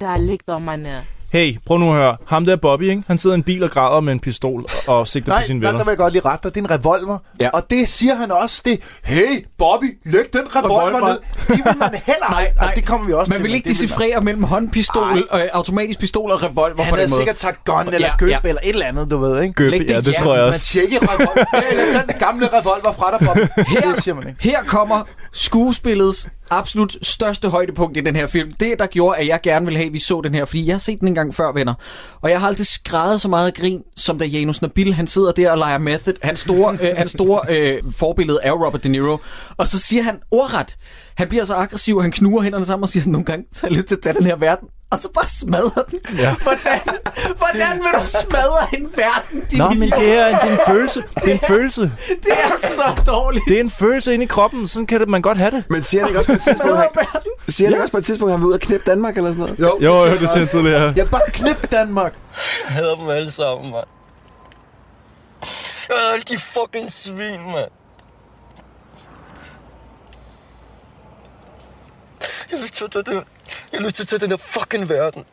C: Dalekdommerne.
I: Hey, prøv nu at høre. Ham der Bobby, ikke? han sidder i en bil og græder med en pistol og sigter
F: Nej,
I: på sine
F: der,
I: venner.
F: der vil jeg godt lige rette dig. Det er en revolver.
A: Ja.
F: Og det siger han også. Det hey, Bobby, læg den revolver
A: Revolver.
F: ned. Det vil man heller
A: Nej,
F: ikke. Og
A: nej.
F: det kommer vi også
A: Man
F: til.
A: vil
F: men
A: ikke
F: det
A: decifrere mellem håndpistol, øh, automatisk pistol og revolver
F: Han
A: på den
F: havde
A: måde.
F: sikkert sagt gun eller gøb eller et eller andet, du ved, ikke?
I: Gøb, Læg det ja, det hjem. tror jeg også.
F: Man siger ikke revolver.
A: (laughs)
F: Ja, læg den gamle revolver fra dig, Bobby. Det siger man ikke.
A: Her kommer skuespillets absolut største højdepunkt i den her film. Det, der gjorde, at jeg gerne ville have, at vi så den her, fordi jeg har set den en gang før, venner. Og jeg har aldrig skrevet så meget af grin, som da Janus Nabil, han sidder der og leger method. Hans store, øh, hans store øh, forbillede er jo Robert De Niro. Og så siger han ordret. Han bliver så aggressiv, og han knuger hænderne sammen og siger, nogle gange så har jeg lyst til at tage den her verden. Og så bare smadrer den. Ja. Hvordan, hvordan vil du smadre en verden, din
I: Nå, men
A: idiot?
I: det er, det er en følelse. Det er en følelse.
A: Det er så dårligt.
I: Det er en følelse inde i kroppen. Sådan kan det, man godt have det.
G: Men siger det ikke også på et tidspunkt,
A: Smadrer
G: han,
A: verden.
G: Siger ja. han også på et tidspunkt, at han vil ud og knæppe Danmark eller sådan noget?
I: Jo, jo, det siger han tidligere.
F: Jeg bare knip Danmark.
L: Jeg hader dem alle sammen, mand. Jeg hader alle de fucking svin, mand. Jeg har lyst til at tage det. Jeg har lyst til at tage den her fucking verden.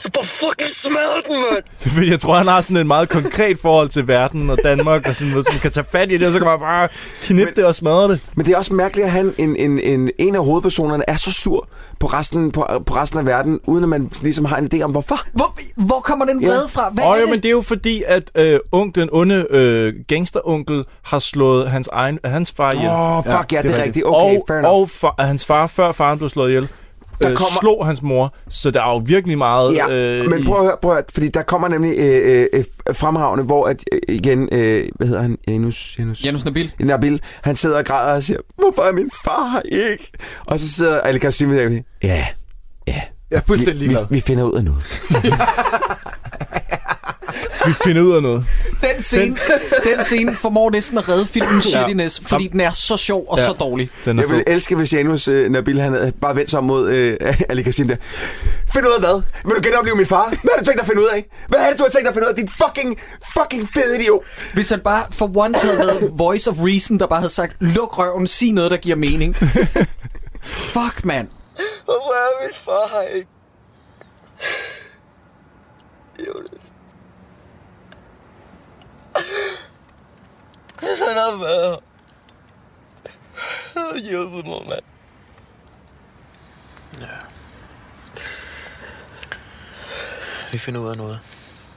L: Så bare fucking smadre den, mand.
I: (laughs) Det er fordi, jeg tror, han har sådan en meget konkret forhold til verden og Danmark, og sådan, hvis man kan tage fat i det, så kan man bare knippe det og smadre det.
G: Men det er også mærkeligt, at han, en, en, en, en af hovedpersonerne er så sur på resten, på, på resten af verden, uden at man ligesom har en idé om, hvorfor.
A: Hvor, hvor kommer den
G: Ja.
A: vrede fra? Hvad
I: Åh,
A: er
I: jo,
A: det?
I: men det er jo fordi, at øh, ung, den onde øh, gangsteronkel har slået hans, egen, hans far ihjel.
G: Åh, fuck, ja, det er rigtigt. Okay,
I: og,
G: fair enough.
I: Og far, hans far, før faren blev slået ihjel, øh,
G: Der
I: kommer...
G: kommer-
I: slog hans mor, så der er jo virkelig meget...
G: Ja, øh, men
I: i-
G: prøv at høre, prøv at høre, fordi der kommer nemlig øh, øh, øh, fremragende, hvor at, øh, igen, øh, hvad hedder han? Janus, Janus,
A: Janus Nabil.
G: Nabil, han sidder og græder og siger, hvorfor er min far her ikke? Og så sidder Ali Kassim der og siger, ja, ja.
F: Jeg er fuldstændig
G: vi, vi,
F: ligeglad.
G: vi finder ud af noget.
I: Vi finder ud af noget.
A: Den scene, den scene formår næsten at redde filmen shittiness, fordi den er så sjov og
I: Ja.
A: så dårlig.
I: Den er
G: Jeg
I: fed.
G: ville elske, hvis Janus øh, Nabil, han havde bare vendt sig om mod øh, Ali Kassim der. Find ud af hvad? Vil du genopleve min far? Hvad har du tænkt dig at finde ud af? Hvad har du tænkt dig at finde ud af? Din fucking, fucking fede idiot!
A: Hvis han bare for once havde været voice of reason, der bare havde sagt, luk røven, sig noget, der giver
I: (laughs)
A: mening. Fuck, mand.
L: Hvorfor er min far her ikke? Jonas. Hvis han havde været her, så havde han hjulpet mig, mand.
J: Vi finder ud af noget.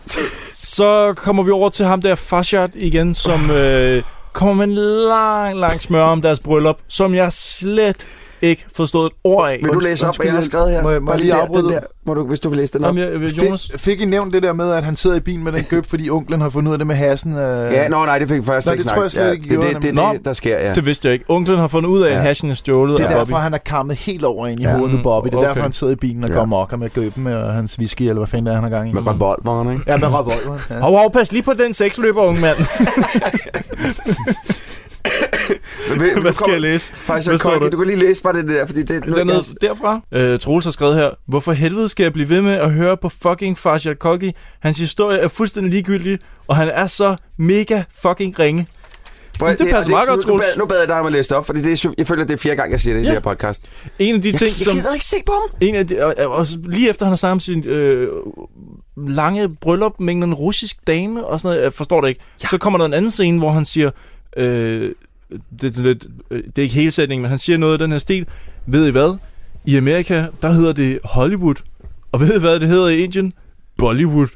I: (laughs) Så kommer vi over til ham der, Fashad, igen, som øh, kommer med en lang, lang smør om deres bryllup, som jeg slet ikke forstod et ord af.
G: Vil du læse op, hvad jeg har skrevet her?
F: Må jeg- må jeg
G: Bare
F: lige
G: der,
F: afbryde?
G: den der, må du, hvis du vil
I: (laughs)
G: læse den op.
I: Jamen, jeg, Jonas?
F: Fik, fik I nævnt det der med, at han sidder i bilen med den køb, fordi onklen har fundet ud af det med hassen? Øh...
G: Ja, nå, nej, det fik først
F: Nå,
G: ikke
F: det tror
G: snakket.
F: jeg slet
G: Ja,
F: ikke, I
G: det,
F: gjorde,
G: det, det,
I: nemlig.
G: det, det, der sker, ja.
I: Det vidste jeg ikke. Onklen har fundet ud af, at
G: Ja.
I: hashen er stjålet
F: Det er
I: af Bobby.
F: derfor, han er kammet helt over ind i
G: Ja.
F: ja. hovedet
I: Mm,
F: på Bobby. Det er okay.
I: okay.
F: derfor, han sidder i bilen og
G: Ja.
F: går mokker med gøben og hans whisky, eller hvad fanden det er, han har gang i.
G: Med revolveren, ikke?
F: Ja, med revolveren. Ja.
I: Hov, hov, pas lige på den sexløber,
F: (laughs)
I: unge mand. Hvad skal jeg læse?
G: Faktisk,
I: Hvad står
G: Kolke,
I: der?
G: du kan lige læse bare det der, fordi det nu,
I: Dernede derfra. Øh, Troels har skrevet her, hvorfor helvede skal jeg blive ved med at høre på fucking Farshad Kolki? Hans historie er fuldstændig ligegyldig, og han er så mega fucking ringe.
G: Prøv at-
I: Det passer
G: og
I: meget godt,
G: nu, nu,
I: Troels.
G: bad- nu bad jeg dig om at læse det op, fordi det er, jeg føler, det er fjerde gang, jeg siger det i
I: Ja.
G: det her podcast.
I: En af de ting,
G: Jeg
I: som...
G: gider ikke se på ham.
I: En af de, og, og, og lige efter han har sammen sin øh, lange bryllup med en russisk dame og sådan noget, jeg forstår det ikke. Ja. Så kommer der en anden scene, hvor han siger, øh, det, er sådan lidt, øh, det er ikke hele sætningen, men han siger noget i den her stil. Ved I hvad? I Amerika, der hedder det Hollywood. Og ved I hvad det hedder i Indien? Bollywood.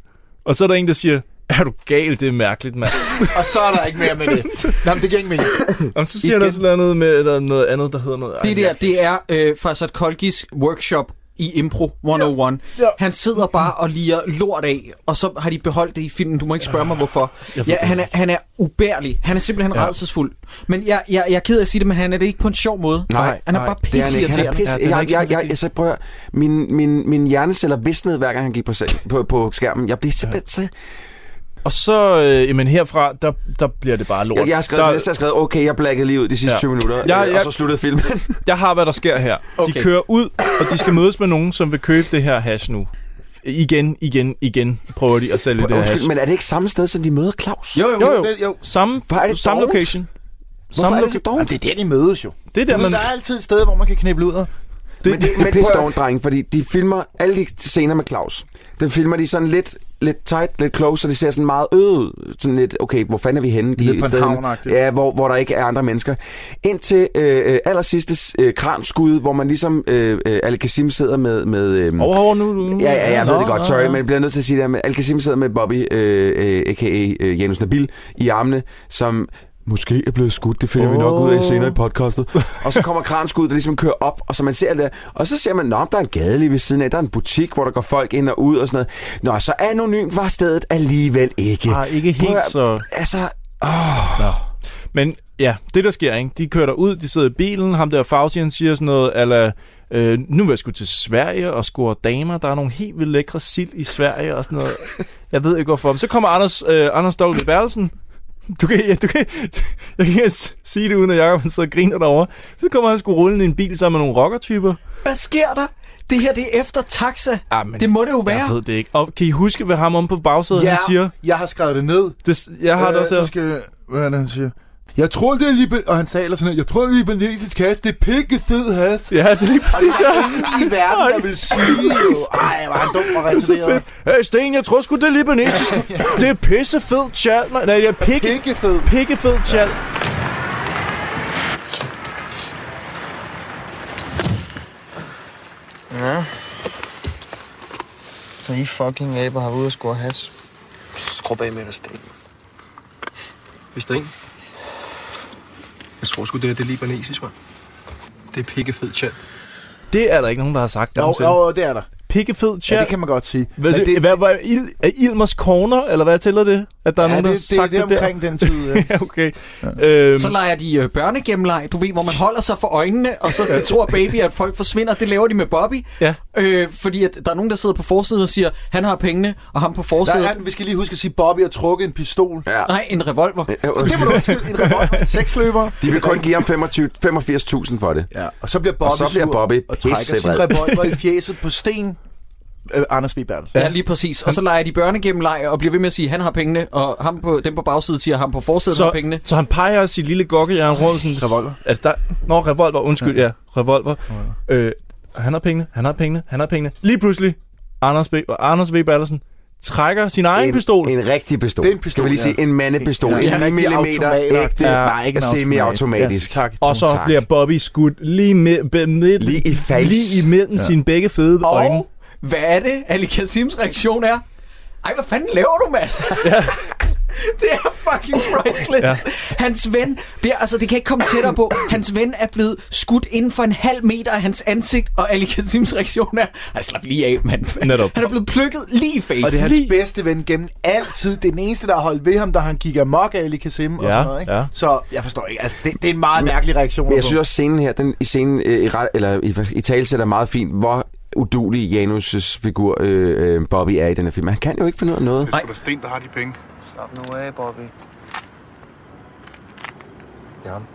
I: Og så er der en, der siger, er du gal, det er
G: (laughs)
I: mærkeligt, mand.
F: Og så er der ikke mere med det. Nå, men det giver ikke mening.
I: og så siger der sådan noget med, eller noget andet, der hedder noget. Ej,
A: Det der, det er øh, Farsad Kolkis workshop i Impro 101. Ja. Ja. Han sidder bare og liger lort af, og så har de beholdt det i filmen. Du må ikke spørge mig, hvorfor.
I: jeg
A: Ja,
I: forstår
A: han, er, han er ubærlig. Han er simpelthen
I: Ja.
A: ja. redselsfuld. Men jeg, jeg, jeg er ked af at sige det, men han er det ikke på en sjov måde.
G: Nej,
A: han er
I: nej,
A: bare
G: Det er han ikke. Han er
A: pisseirriterende.
G: pisse.
I: Ja, det er
G: jeg,
I: ikke sådan,
G: jeg, altså,
I: det
G: jeg,
I: er.
G: jeg, så prøver, min, min, min hjerneceller visnede, hver gang han gik på, se- på, på skærmen. Jeg blev simpelthen så...
I: Og så, øh, jamen herfra, der, der bliver det bare lort.
G: Jeg, jeg har skrevet,
I: der,
G: der... jeg har skrevet, okay, jeg blackede lige ud de sidste
I: Ja.
G: 20 minutter,
I: Jeg-
G: øh,
I: jeg-
G: og så sluttede filmen.
I: Jeg har, hvad der sker her. Okay. De
A: Okay.
I: kører ud, og de skal mødes med nogen, som vil købe det her hash nu. Igen, igen, igen prøver de at sælge det her hash.
G: Undskyld, men er det ikke samme sted, som de møder Claus?
I: Jo, jo, jo. jo. Samme,
G: Hvor er det
I: samme
G: dovent?
I: location.
G: Hvorfor
I: Samme
G: er det så
I: loca-
F: Jamen,
G: dårligt?
F: det er der, de mødes jo.
I: det er
F: Du
I: der,
F: ved,
I: man...
F: der er altid et sted, hvor man kan knible ud af.
G: Men det, men det er dog dreng, fordi de filmer alle de scener med Claus. Den filmer de sådan lidt, lidt tight, lidt close, så det ser sådan meget øde ud. Sådan lidt, okay, hvor fanden er vi henne? De
F: Lidt
G: er
F: på en
G: stadig-
F: havn-agtigt.
G: Ja, hvor, hvor der ikke er andre mennesker. Indtil øh, øh, allersidste øh, kranskud, hvor man ligesom, øh, øh, Ali Kasim sidder med... med øh,
I: Over, over nu, nu.
G: Ja, ja, jeg ved
I: Nå,
G: det godt,
I: nå,
G: sorry,
I: nå.
G: men jeg bliver nødt til at sige det her med, Al Kasim sidder med Bobby, øh, øh, a.k.a. Øh, Janus Nabil, i armene, som måske er blevet skudt, det finder oh. vi nok ud af senere i podcastet. og så kommer kranskuddet, der ligesom kører op, og så man ser det, og så ser man, nå, der er en gade lige ved siden af, der er en butik, hvor der går folk ind og ud og sådan noget. Nå, så anonymt var stedet alligevel ikke.
I: Ah, ikke
G: Prøv
I: helt
G: at-
I: så...
G: Altså,
I: Nå. Men ja, det der sker, ikke? de kører derud, de sidder i bilen, ham der Fauci, han siger sådan noget, ala, øh, nu vil jeg sgu til Sverige og score damer, der er nogle helt vildt lækre sild i Sverige og sådan noget. Jeg ved ikke hvorfor. Men så kommer Anders, øh, Anders Dolby Berlsen Du kan, ja, du kan, (laughs) jeg kan ikke engang sige det, uden at Jacob han sidder og griner derovre. Så kommer han sgu rullende i en bil sammen med nogle rockertyper.
A: Hvad sker der? Det her, det er efter taxa.
I: Ja, men
A: Det må det jo være.
I: Jeg ved det ikke. Og kan I huske, hvad ham om på bagsædet,
F: Ja,
I: han siger?
F: jeg har skrevet det ned.
I: Det, jeg har øh, det også her.
F: nu skal, hvad er det, han siger? Jeg tror, det er libe... Og han taler sådan her. Jeg tror, det er libanesisk hat. Det er pikke fed hat.
I: Ja, det er lige præcis,
F: Og der er ingen i verden, der vil sige jo. Ej, var han dum og retineret.
I: Hey, Sten, jeg tror sgu, det er
F: (laughs)
I: libanesisk. det er pissefed tjal, man. Nej, det er pikke,
F: pikkefed.
I: pikkefed tjal.
U: Ja. Så I fucking aber har været ude og score has.
M: Skrub af med dig, Sten. Hvis det Jeg tror sgu, det er det er libanesisk, mand. Det er pikkefed chat.
I: Det er der ikke nogen, der har sagt.
F: Jo,
I: nogensinde.
F: jo, det er der.
I: Pikkefed tjal.
F: Ja, det kan man godt sige.
I: Hvad,
F: Men
I: det, hvad, hvad, Il, er Ilmers Corner, eller hvad tæller det? At der er
F: Ja,
I: nogen, der
F: det-
I: har
F: det- det
I: sagt det,
F: er omkring
I: der?
F: den tid, ja.
I: (laughs) ja, okay. Øhm,
A: Så leger de øh, børnegemmeleg, du ved, hvor man holder sig for øjnene, og så tror baby, at folk forsvinder. Det laver de med Bobby,
I: ja.
A: øh, fordi at der er nogen, der sidder på forsiden og siger, han har pengene, og ham på forsiden.
F: Der er, vi skal lige huske at sige, Bobby har trukket en pistol.
G: Ja.
A: Nej, en revolver.
F: Det må du undskylde. En revolver, en seksløber.
G: Øh, De vil kun give ham 25 85.000 for det.
F: Ja, og så bliver Bobby,
G: og så bliver
F: sur
G: Bobby
F: og trækker sin
G: pissevred.
F: revolver i fjeset på sten. Øh, Anders V. Bertelsen.
A: Ja, lige præcis. Og så leger de børnegemmeleg og bliver ved med at sige, han har pengene, og ham på, dem på bagsiden siger, ham på forsiden har
I: så,
A: pengene.
I: så han peger sit lille gokkejern rundt sådan...
F: Revolver.
I: Altså, der, nå, revolver, undskyld, ja. ja revolver. Øh, han har pengene, han har pengene, han har pengene. Lige pludselig, Anders, B, og Anders V. Bertelsen trækker sin egen pistol.
G: En rigtig pistol.
F: Det er en pistol,
G: Skal vi lige sige,
F: ja.
G: en mandepistol.
F: Ja, en
G: en 9
F: rigtig
G: mm
F: automat.
G: ægte,
F: Ja,
G: nej,
F: ikke
G: ikke
F: en
G: semi-automatisk.
I: Ja, tak. Og så tak. bliver Bobby skudt lige, med, be, med,
G: Lige i fals.
I: lige imellem ja. sine begge fede
A: Og
I: øjne.
A: hvad er det, Ali Kassims reaktion er? Ej, hvad fanden laver du, mand? (laughs) det er fucking priceless. Ja. Hans ven bliver, altså det kan ikke komme tættere på, hans ven er blevet skudt inden for en halv meter af hans ansigt, og Ali Kassims reaktion er, ej, slap lige af, mand.
I: Netop.
A: Han er blevet plukket lige i face.
F: Og det er hans bedste ven gennem altid. Det er den eneste, der har holdt ved ham, da han gik amok af Ali Kasim og
I: Ja,
F: sådan noget. Ikke?
I: ja.
F: Så jeg forstår ikke. Altså, det, det er en meget mærkelig reaktion.
G: Men jeg
F: at få.
G: synes også, scenen her, den i scenen, øh, i, ret- eller i, i talsæt er meget fint, hvor udulig Janus' figur øh, øh, Bobby er i den her film. Han kan jo ikke finde ud af noget.
K: Det er sgu da Sten, der har de penge.
J: Slap nu af, Bobby.
M: Det er ham.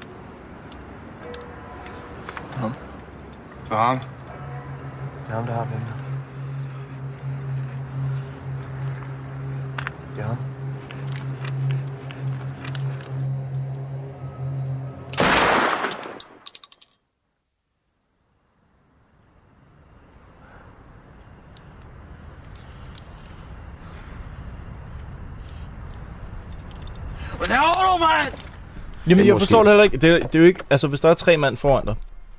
K: Det er ham. Det er ham.
M: Det er ham, der har pengene. Det er ham.
J: Hvad laver du, mand?
I: Jamen,
G: Men
I: jeg
G: måske-
I: forstår det heller ikke. Det, er- det er jo ikke... Altså, hvis der er tre mand foran dig,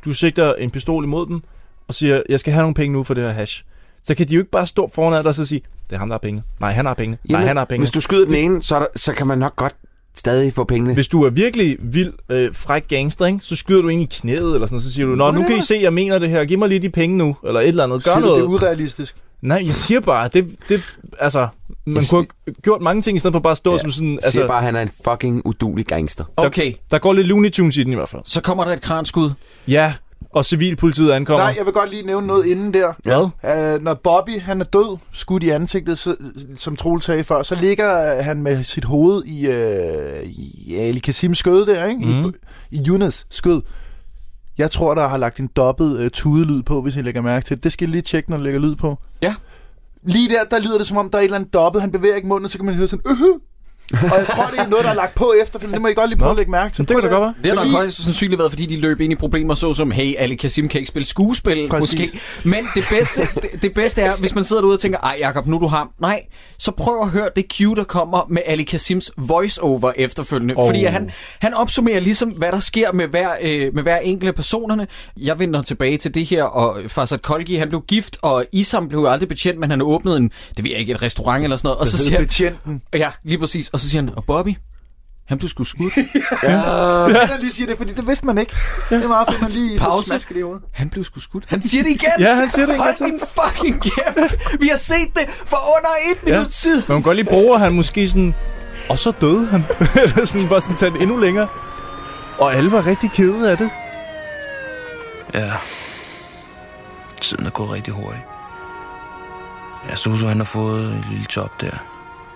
I: du sigter en pistol imod dem, og siger, jeg skal have nogle penge nu for det her hash. Så kan de jo ikke bare stå foran dig og så sige, det er ham, der har penge. Nej, han har penge. Nej,
G: Jamen,
I: han har penge.
G: Hvis du skyder den ene, så, er der, så kan man nok godt stadig få pengene.
I: Hvis du er virkelig vild, øh, fræk gangster, ikke? så skyder du ind i knæet, eller sådan, så siger du, Nå, nu kan I se, jeg mener det her, giv mig lige de penge nu, eller et eller andet, gør
F: Siger du,
I: noget.
F: det er urealistisk.
I: Nej, jeg siger bare, det, det altså, man kunne have gjort mange ting, i stedet for bare at stå ja, som sådan,
G: Altså,
I: altså,
G: siger bare, at han er en fucking udulig gangster.
I: der,
A: Okay.
I: der går lidt Looney Tunes i den i hvert fald.
A: Så kommer der et kranskud.
I: Ja, og civilpolitiet ankommer.
F: Nej, jeg vil godt lige nævne noget inden der.
I: Hvad?
F: Uh, når Bobby han er død, skudt i ansigtet, så, som Troel sagde før, så ligger øh, han med sit hoved i, uh, i Ali Kasims skød der, ikke? Mm.
I: Mm.
F: I, I Jonas skød. Jeg tror, der har lagt en dobbelt uh, tudelyd på, hvis I lægger mærke til det. Det skal I lige tjekke, når der lægger lyd på.
A: Ja.
F: Lige der, der lyder det, som om der er et eller andet dobbelt. Han bevæger ikke munden, og så kan man høre sådan, øh og jeg tror, det er noget, der er lagt på efterfølgende. Det må I godt lige prøve at lægge mærke til.
I: Det kan da godt være.
A: Det har nok
F: Fordi-
A: højst sandsynligt været, fordi de løb ind i problemer, såsom, hey, Ali Kasim kan ikke spille skuespil,
F: Præcis.
A: Præcis. måske. Men det bedste, det, det bedste er, hvis man sidder derude og tænker, ej Jacob, nu er du ham. Nej, så prøv at høre det cue, der kommer med Ali Kasims voice-over efterfølgende.
I: Oh.
A: Oh. Fordi at han, han opsummerer ligesom, hvad der sker med hver, øh, med hver enkelt af personerne. Jeg vender tilbage til det her, og Farsad Kolgi, han blev gift, og Isam blev jo aldrig betjent, men han åbnede en, det ved jeg ikke, et restaurant eller sådan noget. Og så siger han,
F: Betjenten.
A: ja, lige præcis. Og så siger han, og Bobby, han blev sgu
F: (laughs)
A: skudt.
F: Jeg vil hellere lige sige det, fordi det vidste man ikke. Det er meget fedt, man lige får
A: Pause.
F: smasket i hovedet.
A: Han blev sgu skudt. Han siger det igen.
I: (laughs) Ja, han siger det igen,
A: Hold
I: tak.
A: din fucking kæft. Vi har set det for under et
I: Ja.
A: minut tid.
I: Man kan godt lige bruge, at han måske sådan... Og så døde han. (laughs) Eller sådan, bare sådan tage den endnu længere. Og alle var rigtig kede af det.
J: Ja. Tiden er gået rigtig hurtigt. Ja, Soso han har fået et lille job der,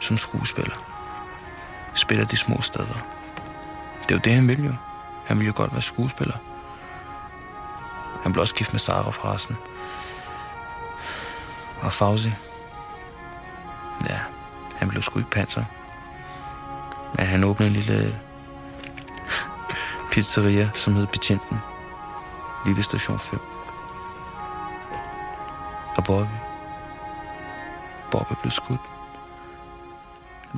J: som skuespiller. spiller de små steder. Det er jo det, han vil jo. Han vil jo godt være skuespiller. Han blev også gift med Sarah forresten. Og Fauzi. Ja, han blev sgu ikke panser. Men han åbnede en lille pizzeria, som hed Betjenten. Lige ved station 5. Og Bobby. Bobby blev skudt.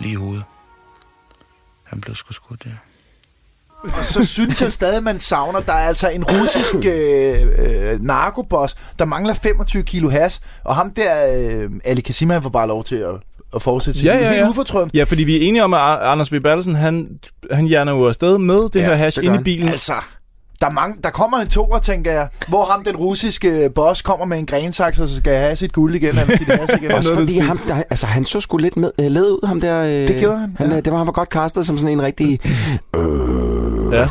J: Lige i hovedet. Han blev sgu skudt, ja.
F: Og så synes jeg stadig, man savner, der er altså en russisk øh, øh, narkoboss, der mangler 25 kilo has, og ham der, øh, Ali Kassim, han får bare lov til at, at fortsætte sin helt ufortrødent.
I: Ja, fordi vi er enige om, at Ar- Anders V. Bertelsen, han, han hjerner jo afsted med det ja, her
F: det
I: hash
F: gør
I: inde i
F: han.
I: bilen.
F: Altså, der, er mange, der kommer en toer, tænker jeg, hvor ham, den russiske øh, boss, kommer med en grensaks, og så skal have sit guld igen, og sit has
G: Også
F: igen. Noget af den
G: fordi
F: stil.
G: ham, der, altså, han så sgu lidt med, øh, led ud, ham der. Øh,
F: Det gjorde han, Mm.
G: han ja. Det var, han var godt castet som sådan en rigtig...
I: Ja.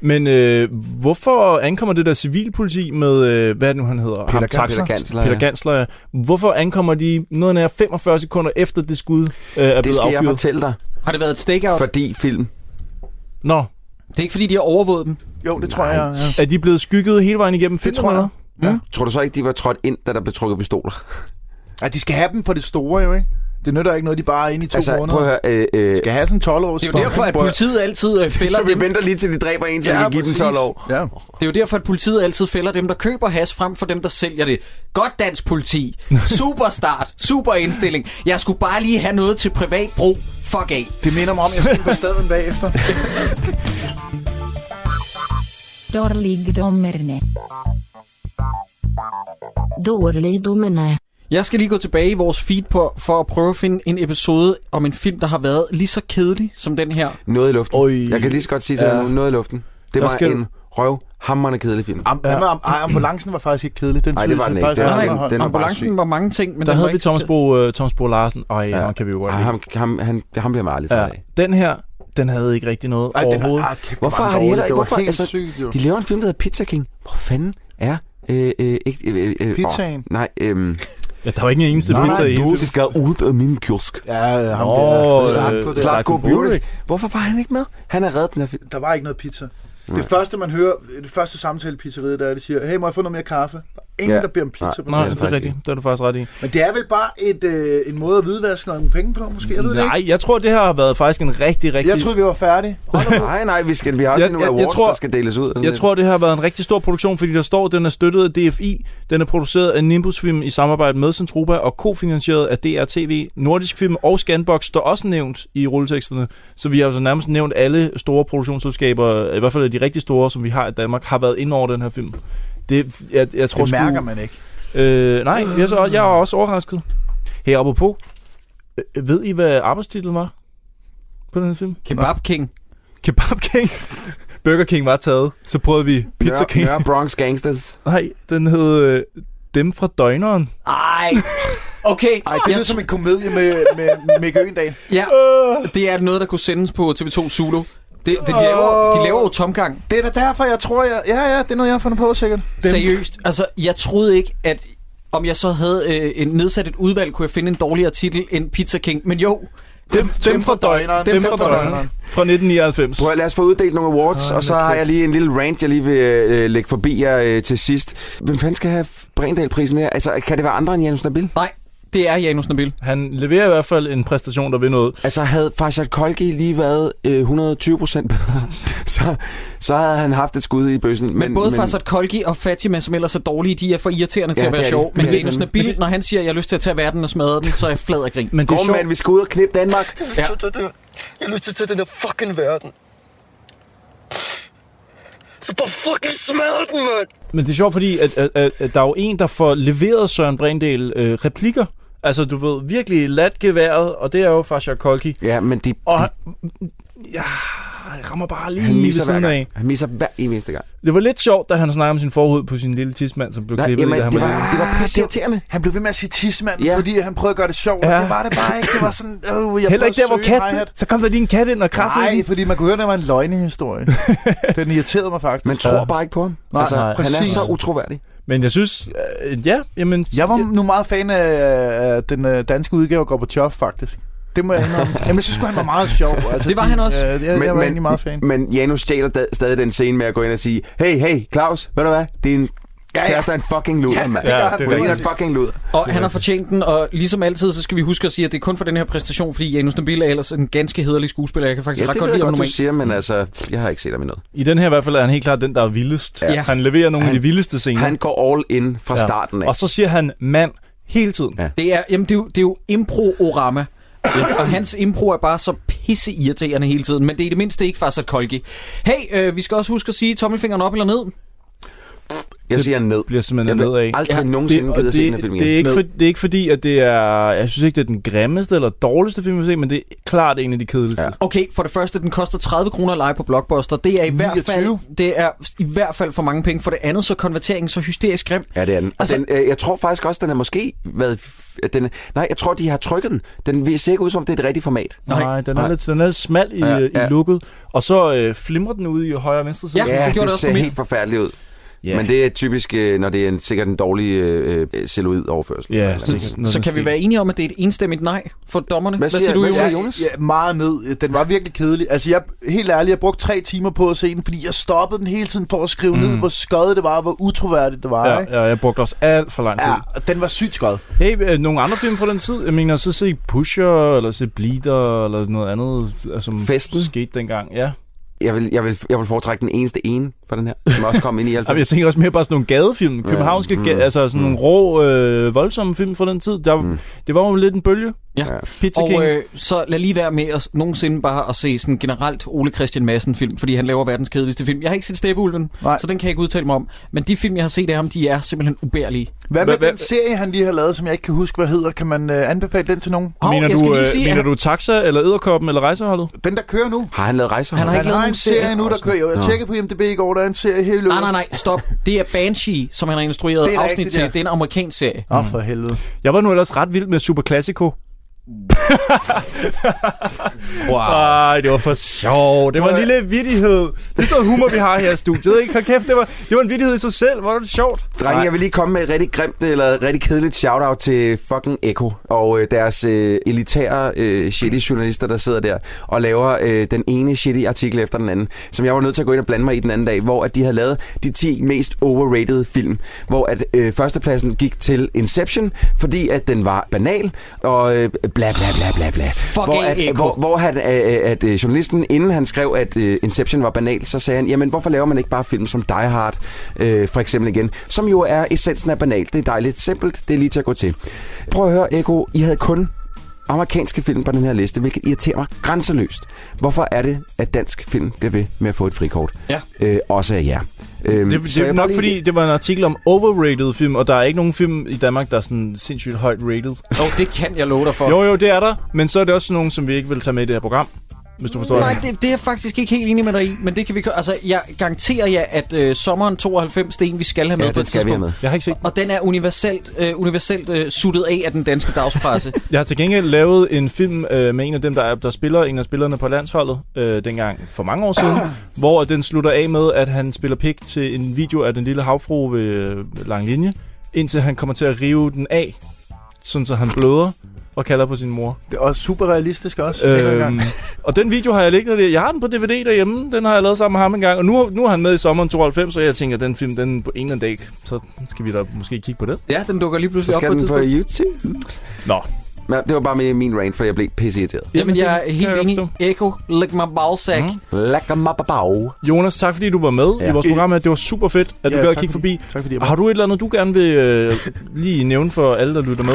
I: Men øh, hvorfor ankommer det der civilpoliti med, øh, hvad er det nu han hedder? Ham,
G: Peter Gansler. Peter
I: Taxer?
G: Gansler,
I: Peter
G: ja.
I: Gansler, ja. Hvorfor ankommer de noget nær 45 sekunder efter det skud øh, er blevet
G: Det skal jeg
I: affyret?
G: fortælle dig.
A: Har det været et stakeout?
G: Fordi film.
I: Nå.
A: Det er ikke fordi, de har overvåget dem.
F: Jo, det tror jeg. Ja.
I: Er de blevet skygget hele vejen igennem filmen?
F: tror jeg.
I: eller?
G: Ja. Tror du så ikke, de var trådt ind, da der blev trukket pistoler?
F: At de skal have dem for det store, jo ikke? Det nytter ikke noget, de bare er inde i to
G: altså,
F: måneder.
G: prøv at høre... Øh, øh,
F: Skal have sådan en 12 års
A: Det er jo derfor, at politiet altid øh, fælder
G: så vi
A: dem.
G: venter lige til, de dræber en, så
F: Ja,
G: vi kan give dem
F: præcis.
G: 12 år.
F: Ja.
A: Det er jo derfor, at politiet altid fælder dem, der køber has frem for dem, der sælger det. Godt dansk politi.
I: (laughs)
A: Super start. Super indstilling. Jeg skulle bare lige have noget til privat brug. Fuck af.
F: Det minder mig om, at jeg skal på staden (laughs) bagefter.
Q: Dårligdommerne. Dårligdommerne.
A: Jeg skal lige gå tilbage i vores feed på, for at prøve at finde en episode om en film, der har været lige så kedelig som den her.
G: Noget i luften.
I: Oi.
G: Jeg kan lige så godt sige til
I: Ja.
G: ja. dig nu, noget i luften. Det
I: Der
G: var
I: skal-
G: en røv hammerende kedelig film.
F: Am, ja. am, ej, ambulancen var faktisk ikke kedelig. Den
G: Ej, det
F: synes
G: var
F: jeg
G: den ikke.
F: faktisk
G: Det
F: var
G: var
F: meget
G: den-
F: høj.
G: den- var bare
A: Ambulancen
G: syg.
A: var mange ting, men
I: Der
A: den var
I: havde vi
A: ikke-
I: Thomas Bo, øh, Thomas Bo Larsen. Øj, ja. ham kan vi jo godt
G: Ej,
I: lide.
G: ham, ham, han, ham bliver man aldrig ja.
I: Ja.
G: af.
I: Den her, den havde ikke rigtig noget
F: Ej, den
I: overhovedet.
F: var, ah, kæft,
G: Hvorfor
F: var
G: har de
F: dårlig.
G: heller ikke...
F: Det var
G: Hvorfor,
F: helt
G: altså,
F: sygt, jo.
G: de laver en film, der hedder Pizza King. Hvor fanden er... Øh, øh, ikke, øh, øh,
F: Pizzaen.
G: Åh, nej, øh,
I: Ja, der var ikke en eneste
G: nej,
I: pizza i hele
G: du
I: filmen.
G: skal ud af min kiosk.
F: Ja, øh, ham
I: Nå,
F: der.
I: øh,
F: Slatko der.
I: Slatko
G: Slatko
I: Burek.
G: Burek. Hvorfor var han ikke med? Han har reddet den her film.
F: Der var ikke noget pizza. Det første, man hører, det første samtale i pizzeriet, der er, de siger, hey, må jeg få noget mere kaffe? Der er ingen,
G: Ja.
F: der beder om pizza på
I: Nej,
F: Nej.
I: det er rigtigt. Det er du faktisk ret i.
F: Men det er vel bare et, øh, en måde at hvidvaske nogle penge på, måske? Jeg ved det ikke.
I: Nej, jeg tror, det her har været faktisk en rigtig, rigtig...
F: Jeg troede, vi var færdige. Hold op.
G: Nej, nej, vi, skal, vi har også
I: Jeg-
G: nogle
I: jeg- jeg
G: awards,
I: tror-
G: der skal deles ud. og sådan
I: Jeg
G: lidt.
I: tror, det har været en rigtig stor produktion, fordi der står, den er støttet af DFI, den er produceret af Nimbus Film i samarbejde med Centropa og kofinansieret af DRTV. Nordisk Film og Scanbox står også nævnt i rulleteksterne, så vi har altså nærmest nævnt alle store produktionsselskaber, i hvert fald de rigtig store, som vi har i Danmark, har været ind over den her film. Det, jeg, jeg tror
F: Det
I: sgu-
F: mærker man ikke.
I: Øh, nej, jeg, så, jeg er også overrasket. Her oppe på, øh, ved I, hvad arbejdstitlen var på den her film?
A: Kebab King.
I: Kebab King. Burger King var taget, så prøvede vi Pizza
G: Nørre-
I: King.
G: Nørre Bronx Gangsters.
I: Nej, den hed øh, Dem fra Døgneren.
A: Ej. Okay.
F: Ej, det lyder som en komedie med, med Mikke Øgendal.
A: Ja,
I: Øh.
A: det er noget, der kunne sendes på TV2 Zulu. Det, det, de, laver,
I: Øh.
A: de laver jo tomgang.
F: Det er da derfor, jeg tror, jeg... Ja, ja, det er noget, jeg har fundet på, sikkert. Dem.
A: Seriøst. Altså, jeg troede ikke, at om jeg så havde øh, en nedsat et udvalg, kunne jeg finde en dårligere titel end Pizza King. Men jo,
I: Dem, dem fra Døgneren. Dem fra Døgneren. Fra 1999.
G: Prøv at lad os få uddelt nogle awards, og så har jeg lige en lille rant, jeg lige vil øh, lægge forbi jer øh, til sidst. Hvem fanden skal have Brindal-prisen her? Altså, kan det være andre end Janus Nabil?
A: nej, det er Janus Nabil.
I: Han leverer i hvert fald en præstation, der vil noget.
G: Altså, havde Farsad Kolki lige været øh, 120 procent bedre, (laughs) så, så havde han haft et skud i bøssen. Men,
A: Men både Farsad Kolgi og Fatima, som ellers er dårlige, de er for irriterende ja,
G: Ja,
A: til at
G: det
A: være
G: er de.
A: sjov.
G: Det
A: Men
G: er de
A: Janus
G: fandme.
A: Nabil, når han siger, at jeg har lyst til at tage verden og smadre den, så er jeg flad af grin.
I: Men det er
G: Kom,
I: sjovt.
G: mand, vi skal ud og knippe Danmark.
A: Ja.
K: Så det der. Jeg har lyst til at tage den der fucking verden. Så bare fucking smadre den, mand!
I: Men det er sjovt, fordi at, at, at, at der er jo en, der får leveret Søren Brindel øh, replikker. Altså, du ved, virkelig lat geværet, og det er jo Farsad Kolki.
G: Ja, men de,
I: Og han, ja, han rammer bare lige
G: han
I: ved
G: misser hver
I: siden af.
G: gang. Han misser hver eneste gang.
I: Det var lidt sjovt, da han snakkede om sin forhud på sin lille tidsmand, som blev
G: Nej,
I: klippet
G: jamen,
I: i det
G: det
I: her
G: var, det var pisse irriterende.
F: Ah, Han blev ved med at sige tismand,
G: Ja.
F: ja. fordi han prøvede at gøre det sjovt, ja.
I: Ja.
F: og det var det bare ikke. Det var sådan, øh, jeg
I: Heller
F: prøvede
I: ikke der,
F: at
I: hvor
F: søge en hi-hat.
I: katten... Så kom der lige en kat ind og krassede
F: Nej,
I: den.
F: fordi man kunne høre, at det var en
G: (laughs)
F: løgnehistorie. Den irriterede mig faktisk.
G: Man tror bare ikke på ham.
F: Nej,
G: altså,
I: nej.
G: Han er
F: Præcis.
G: så utroværdig.
I: Men jeg synes... Øh, ja, jamen...
F: Jeg var nu meget fan af af den øh, danske udgave af Gorbachev, faktisk. Det må
G: (laughs)
F: jeg indrømme. Jamen, jeg synes sgu, han var meget sjov. Altså,
A: Det var han også.
F: Øh, jeg, jeg, var egentlig meget fan.
G: Men Janus stjæler da- stadig den scene med at gå ind og sige, hey, hey, Claus, ved du hvad? Din
A: ja.
G: kæreste er en fucking luder,
A: Ja,
G: mand.
A: det gør
G: Ja,
A: han.
G: Hun er en fucking luder.
A: Og han har fortjent den, og ligesom altid, så skal vi huske at sige, at det er kun for den her præstation, fordi Janus Nabil er ellers en ganske hederlig skuespiller. Jeg kan faktisk
G: Ja,
A: ret
G: det
A: godt
G: ved jeg
A: lide
G: godt,
A: ham
G: du
A: normalt.
G: siger, men altså, jeg har ikke set ham i noget.
I: I den her i hvert fald er han helt klart den, der er vildest.
G: Ja.
I: Ja. Han leverer nogle han, af de vildeste scener.
G: Han går all in fra starten af.
I: Og så siger han mand hele tiden. Ja.
A: Det er, jamen, det er jo, det er jo impro-orama. og hans impro er bare så pisse irriterende hele tiden, men det er i det mindste ikke Farsat Kolki. Hey, øh, vi skal også huske at sige tommelfingeren op eller ned.
G: Jeg siger ned.
I: bliver simpelthen
G: Jeg
I: ned
G: vil
I: af.
G: aldrig nogensinde
I: og
G: gide at se den her film
I: det,
G: igen.
I: det, er ikke
G: Ned.
I: for, det er ikke fordi, at det er... Jeg synes ikke, det er den grimmeste eller dårligste film, vi har set, men det er klart en af de kedeligste. Ja.
A: Okay, for det første, den koster 30 kroner at lege på Blockbuster. Det er i hvert fald, det er i hvert fald for mange penge. For det andet, så er konverteringen så hysterisk grim.
G: Ja, det er den. Og altså, den øh, jeg tror faktisk også, den er måske været... f- at Den, er- nej, jeg tror, de har trykket den. Den ser ikke ud som, det er et rigtigt format.
I: Nej, Nej, den er lidt, den er lidt smal i,
G: Ja,
I: ja, ja.
G: ja.
I: i lukket, og så øh, flimrer den ude i højre og venstre side.
G: ja, det, ser helt forfærdeligt ud.
I: Ja.
G: Men det er typisk, øh, når det er en, sikkert en dårlig øh, øh, celluloid-overførsel.
I: Ja,
G: Eller
A: Så,
G: noget.
A: så kan vi være enige om, at det er et enstemmigt nej for dommerne. Hvad siger, du,
F: hvad
A: Jonas?
F: Ja, meget ned. Den var virkelig kedelig. Altså, jeg, helt ærligt, jeg brugte tre timer på at se den, fordi jeg stoppede den hele tiden for at skrive mm. ned, hvor skødet det var, hvor utroværdigt det var.
I: Ja,
F: ikke?
I: ja, jeg brugte også alt for lang tid.
F: Ja, og den var sygt skød.
I: Hey, øh, nogle andre film fra den tid? Jeg mener, så se Pusher, eller se Bleeder, eller noget andet, øh, som Festen. skete dengang. Ja.
G: Jeg vil, jeg, vil, jeg vil foretrække den eneste ene fra den her, som også kom ind i 90'erne.
I: (laughs) Jamen, jeg tænker også mere bare sådan nogle gadefilm. Københavnske,
G: Altså- mm,
I: mm, altså sådan nogle rå, øh, voldsomme film fra den tid. Der, mm. Det var jo lidt en bølge.
A: Ja.
I: Pizza King.
A: Og øh, så lad lige være med at nogensinde bare at se sådan generelt Ole Christian Madsen film, fordi han laver verdens kedeligste film. Jeg har ikke set Steppeulven, så den kan jeg ikke udtale mig om. Men de film, jeg har set af ham, de er simpelthen ubærlige.
F: Hvad med den serie, han lige har lavet, som jeg ikke kan huske, hvad hedder? Kan man øh, anbefale den til nogen?
A: Hov,
I: mener
A: jeg skal
I: du,
A: lige
I: øh,
A: sige,
I: mener
A: at-
I: du Taxa, eller Æderkoppen, eller Rejseholdet?
F: Den, der kører nu.
G: Har han lavet rejser?
A: Han har
F: Han
A: ikke
F: har
A: lavet
F: en
A: nogen
F: serie
A: serie.
F: nu, der kører. Jeg tjekkede på IMDb i går, der er en serie helt
A: Nej, nej, nej, stop. Det er Banshee, som han har instrueret
F: Det er
A: afsnit
F: rigtigt,
A: til.
F: ja.
A: Det er en amerikansk serie.
F: Åh, for helvede.
I: Jeg var nu ellers ret vild med Super Classico.
A: (laughs) wow.
I: Ej, det var for sjov. Det var en lille vittighed. Det er sådan noget humor, vi har her i studiet. Ikke? Hold kæft, det var, det var en vittighed i sig selv. Hvor var det sjovt.
A: Mm,
G: Drenge, jeg vil lige komme med et rigtig grimt eller et rigtig kedeligt shout-out til fucking Echo og øh, deres øh, elitære øh, shitty journalister, der sidder der og laver øh, den ene shitty artikel efter den anden, som jeg var nødt til at gå ind og blande mig i den anden dag, hvor at de havde lavet de 10 mest overrated film, hvor at øh, førstepladsen gik til Inception, fordi at den var banal og øh, bla bla bla bla bla. Hvor, at,
A: Echo.
G: hvor, hvor han, øh, at øh, journalisten, inden han skrev, at øh, Inception var banal, så sagde han, jamen hvorfor laver man ikke bare film som Die Hard, øh, for eksempel igen, som jo er essensen af banal. Det er dejligt simpelt, det er lige til at gå til. Prøv at høre, Eko, I havde kun amerikanske film på den her liste, hvilket irriterer mig grænseløst. Hvorfor er det, at dansk film bliver ved med at få et frikort?
A: Ja.
G: Øh, også af jer. Øhm,
I: Det,
G: så
I: det er
G: jeg
I: nok
G: bare lige-
I: fordi, det var en artikel om overrated film, og der er ikke nogen film i Danmark, der er sådan sindssygt højt rated.
A: Åh, oh, det kan jeg love dig for.
I: Jo, jo, det er der, men så er det også nogle, som vi ikke vil tage med i det her program, hvis du forstår
A: Nej,
I: det.
A: det, det er jeg faktisk ikke helt enig med dig i, men det kan vi... kö- Altså, jeg garanterer jer, at øh, sommeren 92, det er en, vi skal have med
G: Ja,
A: på
G: den
A: et
G: skal vi have
A: tidspunkt.
G: med.
I: Jeg har ikke set
A: Og den er universelt, øh, universelt øh, suttet af af den danske
F: (laughs)
A: dagspresse.
I: Jeg har til gengæld lavet en film øh, med en af dem, der, er, der spiller en af spillerne på landsholdet øh, dengang for mange år
G: Ah.
I: siden, hvor den slutter af med, at han spiller pik til en video af den lille havfru ved øh, lang linje, indtil han kommer til at rive den af, sådan så han bløder og kalder på sin mor.
F: Det er også super realistisk også.
I: Øhm, og den video har jeg liggende der. Jeg har den på DVD derhjemme. Den har jeg lavet sammen med ham en gang. Og nu, nu er han med i sommeren 92, og jeg tænker, den film, den på en eller anden dag, så skal vi da måske kigge på den.
A: ja, den dukker lige
G: Så
A: pludselig op
G: skal
A: på et
G: den på
A: tidspunkt.
G: YouTube.
I: Nå.
G: Men det var bare min- min rant, for jeg blev pisseirriteret.
A: Jamen, jeg er
I: det
A: helt
I: kan jeg
A: enig. Eko, læg mig bagsak.
F: Mm-hmm.
A: Mm.
G: Lækker mig på bag.
I: Jonas, tak fordi du var med ja. i vores program. her. Det var super fedt, at
F: Ja,
I: du gad
F: tak
I: at kigge
F: fordi-
I: forbi.
F: tak fordi jeg
I: har du et eller andet, du gerne vil øh, lige nævne for alle, der lytter med?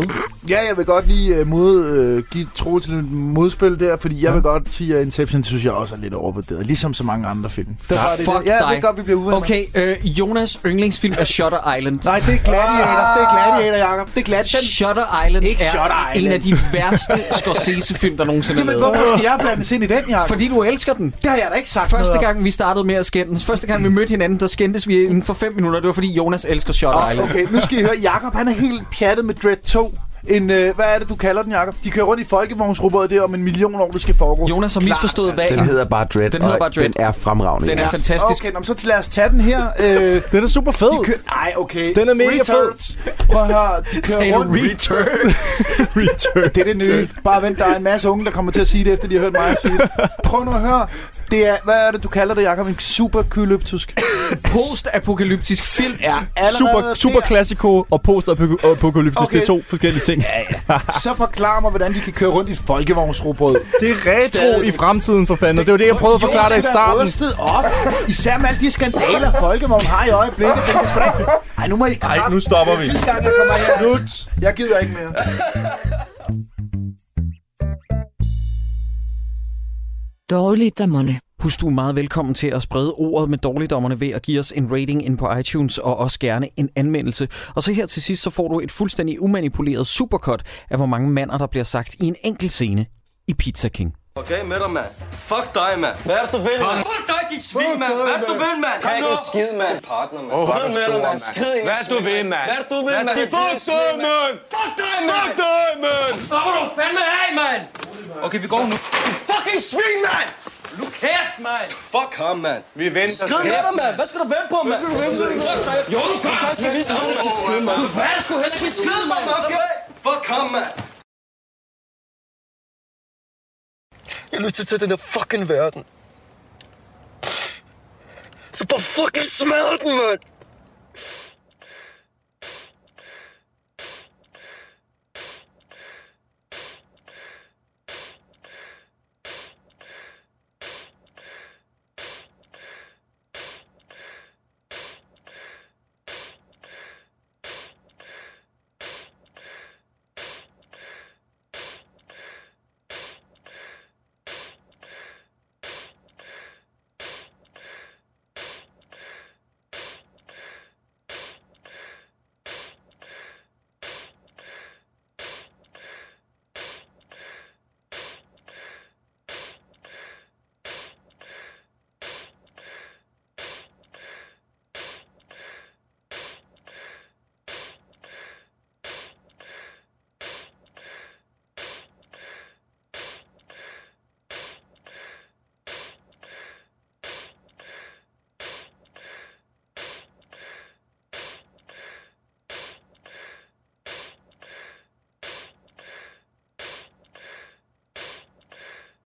F: Ja, jeg vil godt lige øh, mod, øh, give tro til et modspil der, fordi jeg vil godt sige, at Inception synes jeg også er lidt overvurderet, ligesom så mange andre film. Der var det,
A: Fuck
F: ja,
A: dig.
F: det er godt, vi bliver uvenner.
A: Okay, øh, Jonas yndlingsfilm er Shutter Island.
F: Nej, det er Gladiator, det er Gladiator, Jacob. Det er Gladiator.
A: Shutter Island
F: Ikke
A: er
F: Shutter
A: en
F: Island.
A: af de værste Scorsese-film, der nogensinde er
F: (laughs) Jamen,
A: lavet.
F: hvorfor skal jeg blandes ind i den, Jacob?
A: Fordi du elsker den.
F: Det har jeg da ikke sagt
A: Første
F: noget om.
A: gang, vi startede med at skændes, første gang, vi mødte hinanden, der skændtes vi inden for 5 minutter. Det var, fordi Jonas elsker Shutter
F: Åh,
A: Island.
F: Okay, nu skal I høre, Jakob han er helt pjattet med Dread 2. en, øh, hvad er det, du kalder den, Jacob? De kører rundt i folkevognsrobodet, det er om en million år, det skal foregå.
A: Jonas har
F: Klart,
A: misforstået
F: altså.
A: hvad.
G: Den hedder bare Dread,
A: Den hedder
G: og
A: bare Dread.
G: den er fremragende.
A: Den er
G: Jonas.
A: fantastisk.
F: Okay, nå, men så lad os tage den her. Øh,
I: den er super fed.
F: De kører, ej, okay.
I: Den er mega fed.
F: Retards. Prøv at høre, de
A: Sagde
F: kører
A: du
F: rundt.
I: (laughs) Return.
F: Det er det nye. Bare vent, der er en masse unge, der kommer til at sige det, efter de har hørt mig sige det. Prøv nu at høre. Det er, hvad er det, du kalder det, Jacob? En superkylyptisk.
A: Post-apokalyptisk film.
F: Ja,
I: Super, super klassiko og post-apokalyptisk, okay. det er
F: Okay.
I: to forskellige ting. Ja, ja.
F: Så forklar mig, hvordan de kan køre rundt i et folkevognsrobrød.
I: Det er retro i fremtiden, for fanden. Og det var det, jeg prøvede at forklare dig i starten.
F: Rystet op. Især med alle de skandaler, Folkevogn har i øjeblikket. Den kan sgu da ikke... Ej, nu må I...
I: Ej, nu stopper vi.
F: Sidste gang, jeg kommer her. Slut. Jeg gider ikke mere.
A: Dårligdommerne. Husk, du er meget velkommen til at sprede ordet med dårligdommerne ved at give os en rating ind på iTunes og også gerne en anmeldelse. Og så her til sidst, så får du et fuldstændig umanipuleret supercut af, hvor mange mander, der bliver sagt i en enkelt scene i Pizza King.
L: Okay, med dig, mand. Fuck dig, mand. Hvad er det, du vil, mand? Fuck dig, dit svin, mand. Hvad er det, du vil, mand? Kan ikke en skid, mand. Din partner, mand. Oh, Hvad med dig, mand? Skid ind Hvad er det, du vil, mand? Hvad er det, du vil, mand? Fuck dig, mand. Fuck dig, mand. Fuck dig, mand.
J: Slapper du fandme af, mand! Okay, vi går nu. Du fucking svin, mand! Nu kæft, mand!
L: Fuck ham, mand. Vi venter. Skid med dig, mand. Hvad skal du vente på, mand?
J: Jo, du gør!
L: Hvad skal vi så? Skid, mand.
J: Du fatter sgu heller ikke skid, mand!
L: Fuck ham, mand.
E: Jeg har lyst til at tage den der fucking verden. Så bare fucking smadre den, mand!